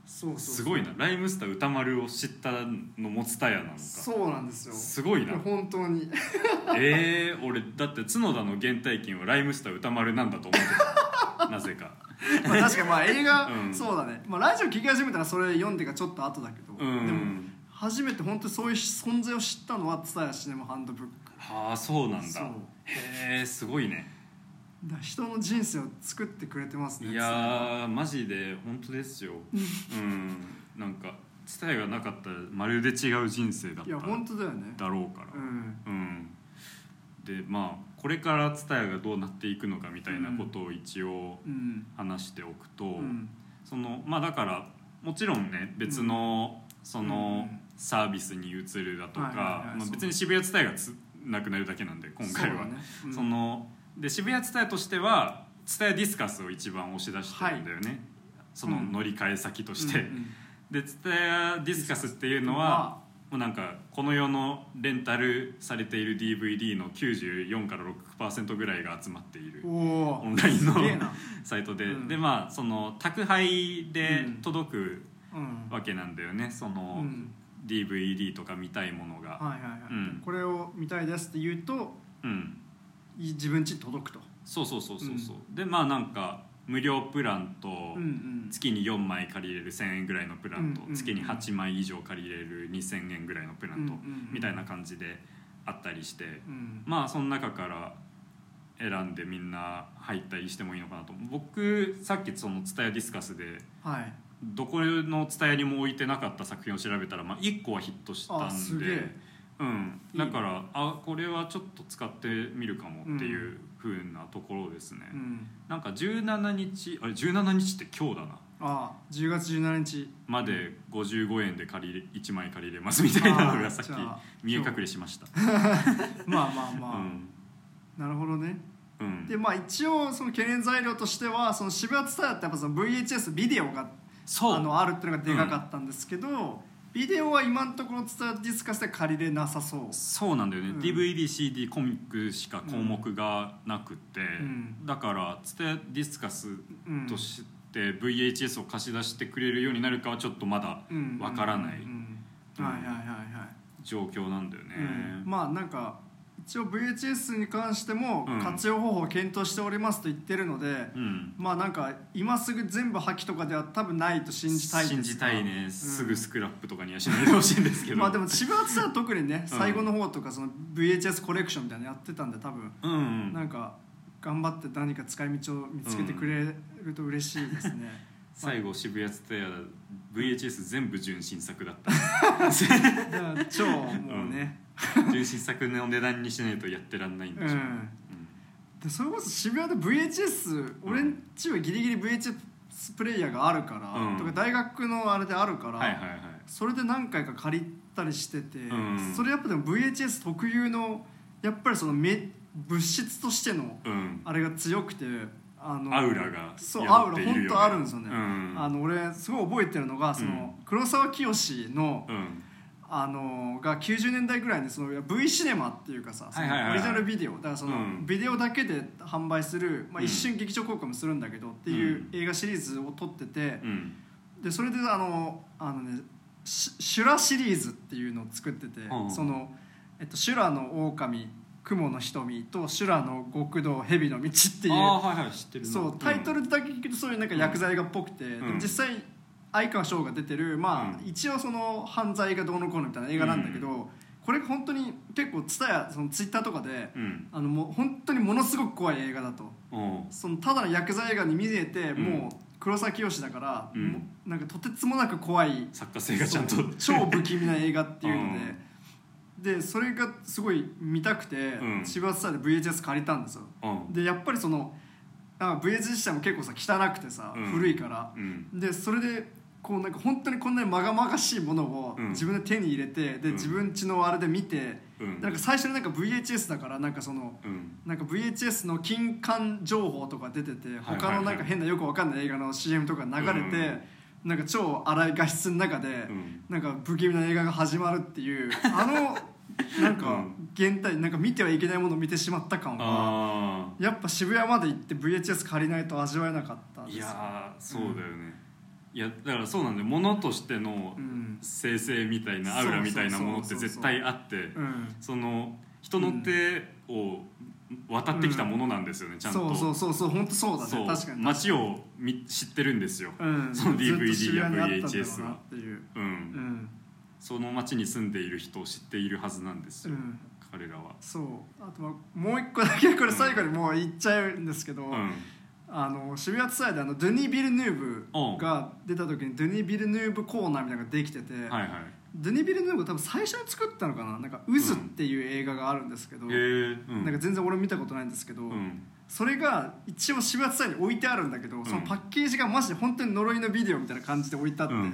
[SPEAKER 2] そうそう
[SPEAKER 1] あ
[SPEAKER 2] そう
[SPEAKER 1] すごいなライムスター歌丸を知ったのもツタヤなのか
[SPEAKER 2] そうなんですよ
[SPEAKER 1] すごい
[SPEAKER 2] いや
[SPEAKER 1] な
[SPEAKER 2] 本当に [LAUGHS]
[SPEAKER 1] えー、俺だって角田の原体験はライムスター歌丸なんだと思ってたなぜか
[SPEAKER 2] まあ確かにま
[SPEAKER 1] [LAUGHS]
[SPEAKER 2] あ映画、
[SPEAKER 1] うん
[SPEAKER 2] そうだね、まあ、ラジオ聞き始めたらそれ読んでがちょっと後だけど、
[SPEAKER 1] うん
[SPEAKER 2] でも初めて本当にそういう存在を知ったのは蔦屋シネマハンドブック
[SPEAKER 1] はあそうなん
[SPEAKER 2] そう
[SPEAKER 1] だへえすごいね
[SPEAKER 2] だから人の人生を作ってくれてますね
[SPEAKER 1] いやーマジで本当ですようんなんか伝えがなかったらまるで違う人生だっ
[SPEAKER 2] いや本
[SPEAKER 1] た
[SPEAKER 2] 当だよね
[SPEAKER 1] だろうから
[SPEAKER 2] うん
[SPEAKER 1] うんでまあこれから伝えがどうなっていくのかみたいなことを一応
[SPEAKER 2] うん
[SPEAKER 1] 話しておくと、
[SPEAKER 2] うん
[SPEAKER 1] そのまあだからもちろんね別の、その
[SPEAKER 2] うん
[SPEAKER 1] サービスに移るだと
[SPEAKER 2] はいはい
[SPEAKER 1] か
[SPEAKER 2] は
[SPEAKER 1] ま
[SPEAKER 2] い
[SPEAKER 1] あ
[SPEAKER 2] そう
[SPEAKER 1] 別に渋谷伝えがつなくなるだけなんで今回
[SPEAKER 2] そうだ
[SPEAKER 1] は
[SPEAKER 2] ねうん
[SPEAKER 1] そので渋谷伝えとしては伝えディスカスを一番押し出してるんだよね、その
[SPEAKER 2] うん
[SPEAKER 1] 乗り換え先として、
[SPEAKER 2] うんうん
[SPEAKER 1] で伝えディスカスっていうのはもうなんかこの世のレンタルされている DVD の94から6%ぐらいが集まっている
[SPEAKER 2] お
[SPEAKER 1] オ
[SPEAKER 2] お
[SPEAKER 1] ンラインの
[SPEAKER 2] すげえな
[SPEAKER 1] サイトで、
[SPEAKER 2] うん
[SPEAKER 1] でまあその宅配で届く
[SPEAKER 2] うん
[SPEAKER 1] わけなんだよねそうの
[SPEAKER 2] ん
[SPEAKER 1] DVD とか見たいものが、
[SPEAKER 2] はいはいはい、
[SPEAKER 1] うん
[SPEAKER 2] これを見たいですって言うと
[SPEAKER 1] うん、
[SPEAKER 2] い自分家に届くと
[SPEAKER 1] そうそうそうそうそう、でまあなんか無料プランと、
[SPEAKER 2] うん
[SPEAKER 1] 月に4枚借りれる1,000円ぐらいのプランと、
[SPEAKER 2] うんうんうん
[SPEAKER 1] 月に8枚以上借りれる2,000円ぐらいのプランと、
[SPEAKER 2] うんうんうん
[SPEAKER 1] みたいな感じであったりして、
[SPEAKER 2] うんうん
[SPEAKER 1] まあその中から選んでみんな入ったりしてもいいのかなと僕さっきその「蔦屋ディスカス」で
[SPEAKER 2] はい
[SPEAKER 1] どこの蔦屋にも置いてなかった作品を調べたら、まあ、1個はヒットした
[SPEAKER 2] あ
[SPEAKER 1] ん
[SPEAKER 2] すげ
[SPEAKER 1] で
[SPEAKER 2] え。
[SPEAKER 1] うん、
[SPEAKER 2] いいね
[SPEAKER 1] だからあこれはちょっと使ってみるかもっていうふうなところですね、
[SPEAKER 2] うん
[SPEAKER 1] なんか17日あれ17日って今日だな
[SPEAKER 2] ああ10月17日
[SPEAKER 1] [LAUGHS] まで55円で借りれ1枚借りれますみたいなのがさっき
[SPEAKER 2] あーじゃあ
[SPEAKER 1] 見え隠れしました
[SPEAKER 2] まあまあ
[SPEAKER 1] う
[SPEAKER 2] まあ、
[SPEAKER 1] ん、
[SPEAKER 2] なるほどね
[SPEAKER 1] うん、
[SPEAKER 2] でまあ一応その懸念材料としてはその渋谷ツタヤってやっぱその VHS ビデオが
[SPEAKER 1] そう
[SPEAKER 2] あのあるっていうのがでかかったんですけど、ビデオは今のところツタヤディスカスで借りれなさそう、
[SPEAKER 1] そうなんだよね、
[SPEAKER 2] うん
[SPEAKER 1] DVDCD コミックしか項目がなくて、
[SPEAKER 2] ん
[SPEAKER 1] だからつてディスカス
[SPEAKER 2] うん、
[SPEAKER 1] として VHS を貸し出してくれるようになるかはちょっとまだわからない
[SPEAKER 2] うんうんはいはいはいはい、
[SPEAKER 1] 状況なんだよね、
[SPEAKER 2] うんまあなんか一応 VHS に関しても
[SPEAKER 1] うん
[SPEAKER 2] 活用方法を検討しておりますと言ってるので、
[SPEAKER 1] うん
[SPEAKER 2] まあなんか今すぐ全部破棄とかでは多分ないと信じたいです
[SPEAKER 1] 信
[SPEAKER 2] が
[SPEAKER 1] じたいね、すぐスクラップとかにはしないでほしいんですけど
[SPEAKER 2] [LAUGHS] まあでも渋谷さんは特にね最後の方とかその VHS コレクションみたいなのやってたんで多分
[SPEAKER 1] うんうん [LAUGHS]
[SPEAKER 2] なんか頑張って何か使い道を見つけてくれると嬉しいですね、
[SPEAKER 1] 最後渋谷ツタヤ VHS 全部純新作だった
[SPEAKER 2] だから超もうね、
[SPEAKER 1] [LAUGHS] 純新作の値段にしないとやってらんないん
[SPEAKER 2] う
[SPEAKER 1] で
[SPEAKER 2] ん
[SPEAKER 1] しょう、
[SPEAKER 2] でそれこそ渋谷で VHS
[SPEAKER 1] うん
[SPEAKER 2] 俺んちはギリギリ VHS プレイヤーがあるから、
[SPEAKER 1] うん
[SPEAKER 2] とか大学のあれであるから、
[SPEAKER 1] はいはいはい
[SPEAKER 2] それで何回か借りたりしてて、
[SPEAKER 1] うん
[SPEAKER 2] それやっぱでも VHS 特有のやっぱりそのめ物質としての
[SPEAKER 1] うん
[SPEAKER 2] あれが強くてあの
[SPEAKER 1] アウラが
[SPEAKER 2] そうア
[SPEAKER 1] 宿
[SPEAKER 2] ウ
[SPEAKER 1] って
[SPEAKER 2] ラ
[SPEAKER 1] い
[SPEAKER 2] 本
[SPEAKER 1] るよね
[SPEAKER 2] 当あるんですよね、
[SPEAKER 1] うん
[SPEAKER 2] あの俺すごい覚えてるのがその、黒沢清の、
[SPEAKER 1] うん
[SPEAKER 2] あのが90年代ぐらいにその V シネマっていうかさその
[SPEAKER 1] はいはいはいはい
[SPEAKER 2] オリジナルビデオだからその、
[SPEAKER 1] うん
[SPEAKER 2] ビデオだけで販売する、ま
[SPEAKER 1] う
[SPEAKER 2] あ、
[SPEAKER 1] ん
[SPEAKER 2] 一瞬劇場公開もするんだけどっていう映画シリーズを撮ってて
[SPEAKER 1] う、ん
[SPEAKER 2] でそれであのあのねシシュラシリーズっていうのを作ってて、
[SPEAKER 1] うん
[SPEAKER 2] その、えっと、シュラの狼雲の瞳と修羅の極道蛇の道っていう
[SPEAKER 1] ああーはいはい知ってるな
[SPEAKER 2] そうタイトルだけ聞くとそういうなんか薬剤画っぽくて、
[SPEAKER 1] ん
[SPEAKER 2] でも実際相川翔が出てる、まあ
[SPEAKER 1] うん
[SPEAKER 2] 一応その犯罪がどうのこうのみたいな映画なんだけど、これ本当に結構ツタヤそのツイッターとかで、
[SPEAKER 1] うん
[SPEAKER 2] あのもう本当にものすごく怖い映画だと
[SPEAKER 1] おう
[SPEAKER 2] そのただの薬剤映画に見えて、
[SPEAKER 1] うん
[SPEAKER 2] もう黒崎清だから、
[SPEAKER 1] うん
[SPEAKER 2] もうなんかとてつもなく怖い
[SPEAKER 1] 作家性がちゃんと
[SPEAKER 2] そう超不気味な映画っていうので、でそれがすごい見たくて、
[SPEAKER 1] うん
[SPEAKER 2] 渋谷ツタヤで VHS 借りたんですよ
[SPEAKER 1] うん
[SPEAKER 2] でやっぱりそのなんか VH 自体も結構さ汚くてさ、
[SPEAKER 1] うん
[SPEAKER 2] 古いから
[SPEAKER 1] うん
[SPEAKER 2] でそれでこうなんか本当にこんなにまがまがしいものを
[SPEAKER 1] うん
[SPEAKER 2] 自分で手に入れて、で
[SPEAKER 1] うん
[SPEAKER 2] 自分家のあれで見て、
[SPEAKER 1] うん
[SPEAKER 2] なんか最初になんか VHS だからなんかその
[SPEAKER 1] うん
[SPEAKER 2] なんか VHS の金管情報とか出てて
[SPEAKER 1] はい
[SPEAKER 2] 他のなん
[SPEAKER 1] はいは
[SPEAKER 2] か
[SPEAKER 1] い
[SPEAKER 2] 変なよくわかんない映画の CM とか流れて、なんか超荒い画質の中で、
[SPEAKER 1] うん
[SPEAKER 2] なんか不気味な映画が始まるっていうあのなん
[SPEAKER 1] う
[SPEAKER 2] か
[SPEAKER 1] ん
[SPEAKER 2] 現代なんか見てはいけないものを見てしまった感が。
[SPEAKER 1] あ
[SPEAKER 2] やっぱ渋谷まで行って VHS 借りないと味わえなかったん
[SPEAKER 1] あ
[SPEAKER 2] です
[SPEAKER 1] い
[SPEAKER 2] よ
[SPEAKER 1] やーそうだよねいやだからそうなんで物としての
[SPEAKER 2] うん
[SPEAKER 1] 生成みたいなアウラみたいなものって絶対あって
[SPEAKER 2] うん
[SPEAKER 1] その人の手を渡ってきたものなんですよねちゃん
[SPEAKER 2] そうそ
[SPEAKER 1] と
[SPEAKER 2] うそうそう本当そうだ
[SPEAKER 1] そ
[SPEAKER 2] ね
[SPEAKER 1] う
[SPEAKER 2] 確かに
[SPEAKER 1] 街をみ知ってるんですよ
[SPEAKER 2] うん
[SPEAKER 1] その DVD
[SPEAKER 2] ずっと渋谷にあったんだろう
[SPEAKER 1] VHS
[SPEAKER 2] な
[SPEAKER 1] は
[SPEAKER 2] っていう
[SPEAKER 1] う
[SPEAKER 2] うんん
[SPEAKER 1] その街に住んでいる人を知っているはずなんです
[SPEAKER 2] う
[SPEAKER 1] よ
[SPEAKER 2] ん
[SPEAKER 1] 彼らは
[SPEAKER 2] そうあとまあもう一個だけこれ最後にもう言っちゃうんですけど、
[SPEAKER 1] うん
[SPEAKER 2] あの渋谷ツアーであのドゥニ・ビルヌーブが出た時にドゥニ・ビルヌーブコーナーみたいなのができてて、
[SPEAKER 1] はいはい
[SPEAKER 2] ドゥニ・ビルヌーブ多分最初に作ったのかななんか「渦」っていう映画があるんですけど、
[SPEAKER 1] へえうん
[SPEAKER 2] なんか全然俺見たことないんですけど、
[SPEAKER 1] うん
[SPEAKER 2] それが一応渋谷ツアーに置いてあるんだけど、
[SPEAKER 1] ん
[SPEAKER 2] そのパッケージがマジで本当に呪いのビデオみたいな感じで置いてあって、
[SPEAKER 1] うん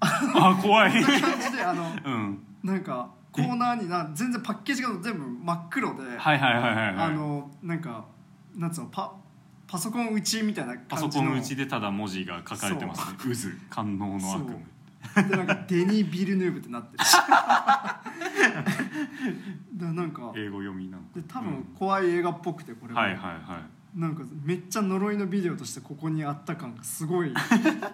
[SPEAKER 1] あ
[SPEAKER 2] [LAUGHS]
[SPEAKER 1] 怖い
[SPEAKER 2] そんな感じであの
[SPEAKER 1] うん
[SPEAKER 2] なんかコーナーにな全然パッケージが全部真っ黒で、
[SPEAKER 1] はいはいはいはいはい
[SPEAKER 2] あのなんかなんつうのパパソコン打ちみたいな
[SPEAKER 1] パ
[SPEAKER 2] 感
[SPEAKER 1] ソ
[SPEAKER 2] じ
[SPEAKER 1] コ
[SPEAKER 2] の
[SPEAKER 1] ン内でただ文字が書かれてますね渦官能の悪夢
[SPEAKER 2] でなんかデニ・ビルヌーブって
[SPEAKER 1] [LAUGHS]
[SPEAKER 2] なってるしだからなんか
[SPEAKER 1] 英語読みなのか
[SPEAKER 2] で多分怖い映画っぽくてこ
[SPEAKER 1] う
[SPEAKER 2] れ
[SPEAKER 1] ん
[SPEAKER 2] も
[SPEAKER 1] はいはいはい
[SPEAKER 2] なんかめっちゃ呪いのビデオとしてここにあった感がすごい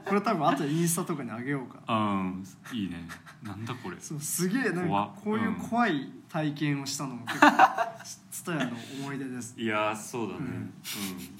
[SPEAKER 2] これ多分あとインスタとかにあげようかな
[SPEAKER 1] うんいいねなんだこれ
[SPEAKER 2] そうすげえなん
[SPEAKER 1] 怖
[SPEAKER 2] か
[SPEAKER 1] っ
[SPEAKER 2] こういう
[SPEAKER 1] うん
[SPEAKER 2] 怖い体験をしたのも結構
[SPEAKER 1] [LAUGHS]
[SPEAKER 2] ツタヤの思い出です
[SPEAKER 1] いやーそうだね、
[SPEAKER 2] う
[SPEAKER 1] うんん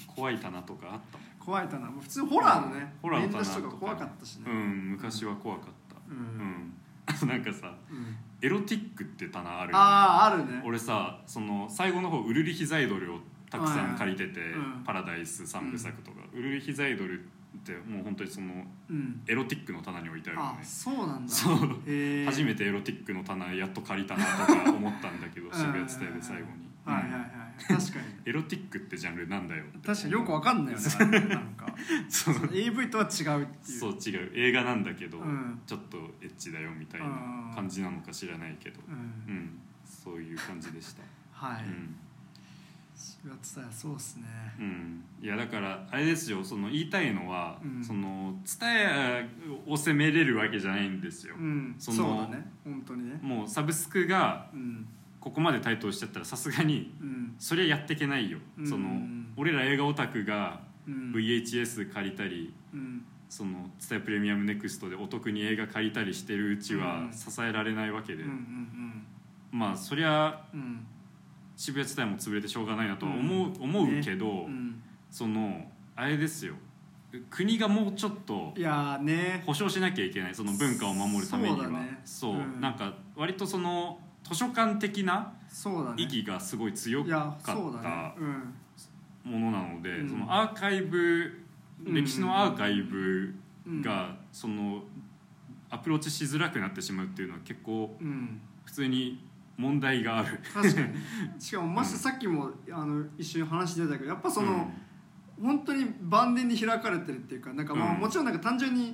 [SPEAKER 1] 怖い棚とかあったもん
[SPEAKER 2] 怖い棚もう普通ホラーのね
[SPEAKER 1] ホラーの
[SPEAKER 2] 面
[SPEAKER 1] 棚
[SPEAKER 2] 出しとか怖かったしね
[SPEAKER 1] うん昔は怖かった
[SPEAKER 2] うん
[SPEAKER 1] うん、あとなんか [LAUGHS] さ
[SPEAKER 2] うん
[SPEAKER 1] エロティックって棚あるよね
[SPEAKER 2] あああるね
[SPEAKER 1] 俺さその最後の方ウルリヒザイドルをたくさん借りてて、
[SPEAKER 2] うん
[SPEAKER 1] パラダイス三部作とか、ウルリヒザイドルってもう本当にその
[SPEAKER 2] うん
[SPEAKER 1] エロティックの棚に置いてあるよ
[SPEAKER 2] あ
[SPEAKER 1] ね
[SPEAKER 2] そうなんだ
[SPEAKER 1] そう
[SPEAKER 2] へえ
[SPEAKER 1] 初
[SPEAKER 2] て
[SPEAKER 1] めてエロティックの棚やっと借りたなとか思ったんだけど
[SPEAKER 2] ん
[SPEAKER 1] 渋谷伝えで最後に、
[SPEAKER 2] はいはい
[SPEAKER 1] うん
[SPEAKER 2] はい確かに
[SPEAKER 1] エロティックってジャンルなんだよ
[SPEAKER 2] 確かによくわ
[SPEAKER 1] か
[SPEAKER 2] かんないよねあれねなんか
[SPEAKER 1] [LAUGHS] そう
[SPEAKER 2] その AV とは違うっていう
[SPEAKER 1] そう違う映画なんだけど、
[SPEAKER 2] うん
[SPEAKER 1] ちょっとエッチだよみたい
[SPEAKER 2] うん
[SPEAKER 1] な感じなのか知らないけど、
[SPEAKER 2] う
[SPEAKER 1] うんん、そういう感じでした、
[SPEAKER 2] [LAUGHS] はい
[SPEAKER 1] うん
[SPEAKER 2] 4月だよそうっすね
[SPEAKER 1] うん、いやだからあれですよその言いたいのは、
[SPEAKER 2] うん
[SPEAKER 1] その伝えを責めれるわけじゃないんですよ、
[SPEAKER 2] うんそ
[SPEAKER 1] そうの
[SPEAKER 2] だね本当にね
[SPEAKER 1] もうサブスクが
[SPEAKER 2] うん
[SPEAKER 1] ここまで台頭しちゃったらさすがに
[SPEAKER 2] うん
[SPEAKER 1] それやってけないよ、
[SPEAKER 2] うん
[SPEAKER 1] その俺ら映画オタクが
[SPEAKER 2] うん
[SPEAKER 1] VHS 借りたり、
[SPEAKER 2] うん
[SPEAKER 1] その伝えプレミアムネクストでお得に映画借りたりしてるうち
[SPEAKER 2] う
[SPEAKER 1] は
[SPEAKER 2] ん
[SPEAKER 1] 支えられないわけ
[SPEAKER 2] うん
[SPEAKER 1] で、
[SPEAKER 2] うんうん
[SPEAKER 1] まあそりゃ
[SPEAKER 2] うん
[SPEAKER 1] 渋谷伝えも潰れてしょうがないなとは思う,、思うけど、
[SPEAKER 2] うん
[SPEAKER 1] そのあれですよ国がもうちょっと
[SPEAKER 2] いやーね
[SPEAKER 1] 保障しなきゃいけないその文化を守るためには
[SPEAKER 2] そ
[SPEAKER 1] そうう,、
[SPEAKER 2] だねうん
[SPEAKER 1] なんか割とその図書館的な
[SPEAKER 2] そうだね
[SPEAKER 1] 意義がすごい強
[SPEAKER 2] い
[SPEAKER 1] か
[SPEAKER 2] や
[SPEAKER 1] っ
[SPEAKER 2] そうだね
[SPEAKER 1] た
[SPEAKER 2] うん
[SPEAKER 1] ものなので、
[SPEAKER 2] うん
[SPEAKER 1] そのアーカイブ
[SPEAKER 2] うん
[SPEAKER 1] 歴史のアーカイブがそのアプローチしづらくなってしまうっていうのは結構
[SPEAKER 2] うん、
[SPEAKER 1] 普通に問題がある。
[SPEAKER 2] 確かにしかもましてさっきもあの一緒に話してたけどやっぱその、本当に万年に開かれてるっていうかなんかまあ
[SPEAKER 1] うん
[SPEAKER 2] もちろんなんか単純に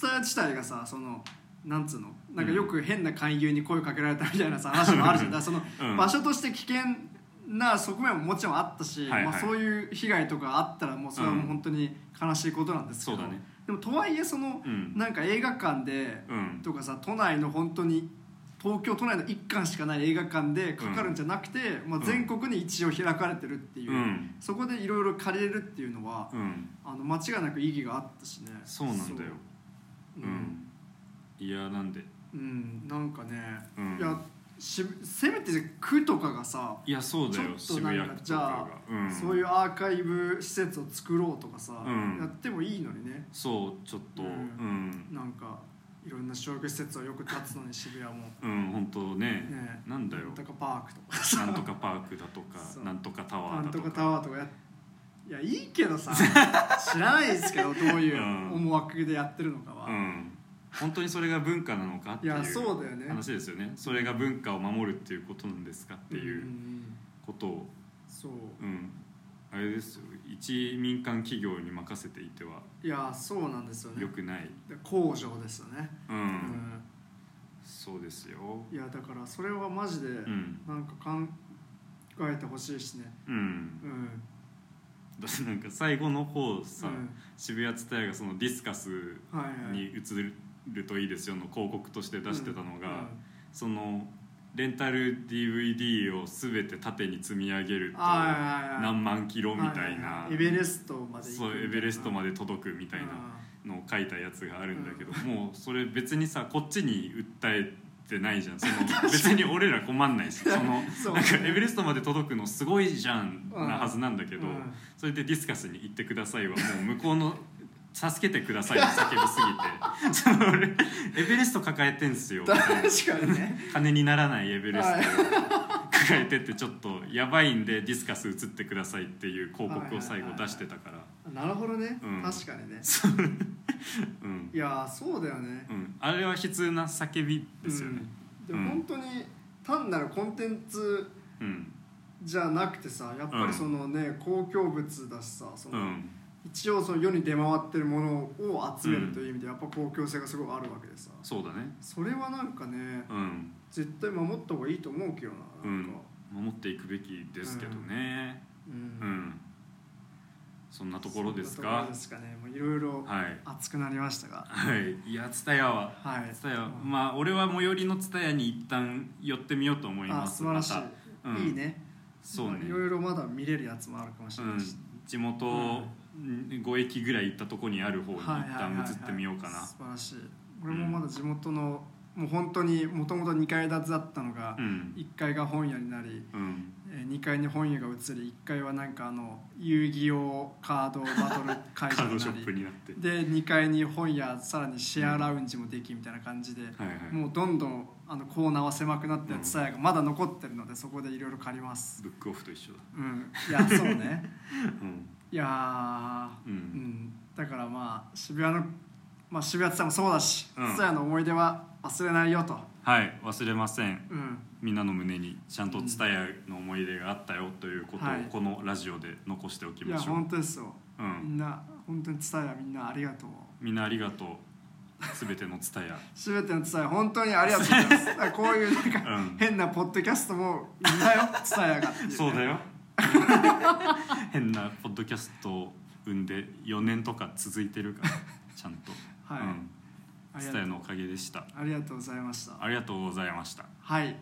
[SPEAKER 2] 伝え自体がさそのなんつうのなんかよく変な勧誘に声かけられたみたいなさ話もあ
[SPEAKER 1] [LAUGHS]
[SPEAKER 2] るじゃんだからその
[SPEAKER 1] うん
[SPEAKER 2] 場所として危険な側面ももちろんあったし、
[SPEAKER 1] はいはい
[SPEAKER 2] まあ、そういう被害とかあったらもうそれはもう本当に悲しいことなんですけど、
[SPEAKER 1] そうだね
[SPEAKER 2] でもとはいえその、
[SPEAKER 1] うん
[SPEAKER 2] なんか映画館で
[SPEAKER 1] うんうん
[SPEAKER 2] とかさ都内の本当に東京都内の1館しかない映画館でかかるんじゃなくて、まあ、
[SPEAKER 1] うん
[SPEAKER 2] 全国に一応開かれてるっていう、
[SPEAKER 1] うん
[SPEAKER 2] そこでいろいろ借りれるっていうのは、
[SPEAKER 1] うん
[SPEAKER 2] あの間違いなく意義があったしね
[SPEAKER 1] そうなんだよ。
[SPEAKER 2] そうううん、
[SPEAKER 1] ん、いやなんで、
[SPEAKER 2] うんなんかね、
[SPEAKER 1] うん
[SPEAKER 2] いやしせめて区とかがさ、
[SPEAKER 1] いやそうだよ
[SPEAKER 2] ちょっ
[SPEAKER 1] 渋
[SPEAKER 2] となん
[SPEAKER 1] 谷
[SPEAKER 2] か
[SPEAKER 1] 区とかが、うん、
[SPEAKER 2] そういうアーカイブ施設を作ろうとかさ、
[SPEAKER 1] うん
[SPEAKER 2] やってもいいのにね
[SPEAKER 1] そうちょっと
[SPEAKER 2] う
[SPEAKER 1] うんん
[SPEAKER 2] なんかいろんな商業施設をよく建つのに渋谷もね
[SPEAKER 1] うん本当ねなんだよ
[SPEAKER 2] とかパークとかさ
[SPEAKER 1] なんとかパークだとか
[SPEAKER 2] そう
[SPEAKER 1] なんとかタワー
[SPEAKER 2] なん
[SPEAKER 1] だ
[SPEAKER 2] と
[SPEAKER 1] と
[SPEAKER 2] か
[SPEAKER 1] か
[SPEAKER 2] タワーとかやっいやいいけ
[SPEAKER 1] [LAUGHS]
[SPEAKER 2] どさ知らないですけどどういう思惑でやってるのかは、
[SPEAKER 1] うん本当にそれが文化なのかってい
[SPEAKER 2] いやそううだよね
[SPEAKER 1] 話ですよねそれが文化を守るっていうことなんですかってい
[SPEAKER 2] ん
[SPEAKER 1] うんことを
[SPEAKER 2] そう
[SPEAKER 1] うんあれですよ一民間企業に任せていてはい
[SPEAKER 2] やそうなんですよね
[SPEAKER 1] 良くない
[SPEAKER 2] で工場ですよね、
[SPEAKER 1] う
[SPEAKER 2] うん
[SPEAKER 1] んそうですよ
[SPEAKER 2] いやだからそれはマジで
[SPEAKER 1] うん
[SPEAKER 2] なんか考えてほしいしね
[SPEAKER 1] うん
[SPEAKER 2] うん
[SPEAKER 1] だってなんか最後の方さ、
[SPEAKER 2] うん
[SPEAKER 1] 渋谷蔦屋がそのディスカス
[SPEAKER 2] はいはい
[SPEAKER 1] に移るといいですよの広告として出してたのが、そのレンタル DVD を全て縦に積み上げると
[SPEAKER 2] あはいはいはい
[SPEAKER 1] 何万キロみたい
[SPEAKER 2] はは
[SPEAKER 1] な
[SPEAKER 2] はエベレストまで行く
[SPEAKER 1] そうエベレストま
[SPEAKER 2] で
[SPEAKER 1] で届くみたいなのを書いたやつがあるんだけど、もうそれ別にさこっちに訴えてないじゃんそ
[SPEAKER 2] [LAUGHS]
[SPEAKER 1] の別に俺ら困んないしその
[SPEAKER 2] そう
[SPEAKER 1] なんかエベレストまで届くのすごいじゃん
[SPEAKER 2] うん
[SPEAKER 1] なはずなんだけど、
[SPEAKER 2] うん
[SPEAKER 1] それでディスカスに行ってくださいはもう向こうの「助けてください」の叫
[SPEAKER 2] [LAUGHS]
[SPEAKER 1] びすぎてその俺エベレスト抱えてんすよ
[SPEAKER 2] 確かにね
[SPEAKER 1] 金にならないエベレストを抱えてってちょっとやばいんでディスカス移ってくださいっていう広告を最後出してたから
[SPEAKER 2] なるほどね、
[SPEAKER 1] うん
[SPEAKER 2] 確かにね
[SPEAKER 1] うん、
[SPEAKER 2] いやそうだよね、
[SPEAKER 1] うん、あれは悲痛な叫びですよね
[SPEAKER 2] うん、でも本当に単なるコンテンツ
[SPEAKER 1] うん
[SPEAKER 2] じゃなくてさやっぱりそのね、公共物だしさその、
[SPEAKER 1] うん
[SPEAKER 2] 一応その世に出回ってるものを集めるという意味でやっぱ公共性がすごいあるわけでさ
[SPEAKER 1] そうだね
[SPEAKER 2] それはなんかね
[SPEAKER 1] うん
[SPEAKER 2] 絶対守った方がいいと思うけど
[SPEAKER 1] う
[SPEAKER 2] ななん
[SPEAKER 1] ん
[SPEAKER 2] か、
[SPEAKER 1] 守っていくべきですけどね
[SPEAKER 2] う
[SPEAKER 1] うん、
[SPEAKER 2] ん
[SPEAKER 1] そんなところです
[SPEAKER 2] そんなとこ
[SPEAKER 1] か
[SPEAKER 2] ろですかねもういろいろ
[SPEAKER 1] はい
[SPEAKER 2] 熱くなりましたが
[SPEAKER 1] はいいや蔦屋は
[SPEAKER 2] はい
[SPEAKER 1] 蔦屋まあ俺は最寄りの蔦屋に一旦寄ってみようと思いま
[SPEAKER 2] あ
[SPEAKER 1] す
[SPEAKER 2] 素晴らしい、
[SPEAKER 1] またうん
[SPEAKER 2] いいね
[SPEAKER 1] そうね
[SPEAKER 2] まあいろいろまだ見れるやつもあるかもしれ
[SPEAKER 1] う
[SPEAKER 2] ない
[SPEAKER 1] ん
[SPEAKER 2] し、
[SPEAKER 1] 地元5駅ぐらい行ったとこにある方に一
[SPEAKER 2] はいはいはい
[SPEAKER 1] 旦
[SPEAKER 2] はい
[SPEAKER 1] 移ってみようかな
[SPEAKER 2] 素晴らしい俺もまだ地元の、もう本当にもともと2階建てだったのが、
[SPEAKER 1] うん
[SPEAKER 2] 1階が本屋になり
[SPEAKER 1] うん
[SPEAKER 2] えー2階に本屋が移り1階はなんかあの遊戯王カードバトル
[SPEAKER 1] [LAUGHS] カ
[SPEAKER 2] 会場
[SPEAKER 1] ード
[SPEAKER 2] に
[SPEAKER 1] ショ
[SPEAKER 2] な
[SPEAKER 1] ップ
[SPEAKER 2] り
[SPEAKER 1] になって
[SPEAKER 2] で2階に本屋さらにシェアラウンジもできみたいな感じで、
[SPEAKER 1] はいはい
[SPEAKER 2] もうどんどんあのコーナーは狭くなってツタヤがまだ残ってるのでそこでいろいろ借ります
[SPEAKER 1] ブックオフと一
[SPEAKER 2] [LAUGHS]
[SPEAKER 1] 緒だ
[SPEAKER 2] うんいやそう
[SPEAKER 1] [LAUGHS]
[SPEAKER 2] ね
[SPEAKER 1] うん
[SPEAKER 2] いやー
[SPEAKER 1] うん
[SPEAKER 2] うん、だからまあ渋谷の、まあ、渋谷ツタヤもそうだし
[SPEAKER 1] うん
[SPEAKER 2] ツタヤの思い出は忘れないよと、
[SPEAKER 1] はい忘れません
[SPEAKER 2] うん、
[SPEAKER 1] みんなの胸にちゃんと伝えの思い出があったよということを
[SPEAKER 2] はい
[SPEAKER 1] このラジオで残しておき
[SPEAKER 2] いや
[SPEAKER 1] ましょう
[SPEAKER 2] 本当ですよ
[SPEAKER 1] うん
[SPEAKER 2] みんな本当にツタヤみんなありがとう
[SPEAKER 1] みんなありがとうすべてのツタヤ
[SPEAKER 2] すべての伝え本当にありがとうござい
[SPEAKER 1] [LAUGHS]
[SPEAKER 2] ますだからこういうなんか、
[SPEAKER 1] うん
[SPEAKER 2] 変なポッドキャストもいんだよ伝えやがっていね
[SPEAKER 1] そうだ
[SPEAKER 2] [LAUGHS]
[SPEAKER 1] よ変なポッドキャストを生んで4年とか続いてるからちゃんと
[SPEAKER 2] はい
[SPEAKER 1] うん
[SPEAKER 2] あり
[SPEAKER 1] ツタ
[SPEAKER 2] がと
[SPEAKER 1] ヤ
[SPEAKER 2] う
[SPEAKER 1] のおかげでした
[SPEAKER 2] ありがとうございました
[SPEAKER 1] ありがとうございました
[SPEAKER 2] はい